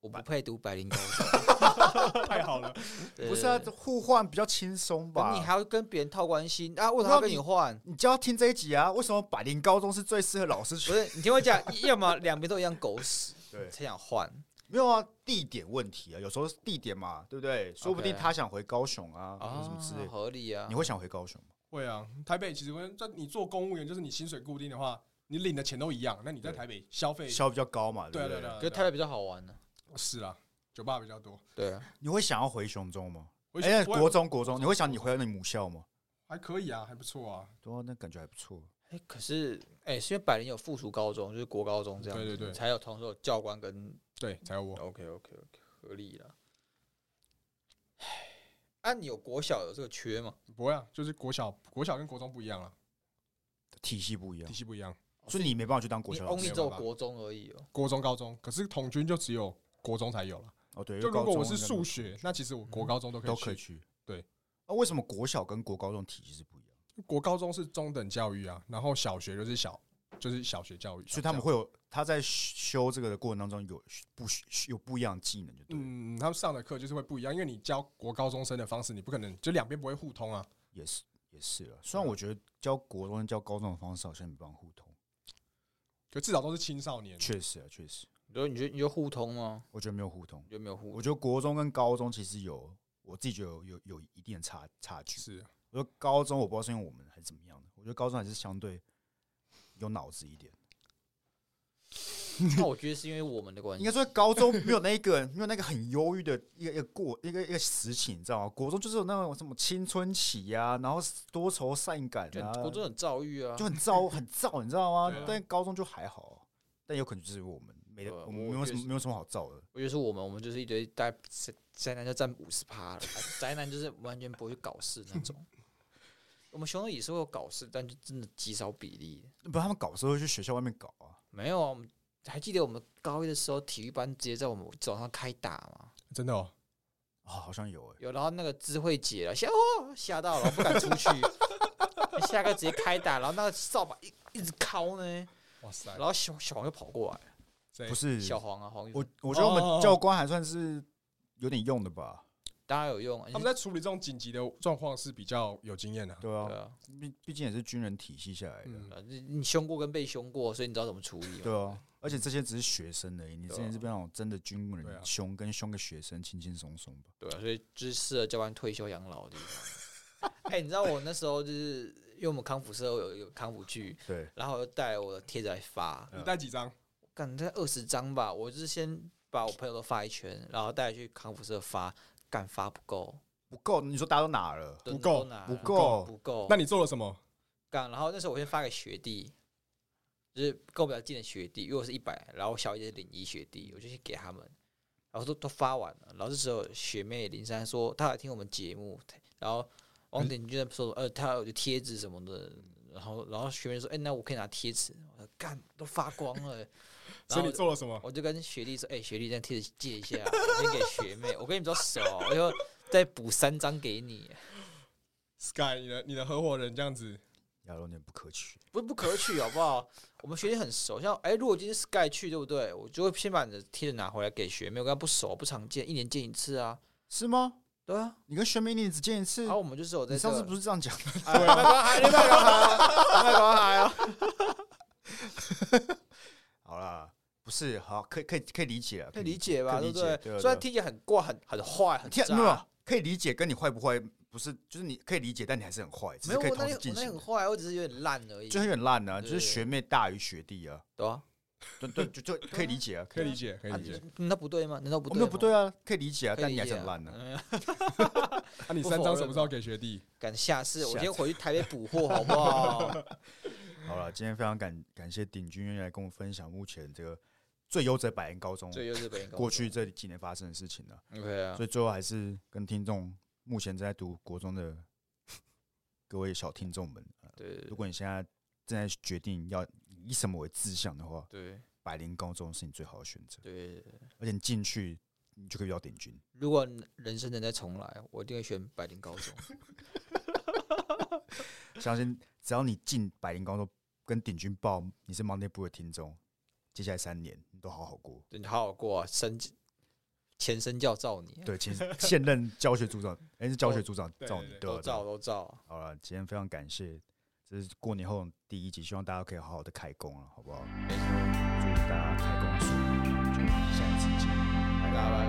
[SPEAKER 2] 我不配
[SPEAKER 1] *laughs*
[SPEAKER 2] 读百灵高手，啊
[SPEAKER 3] 太好了，
[SPEAKER 2] 对
[SPEAKER 1] 不是啊，
[SPEAKER 2] 对
[SPEAKER 1] 这互换比较轻松
[SPEAKER 2] 对
[SPEAKER 1] 吧？
[SPEAKER 2] 你还要跟别人套关系，啊，为什么要跟你换？
[SPEAKER 1] 你就要听这一集啊！为什么百灵高中是最适合老师
[SPEAKER 2] 不
[SPEAKER 1] 去？
[SPEAKER 2] 是，你听我讲，要么两边都一样狗屎，
[SPEAKER 1] *laughs* 对，
[SPEAKER 2] 才想换。
[SPEAKER 1] 没有啊，地点问题啊，有时候是地点嘛，对不对？说不定他想回高雄啊，或者什么之类的。
[SPEAKER 2] 合理啊
[SPEAKER 1] 你。会想回高雄吗？
[SPEAKER 3] 会啊。台北其实跟这你做公务员，就是你薪水固定的话，你领的钱都一样，那你在
[SPEAKER 1] 对
[SPEAKER 3] 台北消费，
[SPEAKER 1] 消费比较高嘛，
[SPEAKER 3] 对
[SPEAKER 1] 不对？
[SPEAKER 3] 啊对啊对啊，
[SPEAKER 2] 可是台北比较好玩呢、
[SPEAKER 3] 是啊，酒吧比较多。
[SPEAKER 2] 对啊，
[SPEAKER 1] 你会想要回雄中吗？
[SPEAKER 3] 我
[SPEAKER 1] 哎，
[SPEAKER 3] 我
[SPEAKER 1] 国中国中，你会想你回到你母校吗？
[SPEAKER 3] 还可以啊，还不错啊。
[SPEAKER 1] 对啊，那感觉还不错。
[SPEAKER 2] 哎、可是哎、是因为百灵有附属高中，就是国高中这样子，
[SPEAKER 3] 对对对
[SPEAKER 2] 才有同时有教官跟。
[SPEAKER 3] 对，才有我
[SPEAKER 2] OK OK OK，合理了。哎，啊，你有国小有这个缺吗？
[SPEAKER 3] 不会啊，就是国小国小跟国中不一样了，
[SPEAKER 1] 体系不一样
[SPEAKER 3] 体，系不一样。
[SPEAKER 1] 所以你没办法去当国
[SPEAKER 2] 你
[SPEAKER 1] 小老师
[SPEAKER 2] only
[SPEAKER 3] 没
[SPEAKER 2] 只有
[SPEAKER 3] 有办法
[SPEAKER 2] 国中而已哦、
[SPEAKER 3] 国中、高中，可是统军就只有国中才有了。
[SPEAKER 1] 哦。对，
[SPEAKER 3] 就
[SPEAKER 1] 因为
[SPEAKER 3] 如果
[SPEAKER 1] 高中
[SPEAKER 3] 我是
[SPEAKER 1] 应该嗯
[SPEAKER 3] 数学，那其实我国高中都可以
[SPEAKER 1] 都可以
[SPEAKER 3] 去。
[SPEAKER 1] 去。
[SPEAKER 3] 对，
[SPEAKER 1] 那为什么国小跟国高中体系是不一样？
[SPEAKER 3] 国高中是中等教育啊，然后小学就是小就是小学教育，
[SPEAKER 1] 所以他们
[SPEAKER 3] 小
[SPEAKER 1] 会有他在修这个的过程当中有不有不一样的技能，就
[SPEAKER 3] 教
[SPEAKER 1] 对
[SPEAKER 3] 育
[SPEAKER 1] 了，
[SPEAKER 3] 嗯，他们上的课就是会不一样，因为你教国高中生的方式，你不可能就两边不会互通啊。
[SPEAKER 1] 也是也是了。虽然我觉得教国中跟教高中的方式好像没办法互通，
[SPEAKER 3] 可至少都是青少年，
[SPEAKER 1] 确实啊，确实，
[SPEAKER 2] 你说你觉得你觉得互通 *laughs* 吗？
[SPEAKER 1] 我觉得没有互通
[SPEAKER 2] 你。觉得没有互
[SPEAKER 1] 我觉得国中跟高中其实有，我自己觉得有有有一定的差差距。
[SPEAKER 3] 是啊
[SPEAKER 1] 我觉得高中我不知道是因为我们还是怎么样的，我觉得高中还是相对有脑子一点。
[SPEAKER 2] 那我觉得是因为我们的关
[SPEAKER 1] 应
[SPEAKER 2] 系
[SPEAKER 1] 该。说高中没有那一个没有那个很忧郁的一个一个过一个一个时期，你知道吗？国中就是有那种什么青春期呀、然后多愁善感
[SPEAKER 2] *laughs* 就
[SPEAKER 1] 啊
[SPEAKER 2] 很，国中很躁郁啊，
[SPEAKER 1] 就很燥很燥，你知道吗
[SPEAKER 3] 对啊？
[SPEAKER 1] 但高中就还好，啊但有可能就是我们没得
[SPEAKER 2] 对啊
[SPEAKER 1] 我们
[SPEAKER 2] 我
[SPEAKER 1] 没有什
[SPEAKER 2] 觉
[SPEAKER 1] 么
[SPEAKER 2] 得
[SPEAKER 1] 没有什么好燥的。
[SPEAKER 2] 我觉得是我们，我们就是一堆大宅宅男就占五十趴了， *laughs* 宅男就是完全不会搞事那 *laughs* 种。我们熊也是会有搞事，但就真的极少比例。
[SPEAKER 1] 不然他们搞的时候会去学校外面搞啊，
[SPEAKER 2] 没有啊，我们还记得我们高一的时候，体育班直接在我们早上开打嘛，
[SPEAKER 3] 真的哦。
[SPEAKER 1] 啊、好像有哎、
[SPEAKER 2] 有然后那个智慧姐了，吓哦吓到了，不敢出去， *laughs* 下课直接开打，然后那个扫把一一直敲呢，
[SPEAKER 3] 哇塞
[SPEAKER 2] 然，后小小黄又跑过来，
[SPEAKER 3] 谁
[SPEAKER 1] 不是
[SPEAKER 2] 小黄啊黄玉，
[SPEAKER 1] 我我觉得我
[SPEAKER 3] 哦哦
[SPEAKER 1] 们
[SPEAKER 3] 哦
[SPEAKER 1] 教官还算是有点用的吧，
[SPEAKER 2] 当然有用啊，
[SPEAKER 3] 他们在处理这种紧急的状况是比较有经验的、
[SPEAKER 1] 对啊
[SPEAKER 2] 对，啊，
[SPEAKER 1] 毕毕竟也是军人体系下来的，
[SPEAKER 3] 嗯，
[SPEAKER 2] 你你凶过跟被凶过，所以你知道怎么处理嘛。
[SPEAKER 1] 对啊，而且这些只是学生而已，你之
[SPEAKER 2] 对
[SPEAKER 1] 前
[SPEAKER 2] 啊
[SPEAKER 1] 是被那种真的军
[SPEAKER 3] 对啊
[SPEAKER 1] 人凶，跟凶个学生轻轻松松吧。
[SPEAKER 2] 对啊，所以就是适合教官退休养老的地方。
[SPEAKER 1] *laughs*
[SPEAKER 2] 哎、你知道我那时候就是因为我们康复社会有一个康复剧，
[SPEAKER 1] 对，
[SPEAKER 2] 然后我就带我的贴纸来发，
[SPEAKER 3] 你带几张？
[SPEAKER 1] 哦
[SPEAKER 2] 干这二十张吧，我就是先把我朋友都发一圈，然后带去康复社发，干发不够，
[SPEAKER 1] 不够，你说大家都拿了，
[SPEAKER 2] 都
[SPEAKER 3] 不够
[SPEAKER 2] 都拿
[SPEAKER 1] 不
[SPEAKER 2] 了
[SPEAKER 1] 够
[SPEAKER 2] 不够，
[SPEAKER 3] 那你做了什么？
[SPEAKER 2] 干，然后那时候我先发给学弟，就是跟我比较近的学弟，因为我是一百，然后我小一是零一学弟，我就去给他们，然后都都发完了，然后这时候学妹林珊说她来听我们节目，然后王鼎居然说呃她有贴纸什么的，然后然后学妹说哎、那我可以拿贴纸，我说干都发光
[SPEAKER 3] *laughs*
[SPEAKER 2] 了，然
[SPEAKER 3] 所
[SPEAKER 2] 后
[SPEAKER 3] 以
[SPEAKER 2] 我
[SPEAKER 3] 你
[SPEAKER 2] 就
[SPEAKER 3] 做了什么？
[SPEAKER 2] 我就跟学弟说哎、学弟这张贴纸借一下，我先给学妹，我跟你比较熟，我就再补三张给你，
[SPEAKER 3] Sky，你的你的合伙人这样子，
[SPEAKER 1] 亚龙有点不可取。
[SPEAKER 2] 不是不可取，好不好？我们学弟很熟，像哎、如果今天 Sky 去，对不对？我就会先把你的贴纸拿回来给学妹，我跟他不熟，不常见，一年见一次啊，
[SPEAKER 1] 是吗？
[SPEAKER 2] 对啊。
[SPEAKER 1] 你跟学妹你只见一次
[SPEAKER 2] 然，后啊我们就是有
[SPEAKER 1] 嗯
[SPEAKER 2] 在
[SPEAKER 1] 你上次不
[SPEAKER 2] 是
[SPEAKER 1] 是这样讲的？ *laughs*
[SPEAKER 2] 哎，麦克海，麦克海，麦克啊海啊！
[SPEAKER 1] *laughs* 好啦，不是，好，可以可以可以理解了，
[SPEAKER 2] 可以理解吧，
[SPEAKER 1] 可以理
[SPEAKER 2] 对不
[SPEAKER 1] 解对啊
[SPEAKER 2] 虽然
[SPEAKER 1] 对
[SPEAKER 2] 听起来很怪、很很坏、
[SPEAKER 1] 啊
[SPEAKER 2] 很
[SPEAKER 1] 天
[SPEAKER 2] 渣，
[SPEAKER 1] 没有没有，可以理解，跟你坏不坏不是，就是你可以理解，但你还是很坏，只是
[SPEAKER 2] 没有
[SPEAKER 1] 可以
[SPEAKER 2] 我那
[SPEAKER 1] 同
[SPEAKER 2] 里
[SPEAKER 1] 时
[SPEAKER 2] 我
[SPEAKER 1] 进
[SPEAKER 2] 那里
[SPEAKER 1] 行
[SPEAKER 2] 很
[SPEAKER 1] 的，
[SPEAKER 2] 坏，我只是有点烂而已，
[SPEAKER 1] 就有点烂啊，
[SPEAKER 2] 对
[SPEAKER 1] 就是学妹大于学弟啊，
[SPEAKER 2] 对啊，
[SPEAKER 1] 对对，就就可以理解啊，
[SPEAKER 3] 可以
[SPEAKER 1] 理
[SPEAKER 3] 理解，可以
[SPEAKER 2] 啊
[SPEAKER 3] 理解。
[SPEAKER 2] 难道不对吗？难道不
[SPEAKER 1] 我
[SPEAKER 2] 对
[SPEAKER 1] 没
[SPEAKER 2] 吗？
[SPEAKER 1] 有不对啊，可以理解啊，
[SPEAKER 2] 可以
[SPEAKER 1] 但
[SPEAKER 2] 理
[SPEAKER 1] 你还是
[SPEAKER 2] 解
[SPEAKER 1] 很烂啊的。
[SPEAKER 2] 嗯
[SPEAKER 3] 那啊你三张什么时候给学弟？
[SPEAKER 2] 赶下次我
[SPEAKER 1] 下
[SPEAKER 2] 先回去台北补
[SPEAKER 1] *laughs*
[SPEAKER 2] 货，好不好？
[SPEAKER 1] 好了，今天非常感感谢鼎君愿意来跟我分享目前这个最优质百年高中
[SPEAKER 2] 最优日本员工
[SPEAKER 1] 过去这几年发生的事情呢、
[SPEAKER 2] ，OK 啊
[SPEAKER 1] 所，以最后还是跟听众目前正在读国中的 *laughs* 各位小听众们，呃
[SPEAKER 2] 对对
[SPEAKER 1] 如果你现在正在决定要以什么为志向的话，
[SPEAKER 2] 对
[SPEAKER 1] 百灵高中是你最好的选择，
[SPEAKER 2] 对，
[SPEAKER 1] 而且你进去你就可以遇到点军。
[SPEAKER 2] 如果人生能再重来，我一定会选百灵高中。
[SPEAKER 1] 相信只要你进百灵高中跟鼎军报你是 Monday Blue 的听众，接下来三年你都好好过。
[SPEAKER 2] 对你好好过啊，身前身教照你啊，
[SPEAKER 1] 对，其实现任教学组长，哎、是教学组长
[SPEAKER 3] 对
[SPEAKER 1] 照
[SPEAKER 3] 对
[SPEAKER 1] 你，
[SPEAKER 3] 对
[SPEAKER 1] 对
[SPEAKER 2] 都
[SPEAKER 1] 吧？对
[SPEAKER 2] 照
[SPEAKER 1] 啊
[SPEAKER 2] 都照。
[SPEAKER 1] 好了，今天非常感谢，这是过年后第一集，希望大家可以好好的开工了，好不好？
[SPEAKER 2] 没错，
[SPEAKER 1] 祝大家开工顺利，就下一次见，拜
[SPEAKER 2] 拜拜。